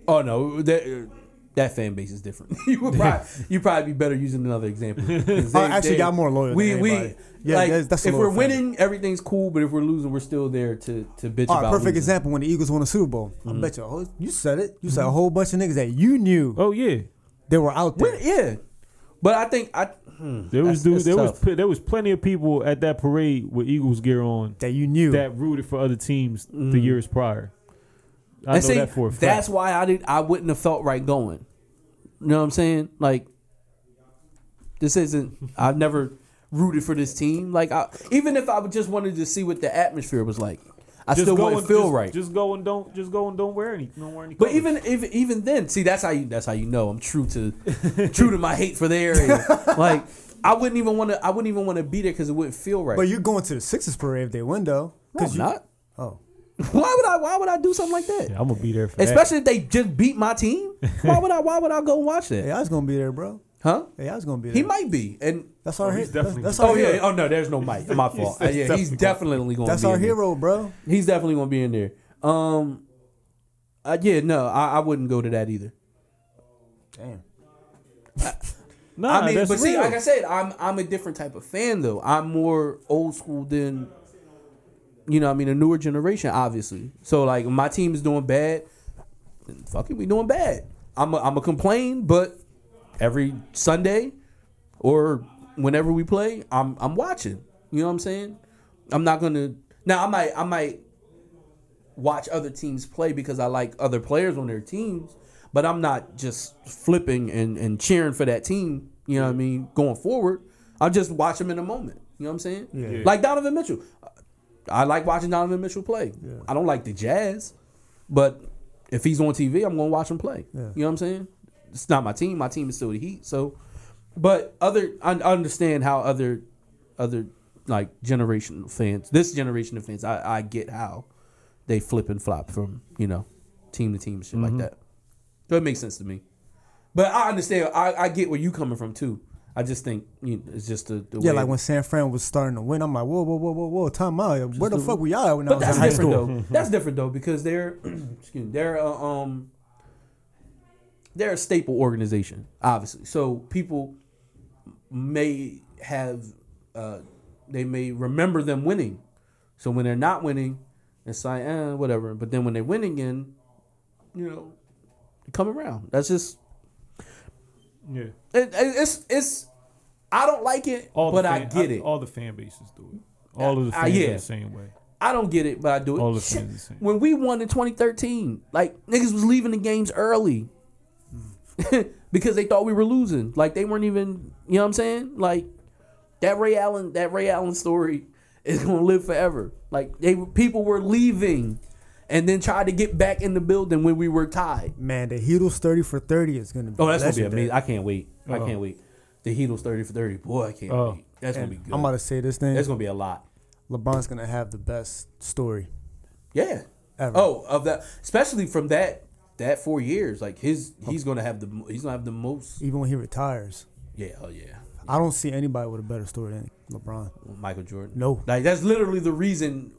Speaker 3: Oh no, that that fan base is different. you would probably you probably be better using another example. 'Cause they-
Speaker 5: I actually
Speaker 3: they-
Speaker 5: got more loyal than
Speaker 3: We we
Speaker 5: anybody. Yeah,
Speaker 3: like,
Speaker 5: that's- that's a
Speaker 3: if we're
Speaker 5: loyal fan
Speaker 3: winning, everything's cool. But if we're losing, we're still there to to bitch
Speaker 5: All
Speaker 3: about.
Speaker 5: right, perfect
Speaker 3: losing. Mm-hmm.
Speaker 5: example when the Eagles won the Super Bowl. I bet you, a whole- you said it. You said a whole bunch of niggas that you knew
Speaker 4: oh yeah,
Speaker 5: they were out there.
Speaker 3: We're- yeah, but I think I hmm,
Speaker 4: there
Speaker 3: that's-
Speaker 4: was dude,
Speaker 3: that's
Speaker 4: there was
Speaker 3: tough.
Speaker 4: pl- there was plenty of people at that parade with Eagles gear on
Speaker 5: That you knew.
Speaker 4: that rooted for other teams the years prior. I know
Speaker 3: Mm. And see,
Speaker 4: that for a fact.
Speaker 3: That's why I did. I wouldn't have felt right going. You know what I'm saying? Like, this isn't. I've never rooted for this team. Like, I, even if I would just wanted to see what the atmosphere was like, I still wouldn't
Speaker 4: and,
Speaker 3: feel
Speaker 4: just,
Speaker 3: right.
Speaker 4: Just go and don't just go and don't wear any don't wear any.
Speaker 3: But
Speaker 4: colors.
Speaker 3: even even even then, see that's how you that's how you know I'm true to true to my hate for the area. like I wouldn't even want to. I wouldn't even want to be there because it wouldn't feel right.
Speaker 5: But you're going to the Sixers parade if they win, though.
Speaker 3: no, I'm
Speaker 5: you,
Speaker 3: not.
Speaker 5: Oh,
Speaker 3: Why would I? Why would I do something like that?
Speaker 4: Yeah, I'm gonna be there for that.
Speaker 3: Especially if they just beat my team. Why would I? Why would I go watch that?
Speaker 5: hey, I was gonna be there, bro.
Speaker 3: Huh?
Speaker 5: Hey, I was gonna be
Speaker 3: He
Speaker 5: there.
Speaker 3: might be. And
Speaker 5: That's our
Speaker 4: Oh,
Speaker 5: hero.
Speaker 4: he's
Speaker 5: That's,
Speaker 4: definitely-
Speaker 5: that's our
Speaker 3: oh yeah.
Speaker 5: hero.
Speaker 3: Oh no, there's no Mike. My fault. Uh, yeah, he's definitely going. to
Speaker 5: That's
Speaker 3: be
Speaker 5: our
Speaker 3: in there.
Speaker 5: hero, bro.
Speaker 3: He's definitely going to be in there. Um. uh, yeah. No, I, I wouldn't go to that either.
Speaker 5: Damn.
Speaker 4: Nah,
Speaker 3: I mean,
Speaker 4: that's
Speaker 3: but see,
Speaker 4: real.
Speaker 3: like I said, I'm I'm a different type of fan though. I'm more old school than you know, what I mean, a newer generation, obviously. So like, my team is doing bad. then Fuck it, we doing bad. I'm a, I'm a complain, but every Sunday or whenever we play, I'm I'm watching. You know what I'm saying? I'm not gonna now. I might I might watch other teams play because I like other players on their teams, but I'm not just flipping and, and cheering for that team, you know what I mean, going forward. I just watch them in the moment. You know what I'm saying?
Speaker 5: Yeah.
Speaker 3: Like Donovan Mitchell. I like watching Donovan Mitchell play. I don't like the Jazz, but if he's on TV, I'm going to watch him play.
Speaker 5: Yeah.
Speaker 3: You know what I'm saying? It's not my team. My team is still the Heat. So, but other I I understand how other other like generational fans, this generation of fans, I, I get how they flip and flop from you know team to team and shit
Speaker 5: Mm-hmm.
Speaker 3: like that. So it makes sense to me. But I understand. I, I get where you coming from too. I just think you know, it's just the, the
Speaker 5: Yeah,
Speaker 3: way
Speaker 5: like when San Fran was starting to win, I'm like, whoa, whoa, whoa, whoa, whoa, time out. Where the fuck were y'all at when I
Speaker 3: But
Speaker 5: was in
Speaker 3: that's
Speaker 5: high
Speaker 3: different
Speaker 5: school? Mm-hmm.
Speaker 3: though. That's different though because they're excuse me, they're uh, um they're a staple organization, obviously. So people may have uh they may remember them winning. So when they're not winning, it's like eh, whatever. But then when they win again, you know, they come around. That's just
Speaker 4: yeah,
Speaker 3: it, it- it's it's I don't like it,
Speaker 4: all
Speaker 3: but
Speaker 4: the
Speaker 3: I
Speaker 4: fan-
Speaker 3: get it.
Speaker 4: All the fan bases do it. All of the
Speaker 3: Uh,
Speaker 4: fans
Speaker 3: yeah.
Speaker 4: are the same way.
Speaker 3: I don't get it, but I do it.
Speaker 4: All the
Speaker 3: Shit,
Speaker 4: fans the same.
Speaker 3: When we won in 2013, like niggas was leaving the games early because they thought we were losing. Like they weren't even, you know what I'm saying? Like that Ray Allen, that Ray Allen story is gonna live forever. Like they people were leaving and then tried to get back in the building when we were tied.
Speaker 5: Man, the Heatles 30 for 30 is gonna be.
Speaker 3: Oh, that's gonna be
Speaker 5: legendary.
Speaker 3: amazing. I can't wait. I
Speaker 5: Uh-huh.
Speaker 4: Oh.
Speaker 3: can't wait. The Heatles 30 for 30. Boy, I can't
Speaker 4: Oh.
Speaker 3: wait. That's gonna be
Speaker 5: And
Speaker 3: good.
Speaker 5: I'm about to say this thing.
Speaker 3: That's gonna be a lot.
Speaker 5: LeBron's gonna have the best story.
Speaker 3: Yeah.
Speaker 5: Ever.
Speaker 3: Oh, of that, especially from that that four years, like his he's gonna have the mo- he's gonna have the most.
Speaker 5: Even when he retires,
Speaker 3: Yeah. Oh yeah.
Speaker 5: I don't see anybody with a better story than LeBron.
Speaker 3: Michael Jordan.
Speaker 5: No.
Speaker 3: Like that's literally the reason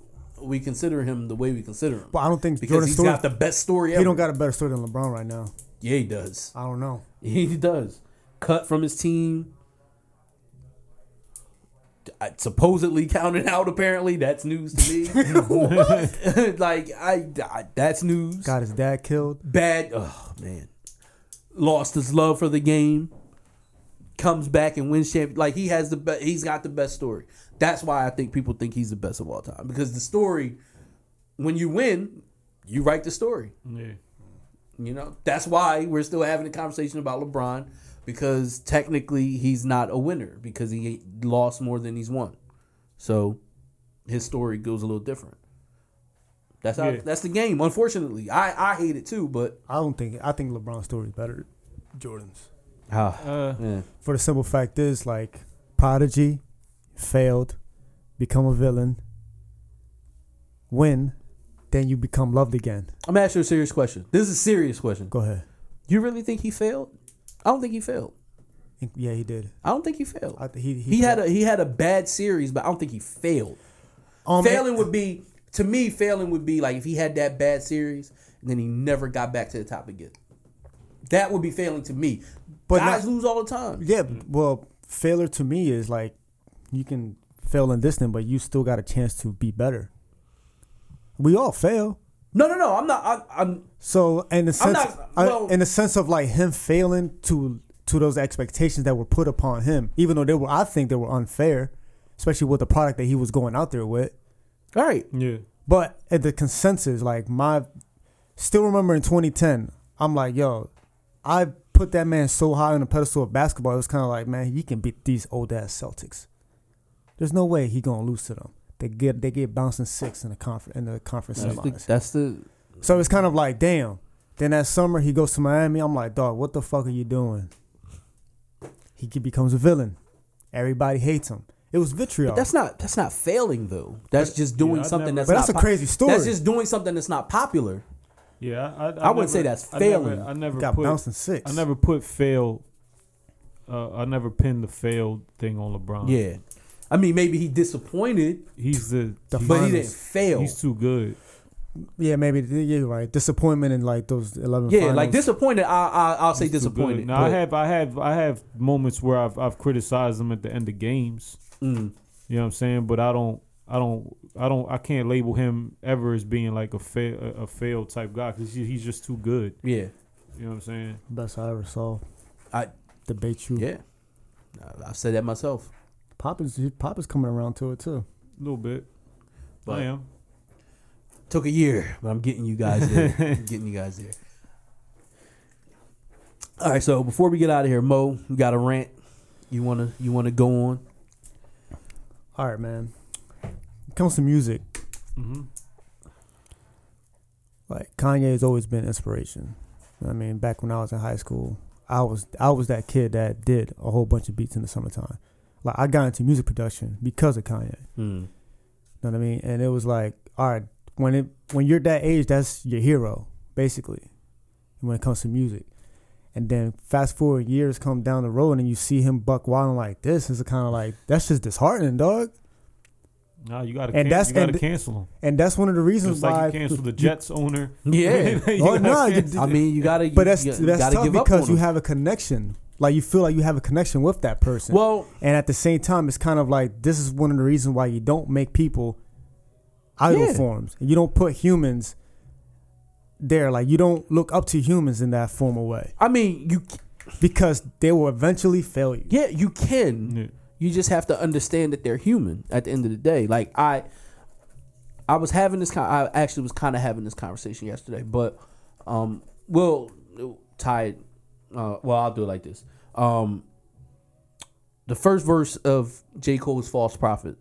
Speaker 3: we consider him the way we consider him.
Speaker 5: But I don't think
Speaker 3: because
Speaker 5: Jordan's
Speaker 3: he's
Speaker 5: story.
Speaker 3: got the best story ever.
Speaker 5: he don't got a better story than LeBron right now.
Speaker 3: Yeah, he does.
Speaker 5: I don't know.
Speaker 3: He does. Cut from his team. I- Supposedly counted out. Apparently, that's news to me. like I, I, that's news.
Speaker 5: Got his dad killed.
Speaker 3: bad. Oh man, lost his love for the game. Comes back and wins champion. Like he has the best. He's got the best story. That's why I think people think he's the best of all time because the story. When you win, you write the story.
Speaker 4: Yeah,
Speaker 3: You know that's why we're still having a conversation about LeBron because technically he's not a winner because he lost more than he's won. So his story goes a little different. That's how,
Speaker 4: Yeah.
Speaker 3: that's the game. Unfortunately, I I hate it too, but
Speaker 5: I don't think. I think LeBron's story is better. than Jordan's.
Speaker 4: uh,
Speaker 3: Ah, yeah.
Speaker 5: For the simple fact is, like, prodigy, failed, become a villain, win, then you become loved again.
Speaker 3: I'm gonna ask you a serious question. This is a serious question.
Speaker 5: Go ahead.
Speaker 3: You really think he failed? I don't think he failed.
Speaker 5: Think- Yeah, he did.
Speaker 3: I don't think he failed.
Speaker 5: I, th- he
Speaker 3: he had a he had a bad series, but I don't think he failed.
Speaker 5: um,
Speaker 3: failing would be to me. Failing would be like if he had that bad series and then he never got back to the top again. That would be failing to me. But
Speaker 5: But
Speaker 3: guys
Speaker 5: not-
Speaker 3: lose all the time.
Speaker 5: Yeah, well, failure to me is like you can fail in this thing, but you still got a chance to be better. We all fail.
Speaker 3: No, no, no. I'm not. I, I'm
Speaker 5: So in the sense,
Speaker 3: not-
Speaker 5: I-
Speaker 3: well-
Speaker 5: in the sense of like him failing to to those expectations that were put upon him, even though they were, I think they were unfair, especially with the product that he was going out there with.
Speaker 3: all right.
Speaker 4: yeah.
Speaker 5: But at the consensus, like my, still remember in 2010, I'm like, yo, I put that man so high on the pedestal of basketball. It was kind of like, man, he can beat these old ass Celtics. There's no way he gonna lose to them. They get they get bouncing six in the conference in the conference semis.
Speaker 3: that's the
Speaker 5: So it's kind of like, damn. Then that summer he goes to Miami. I'm like, dog, what the fuck are you doing? He ke- becomes a villain. Everybody hates him. It was vitriol.
Speaker 3: That's not that's not failing though. That's just doing
Speaker 4: I
Speaker 3: something that's
Speaker 4: never-
Speaker 5: But
Speaker 3: not
Speaker 5: that's a
Speaker 3: pop-
Speaker 5: crazy story.
Speaker 3: That's just doing something that's not popular.
Speaker 4: Yeah, I, I,
Speaker 3: I wouldn't say that's
Speaker 4: I never-
Speaker 3: failing.
Speaker 4: I never,
Speaker 5: got
Speaker 4: put,
Speaker 5: bounced in six.
Speaker 4: I never put fail. Uh, I never pinned the failed thing on LeBron.
Speaker 3: Yeah, I mean maybe he disappointed,
Speaker 4: he's the,
Speaker 5: The
Speaker 4: he's-
Speaker 3: but he
Speaker 5: Finals.
Speaker 3: didn't fail.
Speaker 4: He's too good.
Speaker 5: Yeah, maybe yeah, you're right. Disappointment in like those eleven.
Speaker 3: yeah,
Speaker 5: finals.
Speaker 3: like disappointed. I, I I'll say
Speaker 4: He's too good.
Speaker 3: disappointed.
Speaker 4: Now I
Speaker 3: but-
Speaker 4: have I have I have moments where I've I've criticized him at the end of games.
Speaker 3: Mm.
Speaker 4: You know what I'm saying? But I don't I don't I don't I can't label him ever as being like a fail a, a failed type guy because he, he's just too good.
Speaker 3: yeah,
Speaker 4: You know what I'm saying?
Speaker 5: Best I ever saw.
Speaker 3: I-
Speaker 5: debate you.
Speaker 3: yeah. I, I've said that myself.
Speaker 5: Pop is Pop is coming around to it too.
Speaker 4: A little bit.
Speaker 3: But-
Speaker 4: I am.
Speaker 3: Took a year, but I'm getting you guys there. I'm getting you guys there. All right, so before we get out of here, Mo, you got a rant. You wanna you wanna go on?
Speaker 5: All right, man. When it comes to music,
Speaker 4: hmm
Speaker 5: like Kanye has always been inspiration. I mean, back when I was in high school, I was I was that kid that did a whole bunch of beats in the summertime. Like I got into music production because of Kanye.
Speaker 3: Mm.
Speaker 5: know what I mean? And it was like, all right, when it when you're that age, that's your hero, basically, when it comes to music. And then fast forward years come down the road and you see him buck wilding like this, it's kind of like that's just disheartening, dog.
Speaker 4: Nah, you gotta
Speaker 5: And
Speaker 4: can-
Speaker 5: that's-
Speaker 4: you gotta
Speaker 5: and-
Speaker 4: cancel him.
Speaker 5: And that's one of the reasons
Speaker 4: Just
Speaker 5: why
Speaker 4: like you canceled the Jets owner.
Speaker 3: Hmm. Yeah.
Speaker 4: You
Speaker 5: Oh,
Speaker 4: gotta
Speaker 5: nah, you
Speaker 4: cancel-
Speaker 5: did-
Speaker 3: I mean, you gotta.
Speaker 5: But that's
Speaker 3: you,
Speaker 5: that's
Speaker 3: gotta
Speaker 5: tough
Speaker 3: give up
Speaker 5: because
Speaker 3: on
Speaker 5: you
Speaker 3: him.
Speaker 5: have a connection. Like you feel like you have a connection with that person.
Speaker 3: Well,
Speaker 5: and at the same time, it's kind of like this is one of the reasons why you don't make people idol
Speaker 3: Yeah.
Speaker 5: forms. You don't put humans there. Like you don't look up to humans in that formal way
Speaker 3: I mean, you
Speaker 5: because they will eventually fail you.
Speaker 3: yeah, you can.
Speaker 4: Yeah.
Speaker 3: You just have to understand that they're human at the end of the day. Like I I was having this con- I actually was kind of having this conversation yesterday, but um well tied uh well, I'll do it like this. Um the first verse of J. Cole's False Prophet,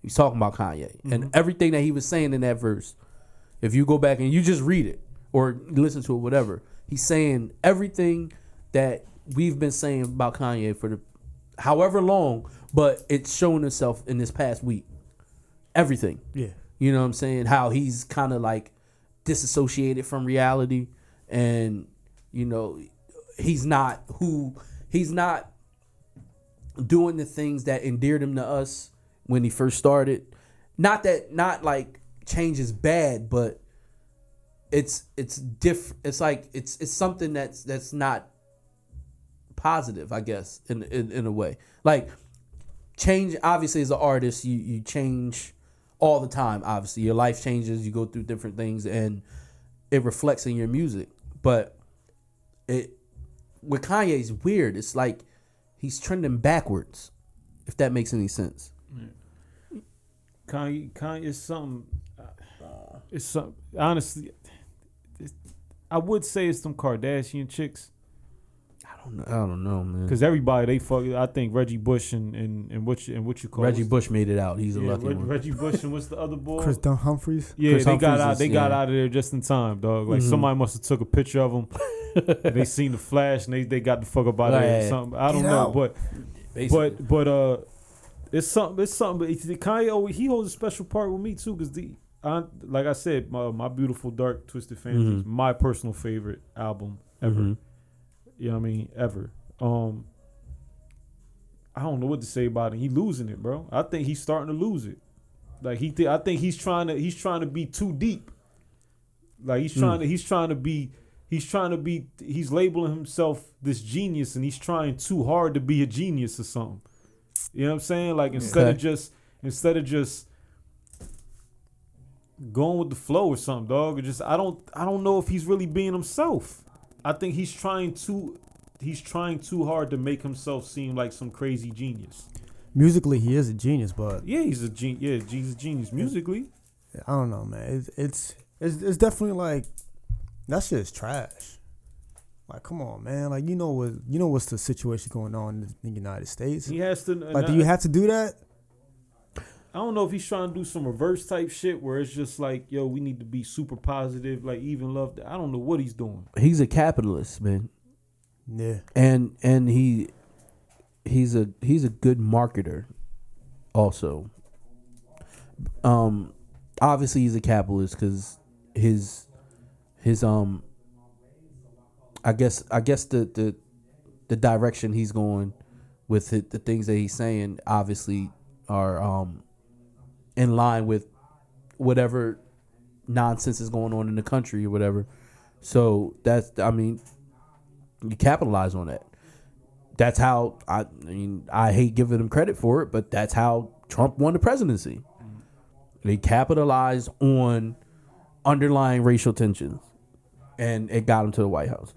Speaker 3: he's talking about Kanye and everything that he was saying in that verse. If you go back and you just read it or listen to it, whatever, he's saying everything that we've been saying about Kanye for the however long, but it's shown itself in this past week. Everything.
Speaker 5: Yeah.
Speaker 3: You know what I'm saying? How he's kind of like disassociated from reality and you know he's not who he's not doing the things that endeared him to us when he first started. Not that not like change is bad, but it's it's diff it's like it's it's something that's that's not positive, I guess, in in, in a way. Like change obviously as an artist you you change all the time obviously your life changes you go through different things and it reflects in your music but it with kanye's weird it's like he's trending backwards if that makes any sense
Speaker 4: Kanye, Kanye is something.
Speaker 3: uh,
Speaker 4: It's some honestly. It's, I would say it's them Kardashian chicks
Speaker 3: i don't know i don't know man
Speaker 4: because everybody they fuck. I think Reggie Bush and and, and what you, and what you call
Speaker 3: reggie
Speaker 4: what's-
Speaker 3: bush made it out he's a
Speaker 4: yeah,
Speaker 3: lucky
Speaker 4: Reg-
Speaker 3: one
Speaker 4: Reggie Bush and what's the other boy?
Speaker 5: Chris Dunn Humphries. Mm-hmm.
Speaker 4: yeah,
Speaker 3: Chris
Speaker 4: they got
Speaker 3: Humphries
Speaker 4: out.
Speaker 3: is-
Speaker 4: They got
Speaker 3: yeah.
Speaker 4: out of there just in time, dog. Like somebody must have took a picture of them. and they seen the flash and they, they got the fuck up out of there. Or
Speaker 3: Right.
Speaker 4: something. I don't
Speaker 5: Get
Speaker 4: know,
Speaker 5: out.
Speaker 4: but
Speaker 3: Basically.
Speaker 4: but but uh, it's something. It's something. But it's- Kanye always he holds a special part with me too, because the I, like I said, my, my beautiful dark twisted fantasy is
Speaker 3: Mhm.
Speaker 4: my personal favorite album ever.
Speaker 3: Mhm.
Speaker 4: You know what I mean? Ever. Um, I don't know what to say about it. He losing it, bro. I think he's starting to lose it. Like he, thi- I think he's trying to he's trying to be too deep. Like he's trying to he's trying to be he's trying to be he's labeling himself this genius and he's trying too hard to be a genius or something. You know what I'm saying? Like instead of
Speaker 3: Okay.
Speaker 4: just instead of just going with the flow or something, dog. Or just I don't I don't know if he's really being himself. I think he's trying too he's trying too hard to make himself seem like some crazy genius.
Speaker 5: Musically, he is a genius, but
Speaker 4: Yeah, he's a gen- yeah, he's a genius musically.
Speaker 5: I don't know, man. It's it's it's, it's definitely like that shit is trash. Like, come on, man. Like, you know what? You know what's the situation going on in the United States?
Speaker 4: He has to
Speaker 5: Like, do you have to do that?
Speaker 4: I don't know if he's trying to do some reverse type shit where it's just like, yo, we need to be super positive, like even love. I don't know what he's doing.
Speaker 3: he's a capitalist man
Speaker 5: Yeah.
Speaker 3: and and he he's a he's a good marketer also um obviously he's a capitalist cuz his his um I guess I guess the the the direction he's going with it, the things that he's saying obviously are um in line with whatever nonsense is going on in the country or whatever. So that's I mean you capitalize on that. That's how I, I mean I hate giving him credit for it, but that's how Trump won the presidency. They capitalized on underlying racial tensions and it got him to the White House.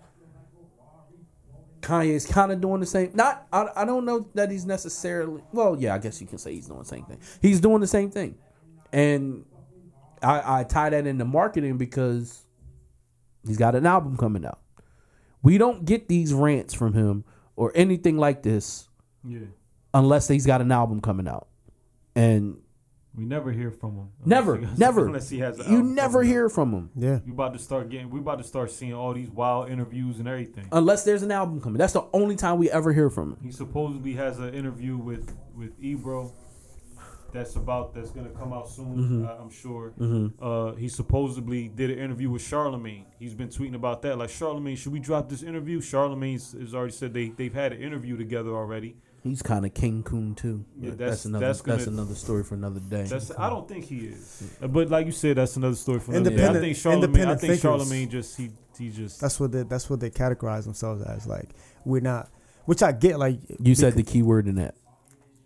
Speaker 3: Kanye's kind of doing the same. Not, I, I don't know that he's necessarily. Well, yeah, I guess you can say he's doing the same thing. He's doing the same thing, and I, I tie that into marketing because he's got an album coming out. We don't get these rants from him or anything like this
Speaker 4: Yeah.
Speaker 3: unless he's got an album coming out, and
Speaker 4: We never hear from him. Unless
Speaker 3: never,
Speaker 4: he has-
Speaker 3: never,
Speaker 4: Unless he has. an
Speaker 3: you
Speaker 4: album
Speaker 3: never
Speaker 4: coming out.
Speaker 3: hear from him.
Speaker 5: Yeah.
Speaker 4: You about to start getting. We about to start seeing all these wild interviews and everything.
Speaker 3: Unless there's an album coming, that's the only time we ever hear from him.
Speaker 4: He supposedly has an interview with with Ebro. That's about that's gonna come out soon. I, I'm sure. Uh, he supposedly did an interview with Charlemagne. He's been tweeting about that. Like Charlemagne, should we drop this interview? Charlemagne has already said they they've had an interview together already.
Speaker 3: He's kind of King Coon too.
Speaker 4: Yeah,
Speaker 3: But
Speaker 4: that's-
Speaker 3: that's, another
Speaker 4: that's
Speaker 3: that's,
Speaker 4: gonna-
Speaker 3: another story for another day.
Speaker 4: That's I don't think he is. Uh, But like you said, that's another story for another day. I
Speaker 5: Independent-
Speaker 4: think Charlemagne. I
Speaker 5: independent
Speaker 4: think
Speaker 5: thinkers.
Speaker 4: Charlemagne just he he just.
Speaker 5: That's what they, that's what they categorize themselves as. Like we're not, which I get. Like
Speaker 3: you said the key word in that.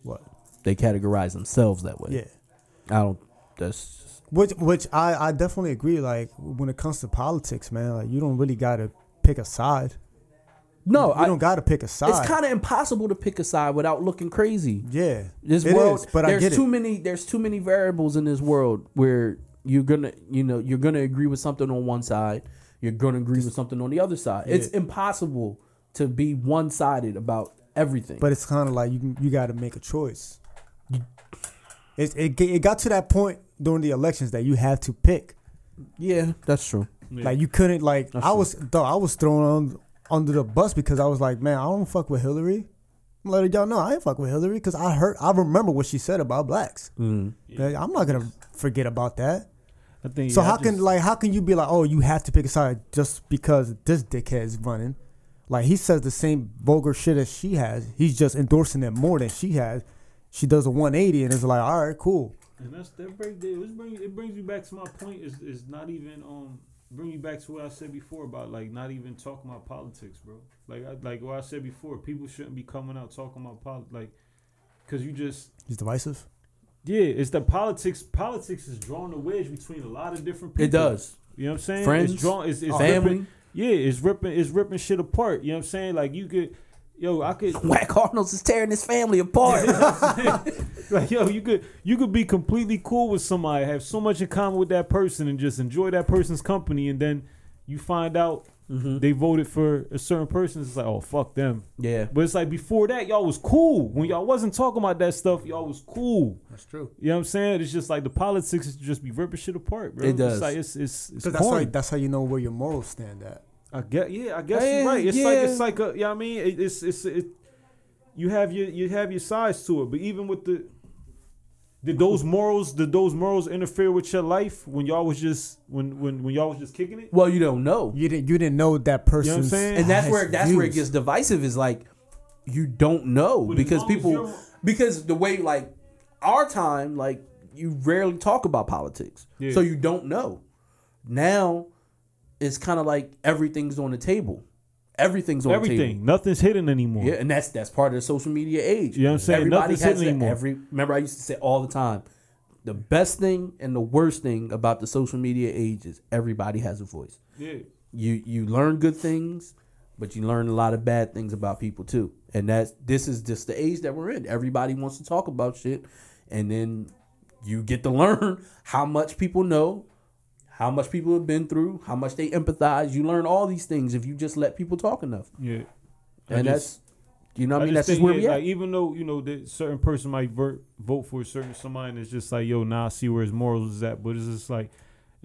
Speaker 5: what?
Speaker 3: They categorize themselves that way.
Speaker 5: Yeah.
Speaker 3: I don't. That's just,
Speaker 5: Which which I I definitely agree. Like when it comes to politics, man, like you don't really gotta pick a side.
Speaker 3: no.
Speaker 5: you
Speaker 3: I
Speaker 5: don't gotta pick a side.
Speaker 3: It's kind of impossible to pick a side without looking crazy.
Speaker 5: yeah.
Speaker 3: This
Speaker 5: it
Speaker 3: world,
Speaker 5: is, but I
Speaker 3: there's
Speaker 5: get
Speaker 3: too
Speaker 5: it.
Speaker 3: many. There's too many variables in this world where you're gonna, you know, you're gonna agree with something on one side. You're gonna agree with something on the other side. It's impossible to be one sided about everything.
Speaker 5: But it's kind of like you can- you gotta make a choice. It, it ge- it got to that point during the elections that you had to pick.
Speaker 3: yeah, that's true.
Speaker 4: Yeah.
Speaker 5: Like you couldn't like
Speaker 3: That's
Speaker 5: I
Speaker 3: true.
Speaker 5: was though I was thrown on, under the bus because I was like, man, I don't fuck with Hillary. I'm letting y'all know I ain't fuck with Hillary because I heard I remember what she said about blacks.
Speaker 3: Mm.
Speaker 5: Like, I'm not gonna forget about that.
Speaker 4: I think.
Speaker 5: So
Speaker 4: yeah, I
Speaker 5: how
Speaker 4: just-
Speaker 5: can like how can you be like, oh, you have to pick a side just because this dickhead is running? Like he says the same vulgar shit as she has. He's just endorsing it more than she has. She does a 180 and it's like, all right, cool.
Speaker 4: And that's that break there. It brings it brings me back to my point. Is is not even um bring you back to what I said before about like not even talking about politics, bro. Like I, like what I said before, people shouldn't be coming out talking about politics, like because you just
Speaker 5: He's divisive.
Speaker 4: yeah, it's the politics. Politics is drawing a wedge between a lot of different people.
Speaker 3: It does.
Speaker 4: You know what I'm saying?
Speaker 3: Friends,
Speaker 4: it's drawn, it's, it's
Speaker 3: family.
Speaker 4: ripping- yeah, it's ripping, it's ripping shit apart. You know what I'm saying? Like you could, yo, I could,
Speaker 3: Whack Arnold's is tearing his family apart.
Speaker 4: Like yo, you could you could be completely cool with somebody, have so much in common with that person, and just enjoy that person's company, and then you find out
Speaker 3: Mm-hmm.
Speaker 4: they voted for a certain person. It's like, oh fuck them.
Speaker 3: yeah,
Speaker 4: But it's like before that, y'all was cool. When y'all wasn't talking about that stuff, y'all was cool.
Speaker 3: that's true.
Speaker 4: You know what I'm saying? It's just like the politics is just be ripping shit apart, bro.
Speaker 3: It
Speaker 4: It's
Speaker 3: does.
Speaker 4: like it's it's, it's
Speaker 5: Because that's how,
Speaker 4: corny.
Speaker 5: that's how you know where your morals stand at.
Speaker 4: I guess yeah, I guess
Speaker 3: Yeah,
Speaker 4: you're right. It's like
Speaker 3: yeah.
Speaker 4: it's like a yeah, I mean it, it's it's it, you have your you have your sides to it, but even with the did those morals did those morals interfere with your life when y'all was just when when when y'all was just kicking it?
Speaker 3: Well, you don't know,
Speaker 5: You didn't you didn't know that person's
Speaker 4: saying?
Speaker 3: and that's
Speaker 5: highest
Speaker 3: where that's where it
Speaker 5: views.
Speaker 3: gets divisive. Is like you don't know
Speaker 4: But as
Speaker 3: because
Speaker 4: long as
Speaker 3: people
Speaker 4: you're-
Speaker 3: because the way like our time like you rarely talk about politics,
Speaker 4: Yeah.
Speaker 3: so you don't know. Now it's kind of like everything's on the table. Everything's on the table.
Speaker 4: Everything, nothing's hidden anymore.
Speaker 3: Yeah, and that's that's part of the social media age.
Speaker 4: You know what I'm saying?
Speaker 3: Everybody
Speaker 4: Nothing's
Speaker 3: has
Speaker 4: hidden
Speaker 3: that-
Speaker 4: anymore.
Speaker 3: every. Remember, I used to say all the time, the best thing and the worst thing about the social media age is everybody has a voice.
Speaker 4: Yeah.
Speaker 3: You you learn good things, but you learn a lot of bad things about people too. And that's this is just the age that we're in. Everybody wants to talk about shit, and then you get to learn how much people know, how much people have been through, how much they empathize. You learn all these things if you just let people talk enough.
Speaker 4: yeah. I
Speaker 3: And
Speaker 4: just-
Speaker 3: that's you know what I mean.
Speaker 4: just
Speaker 3: That's just
Speaker 4: think,
Speaker 3: where
Speaker 4: yeah,
Speaker 3: we at.
Speaker 4: Like, even though you know that certain person might vote vote for a certain somebody, and it's just like, yo, nah, I see where his morals is at. But it's just like,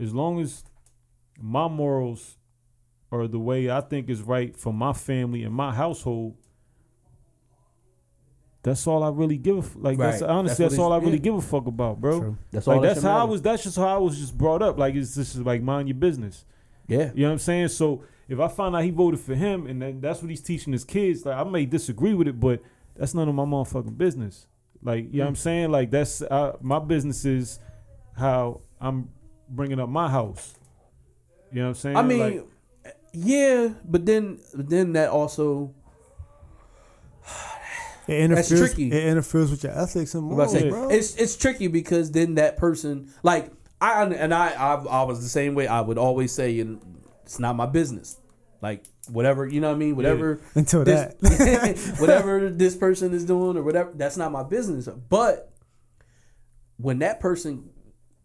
Speaker 4: as long as my morals are the way I think is right for my family and my household, That's all I really give a f- like. That's
Speaker 3: Right.
Speaker 4: honestly,
Speaker 3: That's
Speaker 4: that's,
Speaker 3: what
Speaker 4: all I
Speaker 3: it's-
Speaker 4: really
Speaker 3: yeah.
Speaker 4: give a fuck about, bro.
Speaker 5: True.
Speaker 3: That's all.
Speaker 4: Like
Speaker 3: that
Speaker 4: that's
Speaker 3: shit
Speaker 4: how I
Speaker 3: matters.
Speaker 4: was. That's just how I was just brought up. Like it's just like mind your business.
Speaker 3: Yeah.
Speaker 4: You know what I'm saying? So if I find out he voted for him and then that's what he's teaching his kids, like I may disagree with it, but that's none of my motherfucking business. Like you know
Speaker 3: Mm.
Speaker 4: what I'm saying? Like that's uh, my business is how I'm bringing up my house. You know what I'm saying?
Speaker 3: I mean,
Speaker 4: Like,
Speaker 3: yeah, but then but then that also
Speaker 5: It interferes.
Speaker 3: tricky.
Speaker 5: It interferes with your ethics and
Speaker 3: I'm about
Speaker 5: morals,
Speaker 3: to say,
Speaker 5: bro.
Speaker 3: it's it's tricky because then that person like I and I, I I was the same way. I would always say, and it's not my business. Like whatever you know what I mean. Whatever
Speaker 5: Until
Speaker 3: this- whatever this person is doing or whatever, that's not my business. But when that person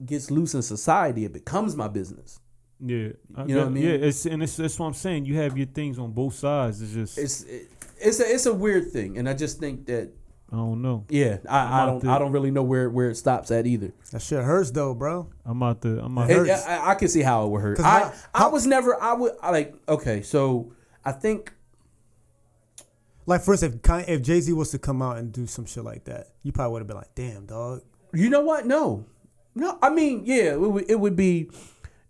Speaker 3: gets loose in society, it becomes my business.
Speaker 4: yeah, I-
Speaker 3: You know what I mean?
Speaker 4: Yeah, it's and it's that's what I'm saying. You have your things on both sides. It's just
Speaker 3: It's it, it's a it's a weird thing, and I just think that
Speaker 4: I don't know.
Speaker 3: yeah, I, I
Speaker 4: out
Speaker 3: don't
Speaker 4: there.
Speaker 3: I don't really know where where it stops at either.
Speaker 5: that shit hurts though, bro.
Speaker 4: I'm out the I'm out.
Speaker 5: It-
Speaker 3: And
Speaker 5: hurts.
Speaker 3: I, I can see how it would hurt.
Speaker 5: 'Cause
Speaker 3: I, I
Speaker 5: how-
Speaker 3: was never. I would I like. Okay, so I think
Speaker 5: Like first, if Kanye, if Jay Z was to come out and do some shit like that, you probably would have been like, "Damn, dog."
Speaker 3: you know what? No, no. I mean, yeah, it would, it would be,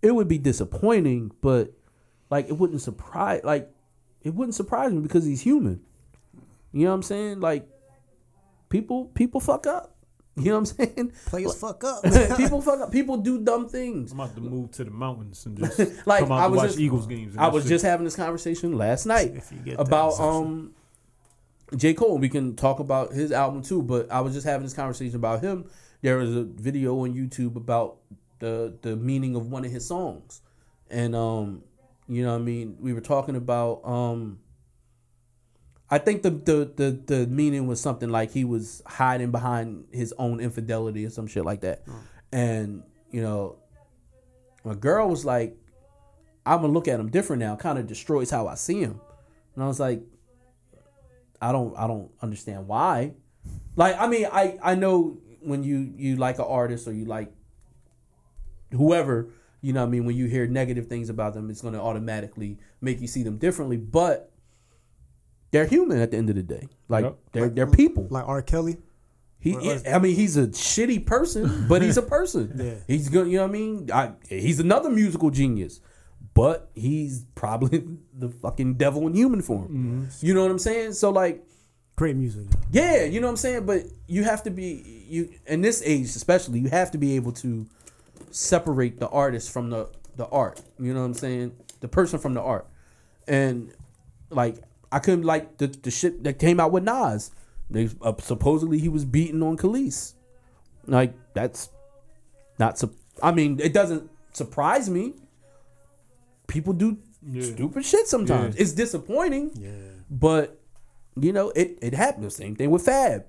Speaker 3: it would be disappointing, but like it wouldn't surprise. Like it wouldn't surprise me because he's human. You know what I'm saying? Like people, people fuck up. You know what I'm
Speaker 5: Play as fuck up.
Speaker 3: saying? people fuck up. People do dumb things.
Speaker 4: I'm about to move to the mountains and just
Speaker 3: Like
Speaker 4: come out
Speaker 3: I
Speaker 4: to
Speaker 3: was
Speaker 4: watch
Speaker 3: just,
Speaker 4: Eagles games. and
Speaker 3: I
Speaker 4: that
Speaker 3: was
Speaker 4: shit.
Speaker 3: just having this conversation last night
Speaker 5: If you get that
Speaker 3: about
Speaker 5: reception.
Speaker 3: um J Cole. We can talk about his album too, but I was just having this conversation about him. There was a video on YouTube about the the meaning of one of his songs, and um, you know, what I mean, we were talking about um. I think the, the the the meaning was something like he was hiding behind his own infidelity or some shit like that,
Speaker 4: Oh.
Speaker 3: and you know, my girl was like, I'm gonna look at him different now. Kind of destroys how I see him. And I was like, I don't, I don't understand why. Like, I mean, I, I know when you you like an artist or you like whoever, you know, what I mean, when you hear negative things about them, it's gonna automatically make you see them differently. But they're human at the end of the day. Like
Speaker 4: Yep.
Speaker 3: they're they're people.
Speaker 5: like R. Kelly.
Speaker 3: He,
Speaker 5: Or- or-
Speaker 3: I mean, he's a shitty person, but he's a person.
Speaker 5: Yeah.
Speaker 3: He's good. You know what I mean? I, he's another musical genius, but he's probably the fucking devil in human form.
Speaker 5: Mm-hmm.
Speaker 3: You know what I'm saying? So like,
Speaker 5: Great music. though.
Speaker 3: yeah, you know what I'm saying. But you have to be you in this age, especially. You have to be able to separate the artist from the the art. You know what I'm saying? The person from the art, and like I couldn't like the the shit that came out with Nas. They uh, supposedly he was beating on Khalees. Like that's not. Su- I mean, it doesn't surprise me. People do
Speaker 4: Yeah.
Speaker 3: stupid shit sometimes.
Speaker 4: Yeah.
Speaker 3: It's disappointing. But you know, it it happened. Same thing with Fab.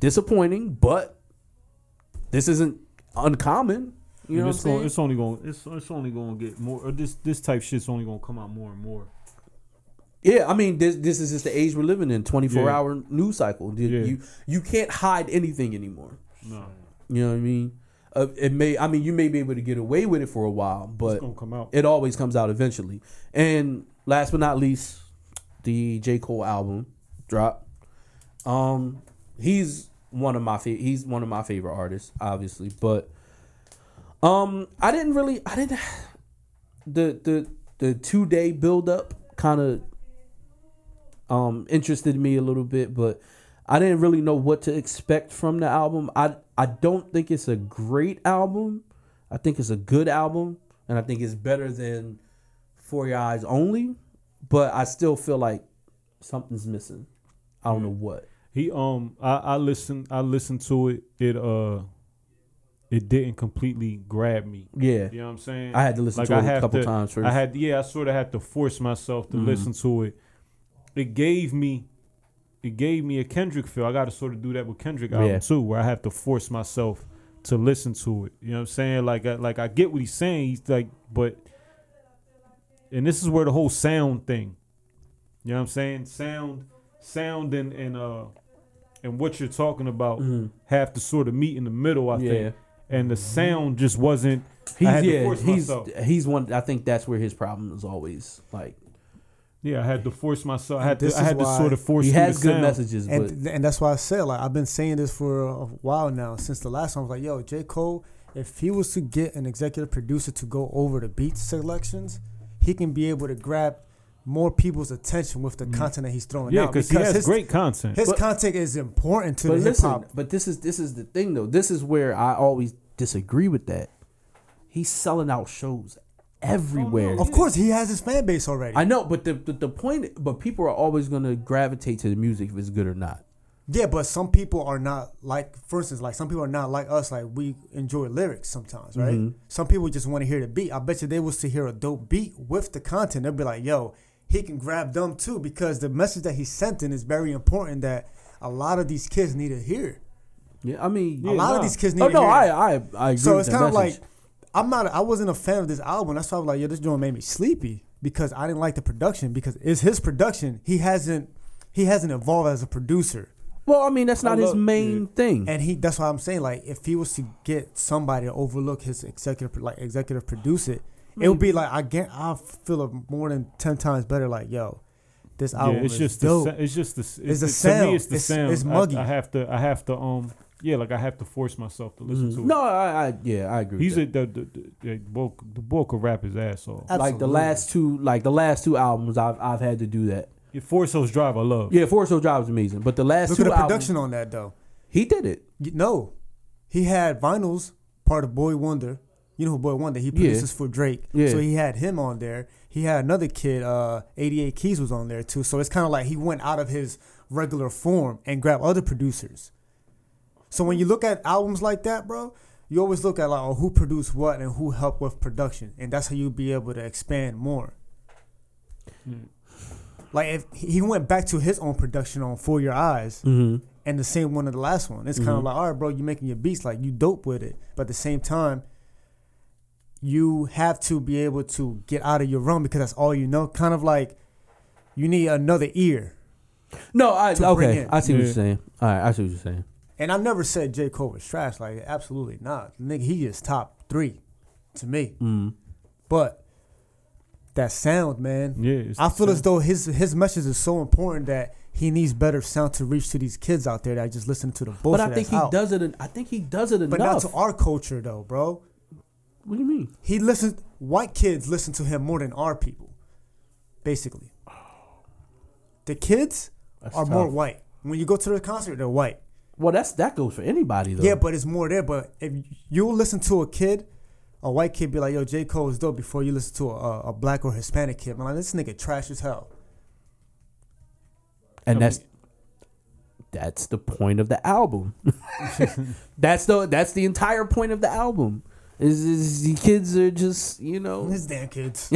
Speaker 3: Disappointing, but this isn't uncommon. You know
Speaker 4: And
Speaker 3: what I'm
Speaker 4: it's, gonna,
Speaker 3: saying?
Speaker 4: it's only going. to It's, it's only going to get more. Or this this type shit's only going to come out more and more.
Speaker 3: Yeah, I mean, this this is just the age we're living in. Twenty four
Speaker 4: Yeah.
Speaker 3: hour news cycle. You,
Speaker 4: Yeah.
Speaker 3: you you can't hide anything anymore.
Speaker 4: No,
Speaker 3: You know what I mean? Uh, it may. I mean, you may be able to get away with it for a while, but
Speaker 4: it's going to come out.
Speaker 3: it always comes out eventually. And last but not least, the J Cole album drop. Um, he's one of my fa- he's one of my favorite artists, obviously. But um, I didn't really I didn't the the the two day build up kind of um interested me a little bit, but I didn't really know what to expect from the album. I I don't think it's a great album. I think it's a good album, and I think it's better than For Your Eyes Only. But I still feel like something's missing. I don't know what.
Speaker 4: He um, I I listened. I listened to it. It uh, it didn't completely grab me.
Speaker 3: Yeah,
Speaker 4: You know what I'm saying?
Speaker 3: I had to listen to it a
Speaker 4: have
Speaker 3: couple
Speaker 4: to-
Speaker 3: times first.
Speaker 4: I had yeah, I sort of had to force myself
Speaker 3: Mm-hmm.
Speaker 4: to listen to it. It gave me it gave me a Kendrick feel. I got to sort of do that with Kendrick album
Speaker 3: Yeah.
Speaker 4: too, where I have to force myself to listen to it. You know what I'm saying? Like I, like I get what he's saying. He's like, but and this is where the whole sound thing. You know what I'm saying? Sound, sound, and and uh, and what you're talking about have to sort of meet in the middle. I
Speaker 3: Mm-hmm. Yeah. Mm-hmm.
Speaker 4: think. And the sound just wasn't. I
Speaker 3: he's
Speaker 4: had to
Speaker 3: yeah,
Speaker 4: force
Speaker 3: he's
Speaker 4: myself.
Speaker 3: he's one. I think that's where his problem is always like
Speaker 4: Yeah, I had to force myself. I had
Speaker 5: This
Speaker 4: to. I
Speaker 5: is
Speaker 4: had to
Speaker 5: why
Speaker 4: sort of force.
Speaker 3: He
Speaker 4: through
Speaker 3: has
Speaker 4: the
Speaker 3: good
Speaker 4: sound.
Speaker 3: messages, but
Speaker 5: And, and that's why I said like I've been saying this for a while now since the last one. I was like, yo, J Cole, if he was to get an executive producer to go over the beat selections, he can be able to grab more people's attention with
Speaker 3: Mm.
Speaker 5: the content that he's throwing
Speaker 4: Yeah,
Speaker 5: out
Speaker 4: because he has
Speaker 5: his,
Speaker 4: great content.
Speaker 5: his
Speaker 3: But-
Speaker 5: content is important to
Speaker 3: but
Speaker 5: the hip
Speaker 3: listen,
Speaker 5: hop.
Speaker 3: but this is this is the thing though. This is where I always disagree with that. He's selling out shows everywhere.
Speaker 5: Of course, he has his fan base already.
Speaker 3: I know, but the, the the point, but people are always going to gravitate to the music if it's good or not.
Speaker 5: yeah, but some people are not like, for instance, like some people are not like us. Like we enjoy lyrics sometimes, right?
Speaker 3: Mm-hmm.
Speaker 5: Some people just want to hear the beat. I bet you they was to hear a dope beat with the content. They'll be like, "Yo, he can grab them too," because the message that he's sending is very important. That a lot of these kids need to hear.
Speaker 3: Yeah, I mean,
Speaker 5: A lot
Speaker 4: nah.
Speaker 5: of these kids need
Speaker 3: oh
Speaker 5: to
Speaker 3: no,
Speaker 5: hear.
Speaker 3: I
Speaker 5: that.
Speaker 3: I I agree.
Speaker 5: So it's
Speaker 3: kind of
Speaker 5: like I'm not. I wasn't a fan of this album. That's why I was like, yo, this joint made me sleepy because I didn't like the production because it's his production. He hasn't he hasn't evolved as a producer,
Speaker 3: well, I mean, that's
Speaker 4: I
Speaker 3: not his
Speaker 4: love-
Speaker 3: main thing.
Speaker 5: and he. That's why I'm saying like, if he was to get somebody to overlook his executive like executive produce it, it would be like I get I feel it more than ten times better. Like yo, this
Speaker 4: Yeah,
Speaker 5: album
Speaker 4: it's
Speaker 5: is
Speaker 4: just
Speaker 5: dope.
Speaker 4: the. sa- It's just the. It's,
Speaker 5: the
Speaker 4: it's- To
Speaker 5: sound.
Speaker 4: me, it's the
Speaker 5: It's-
Speaker 4: sound.
Speaker 5: it's
Speaker 4: I-
Speaker 5: muggy.
Speaker 4: I, have to. I have to. Um. Yeah, like I have to force myself to listen
Speaker 5: Mm-hmm.
Speaker 4: to it.
Speaker 3: no, I, I yeah, I agree.
Speaker 4: He's
Speaker 3: with
Speaker 4: a the the, the, the bulk the bulk of rap his ass off.
Speaker 3: that. like the last two, like the last two albums, I've I've had to do that.
Speaker 4: Yeah, Four Souls Drive, I love.
Speaker 3: Yeah, Forest Hill Drive was amazing, but the last
Speaker 5: Look
Speaker 3: two
Speaker 5: at the
Speaker 3: albums,
Speaker 5: production on that though.
Speaker 3: he did it.
Speaker 5: You- No, he had vinyls part of Boy Wonder. You know who Boy Wonder? He
Speaker 3: Yeah.
Speaker 5: produces for Drake.
Speaker 3: Yeah.
Speaker 5: So he had him on there. He had another kid, uh, 88 Keys was on there too. So it's kind of like he went out of his regular form and grabbed other producers. So when you look at albums like that, bro, you always look at like oh, who produced what and who helped with production, and that's how you'll be able to expand more. Like if he went back to his own production on For Your Eyes, and the same one of the last one. It's kind of like, all right, bro, you're making your beats, like you dope with it, but at the same time, you have to be able to get out of your realm because that's all you know. Kind of like you need another ear.
Speaker 3: No, I
Speaker 5: To bring
Speaker 3: okay,
Speaker 5: it.
Speaker 3: I see what
Speaker 4: Yeah.
Speaker 3: you're saying. All right, I see what you're saying.
Speaker 5: And I never said J. Cole was trash. Like, absolutely not. Nigga, he is top three to me.
Speaker 4: Mm.
Speaker 5: But that sound, man.
Speaker 4: Yeah, it's
Speaker 5: I
Speaker 4: the
Speaker 5: feel as
Speaker 4: sound.
Speaker 5: though his his message is so important that he needs better sound to reach to these kids out there that just listen to the bullshit.
Speaker 3: But I think
Speaker 5: that's
Speaker 3: he
Speaker 5: out.
Speaker 3: does it. en- I think he does it
Speaker 5: But
Speaker 3: enough.
Speaker 5: not to our culture though, bro.
Speaker 3: what do you mean?
Speaker 5: He listens. White kids listen to him more than our people, basically. The kids
Speaker 3: That's
Speaker 5: are more
Speaker 3: tough.
Speaker 5: white. When you go to the concert, they're white.
Speaker 3: Well, that's that goes for anybody though.
Speaker 5: Yeah, but it's more there. But if you listen to a kid, a white kid be like, "Yo, J Cole is dope," before you listen to a, a black or Hispanic kid, man, like this nigga trash as hell.
Speaker 3: and
Speaker 4: I
Speaker 3: that's that's the point of the album. that's the that's the entire point of the album. Is, is the kids are just you know
Speaker 5: His damn kids.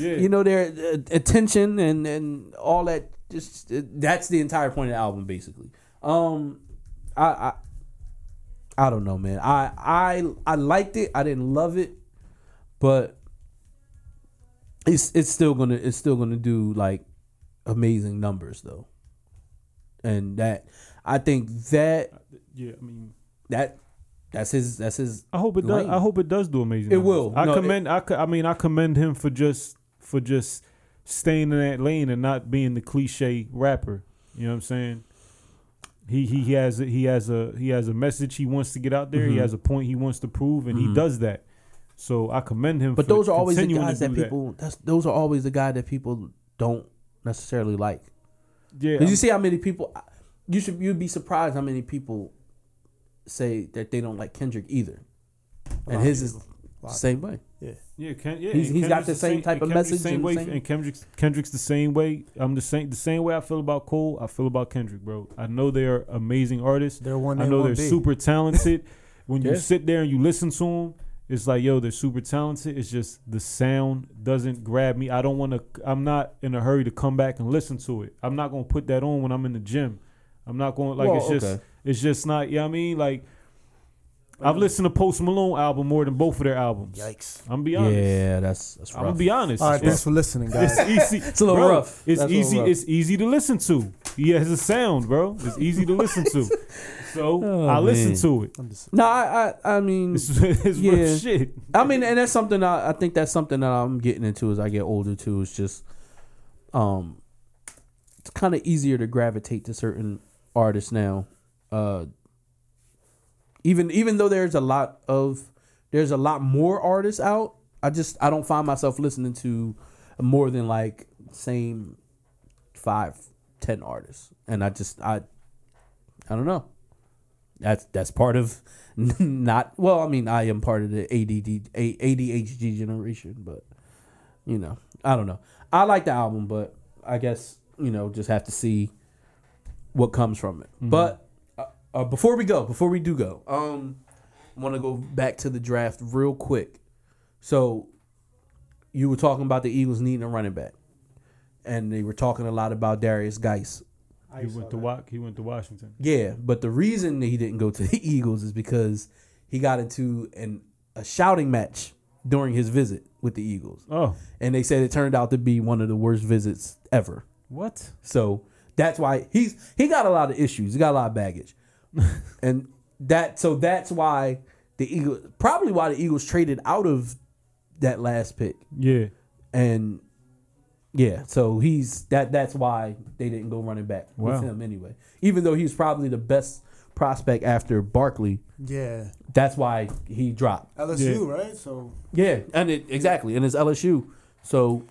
Speaker 4: Yeah.
Speaker 3: you know their uh, attention and and all that just uh, that's the entire point of the album basically. Um, I I, I don't know, man. I I I liked it. I didn't love it, but it's it's still gonna it's still gonna do like amazing numbers though, and that I think that
Speaker 4: yeah, I mean,
Speaker 3: that that's his that's his.
Speaker 4: I hope it does.
Speaker 3: lane.
Speaker 4: I hope it does do amazing.
Speaker 3: It
Speaker 4: numbers.
Speaker 3: will.
Speaker 4: I
Speaker 3: No, it-
Speaker 4: commend. I, co- I mean, I commend him for just for just staying in that lane and not being the cliche rapper. You know what I'm saying? He he has a, he has a he has a message he wants to get out
Speaker 3: Mm-hmm.
Speaker 4: there. He has a point he wants to prove, and he does that. So I commend him.
Speaker 3: But
Speaker 4: for
Speaker 3: those are always the
Speaker 4: continuing to
Speaker 3: guys that
Speaker 4: do
Speaker 3: people that's those are always the guy that people don't necessarily like.
Speaker 4: Yeah,
Speaker 3: Did
Speaker 4: I'm-
Speaker 3: you see how many people? You should you'd be surprised how many people say that they don't like Kendrick either, and his is the same way.
Speaker 5: yeah.
Speaker 4: Yeah, Ken, yeah,
Speaker 3: He's-
Speaker 4: and
Speaker 3: he's got
Speaker 4: Kendrick's
Speaker 3: the same type
Speaker 4: and
Speaker 3: of
Speaker 4: Kendrick's
Speaker 3: message
Speaker 4: same
Speaker 3: and
Speaker 4: way,
Speaker 3: same-
Speaker 4: and Kendrick's Kendrick's the same way. I'm the same the same way I feel about Cole. I feel about Kendrick, bro. I know they are amazing artists.
Speaker 5: They're one
Speaker 4: I
Speaker 5: A,
Speaker 4: know
Speaker 5: one
Speaker 4: they're
Speaker 5: B.
Speaker 4: super talented. when you
Speaker 3: Yeah.
Speaker 4: sit there and you listen to them, it's like yo, they're super talented. It's just the sound doesn't grab me. I don't want to. I'm not in a hurry to come back and listen to it. I'm not gonna put that on when I'm in the gym. I'm not going like
Speaker 3: Well,
Speaker 4: it's just
Speaker 3: okay.
Speaker 4: it's just not. You know what I mean? Like I've listened to Post Malone album more than both of their albums.
Speaker 5: Yikes.
Speaker 4: I'm gonna be honest.
Speaker 3: Yeah, that's that's
Speaker 4: I'm gonna
Speaker 3: rough.
Speaker 4: be honest.
Speaker 5: All right, thanks
Speaker 4: it's,
Speaker 5: for listening, guys.
Speaker 4: it's easy.
Speaker 3: It's a little
Speaker 4: Bro,
Speaker 3: rough.
Speaker 4: It's
Speaker 3: That's a little
Speaker 4: easy.
Speaker 3: rough.
Speaker 4: It's easy to listen to. He has a sound, bro. It's easy to listen to. So
Speaker 3: Oh,
Speaker 4: I listen
Speaker 3: man.
Speaker 4: to it.
Speaker 5: I'm just,
Speaker 3: no, I I, I mean.
Speaker 4: It's, it's
Speaker 3: Yeah.
Speaker 4: real shit.
Speaker 3: I mean, and that's something I, I think that's something that I'm getting into as I get older too. Is just um, it's kind of easier to gravitate to certain artists now. Uh, even even though there's a lot of there's a lot more artists out, I just I don't find myself listening to more than like same five ten artists, and I just I I don't know. That's that's part of not well. I mean, I am part of the ADD A- ADHD generation, but you know, I don't know. I like the album, but I guess you know, just have to see what comes from it. But uh, uh, before we go, before we do go, um, I want to go back to the draft real quick. So, you were talking about the Eagles needing a running back, and they were talking a lot about Darius Geis.
Speaker 4: He went to Wa- He went to Washington.
Speaker 3: Yeah, but the reason that he didn't go to the Eagles is because he got into an a shouting match during his visit with the Eagles.
Speaker 4: Oh,
Speaker 3: And they said it turned out to be one of the worst visits ever.
Speaker 4: what?
Speaker 3: So that's why he's he got a lot of issues. He got a lot of baggage. and that so that's why the Eagles probably why the Eagles traded out of that last pick.
Speaker 4: Yeah.
Speaker 3: And yeah, so he's that that's why they didn't go running back
Speaker 4: Wow.
Speaker 3: with him anyway. Even though he was probably the best prospect after Barkley,
Speaker 5: Yeah.
Speaker 3: that's why he dropped.
Speaker 5: LSU, right? So
Speaker 3: Yeah, and it exactly, and it's LSU. So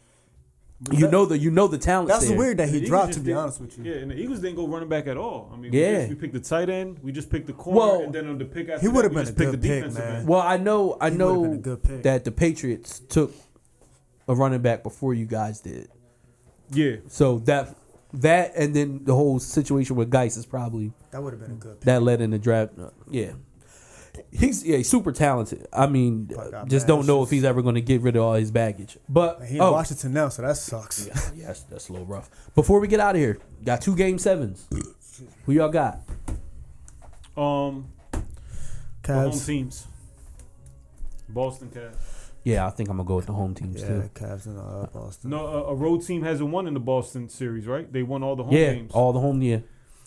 Speaker 3: you know the you know the talent.
Speaker 5: that's
Speaker 3: there.
Speaker 5: weird that he
Speaker 4: The Eagles
Speaker 5: dropped.
Speaker 4: just
Speaker 5: To be
Speaker 4: didn't-
Speaker 5: honest with you,
Speaker 4: Yeah, and the Eagles didn't go running back at all. I mean,
Speaker 3: Yeah.
Speaker 4: we, just, we picked the tight end, we just picked the corner,
Speaker 3: Well,
Speaker 4: and then on the pick after
Speaker 5: he
Speaker 4: that,
Speaker 5: would've
Speaker 4: we
Speaker 5: been
Speaker 4: just
Speaker 5: a
Speaker 4: picked
Speaker 5: good
Speaker 4: the
Speaker 5: pick,
Speaker 4: defensive
Speaker 5: man.
Speaker 4: end.
Speaker 3: Well, I know I
Speaker 5: He would've been a
Speaker 3: know
Speaker 5: good pick.
Speaker 3: that the Patriots took a running back before you guys did.
Speaker 4: Yeah,
Speaker 3: So that that and then the whole situation with Geis is probably
Speaker 5: that would have been a good. pick.
Speaker 3: that led in the draft. Uh, Yeah. He's yeah, he's super talented. I mean,
Speaker 5: Fuck, I
Speaker 3: just
Speaker 5: bet.
Speaker 3: don't know if he's ever going to get rid of all his baggage. But
Speaker 5: But He in
Speaker 3: oh,
Speaker 5: Washington now, so that sucks.
Speaker 3: yeah, yeah, that's, that's a little rough. Before we get out of here, got two game sevens. Who y'all got?
Speaker 4: um, the home
Speaker 5: Cavs.
Speaker 4: teams, Boston Cavs.
Speaker 3: Yeah, I think I'm gonna go with the home teams
Speaker 5: Yeah,
Speaker 3: too.
Speaker 5: Cavs and uh, Boston.
Speaker 4: No, a, a road team hasn't won in the Boston series, right? They won all the home
Speaker 3: Yeah,
Speaker 4: games.
Speaker 3: all the home. Yeah.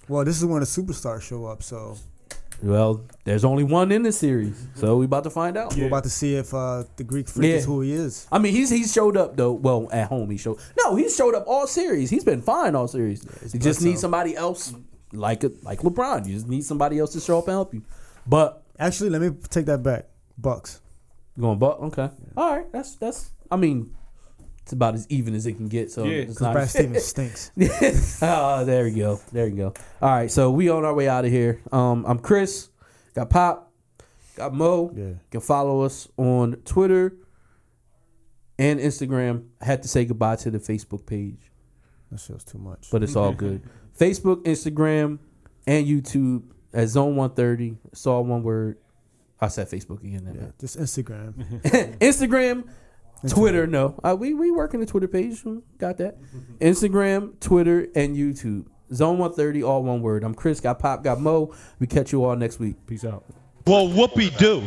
Speaker 5: Well, this is when the superstars show up, so
Speaker 3: Well, there's only one in this series, so we about to find out.
Speaker 5: we're
Speaker 4: Yeah.
Speaker 5: about to see if uh, the Greek freak
Speaker 3: Yeah.
Speaker 5: is who he is.
Speaker 3: I mean, he's he showed up though. Well, at home he showed. No, he showed up all series. He's been fine all series. you just
Speaker 5: bust
Speaker 3: need
Speaker 5: out.
Speaker 3: somebody else like a, like LeBron. You just need somebody else to show up and help you. But
Speaker 5: Actually, let me take that back. Bucks.
Speaker 3: you going but okay, all right. That's that's. I mean, it's about as even as it can get. So
Speaker 4: Yeah,
Speaker 3: it's
Speaker 5: Because
Speaker 3: not.
Speaker 5: Brad Stevens stinks.
Speaker 3: oh, there we go. There we go. All right, so we on our way out of here. Um, I'm Chris. Got Pop. Got Mo.
Speaker 5: Yeah.
Speaker 3: You can follow us on Twitter and Instagram. I had to say goodbye to the Facebook page,
Speaker 5: That show's too much.
Speaker 3: but it's all good. Facebook, Instagram, and YouTube at Zone 130. It's all one word. I said Facebook again.
Speaker 5: yeah,
Speaker 3: Then.
Speaker 5: just Instagram.
Speaker 3: Instagram, Twitter. No, uh, we we working the Twitter page. Mm, Got that. Instagram, Twitter, and YouTube. Zone 130, all one word. I'm Chris. Got Pop. Got Mo. We catch you all next week.
Speaker 4: Peace out.
Speaker 1: Well, whoopee doo.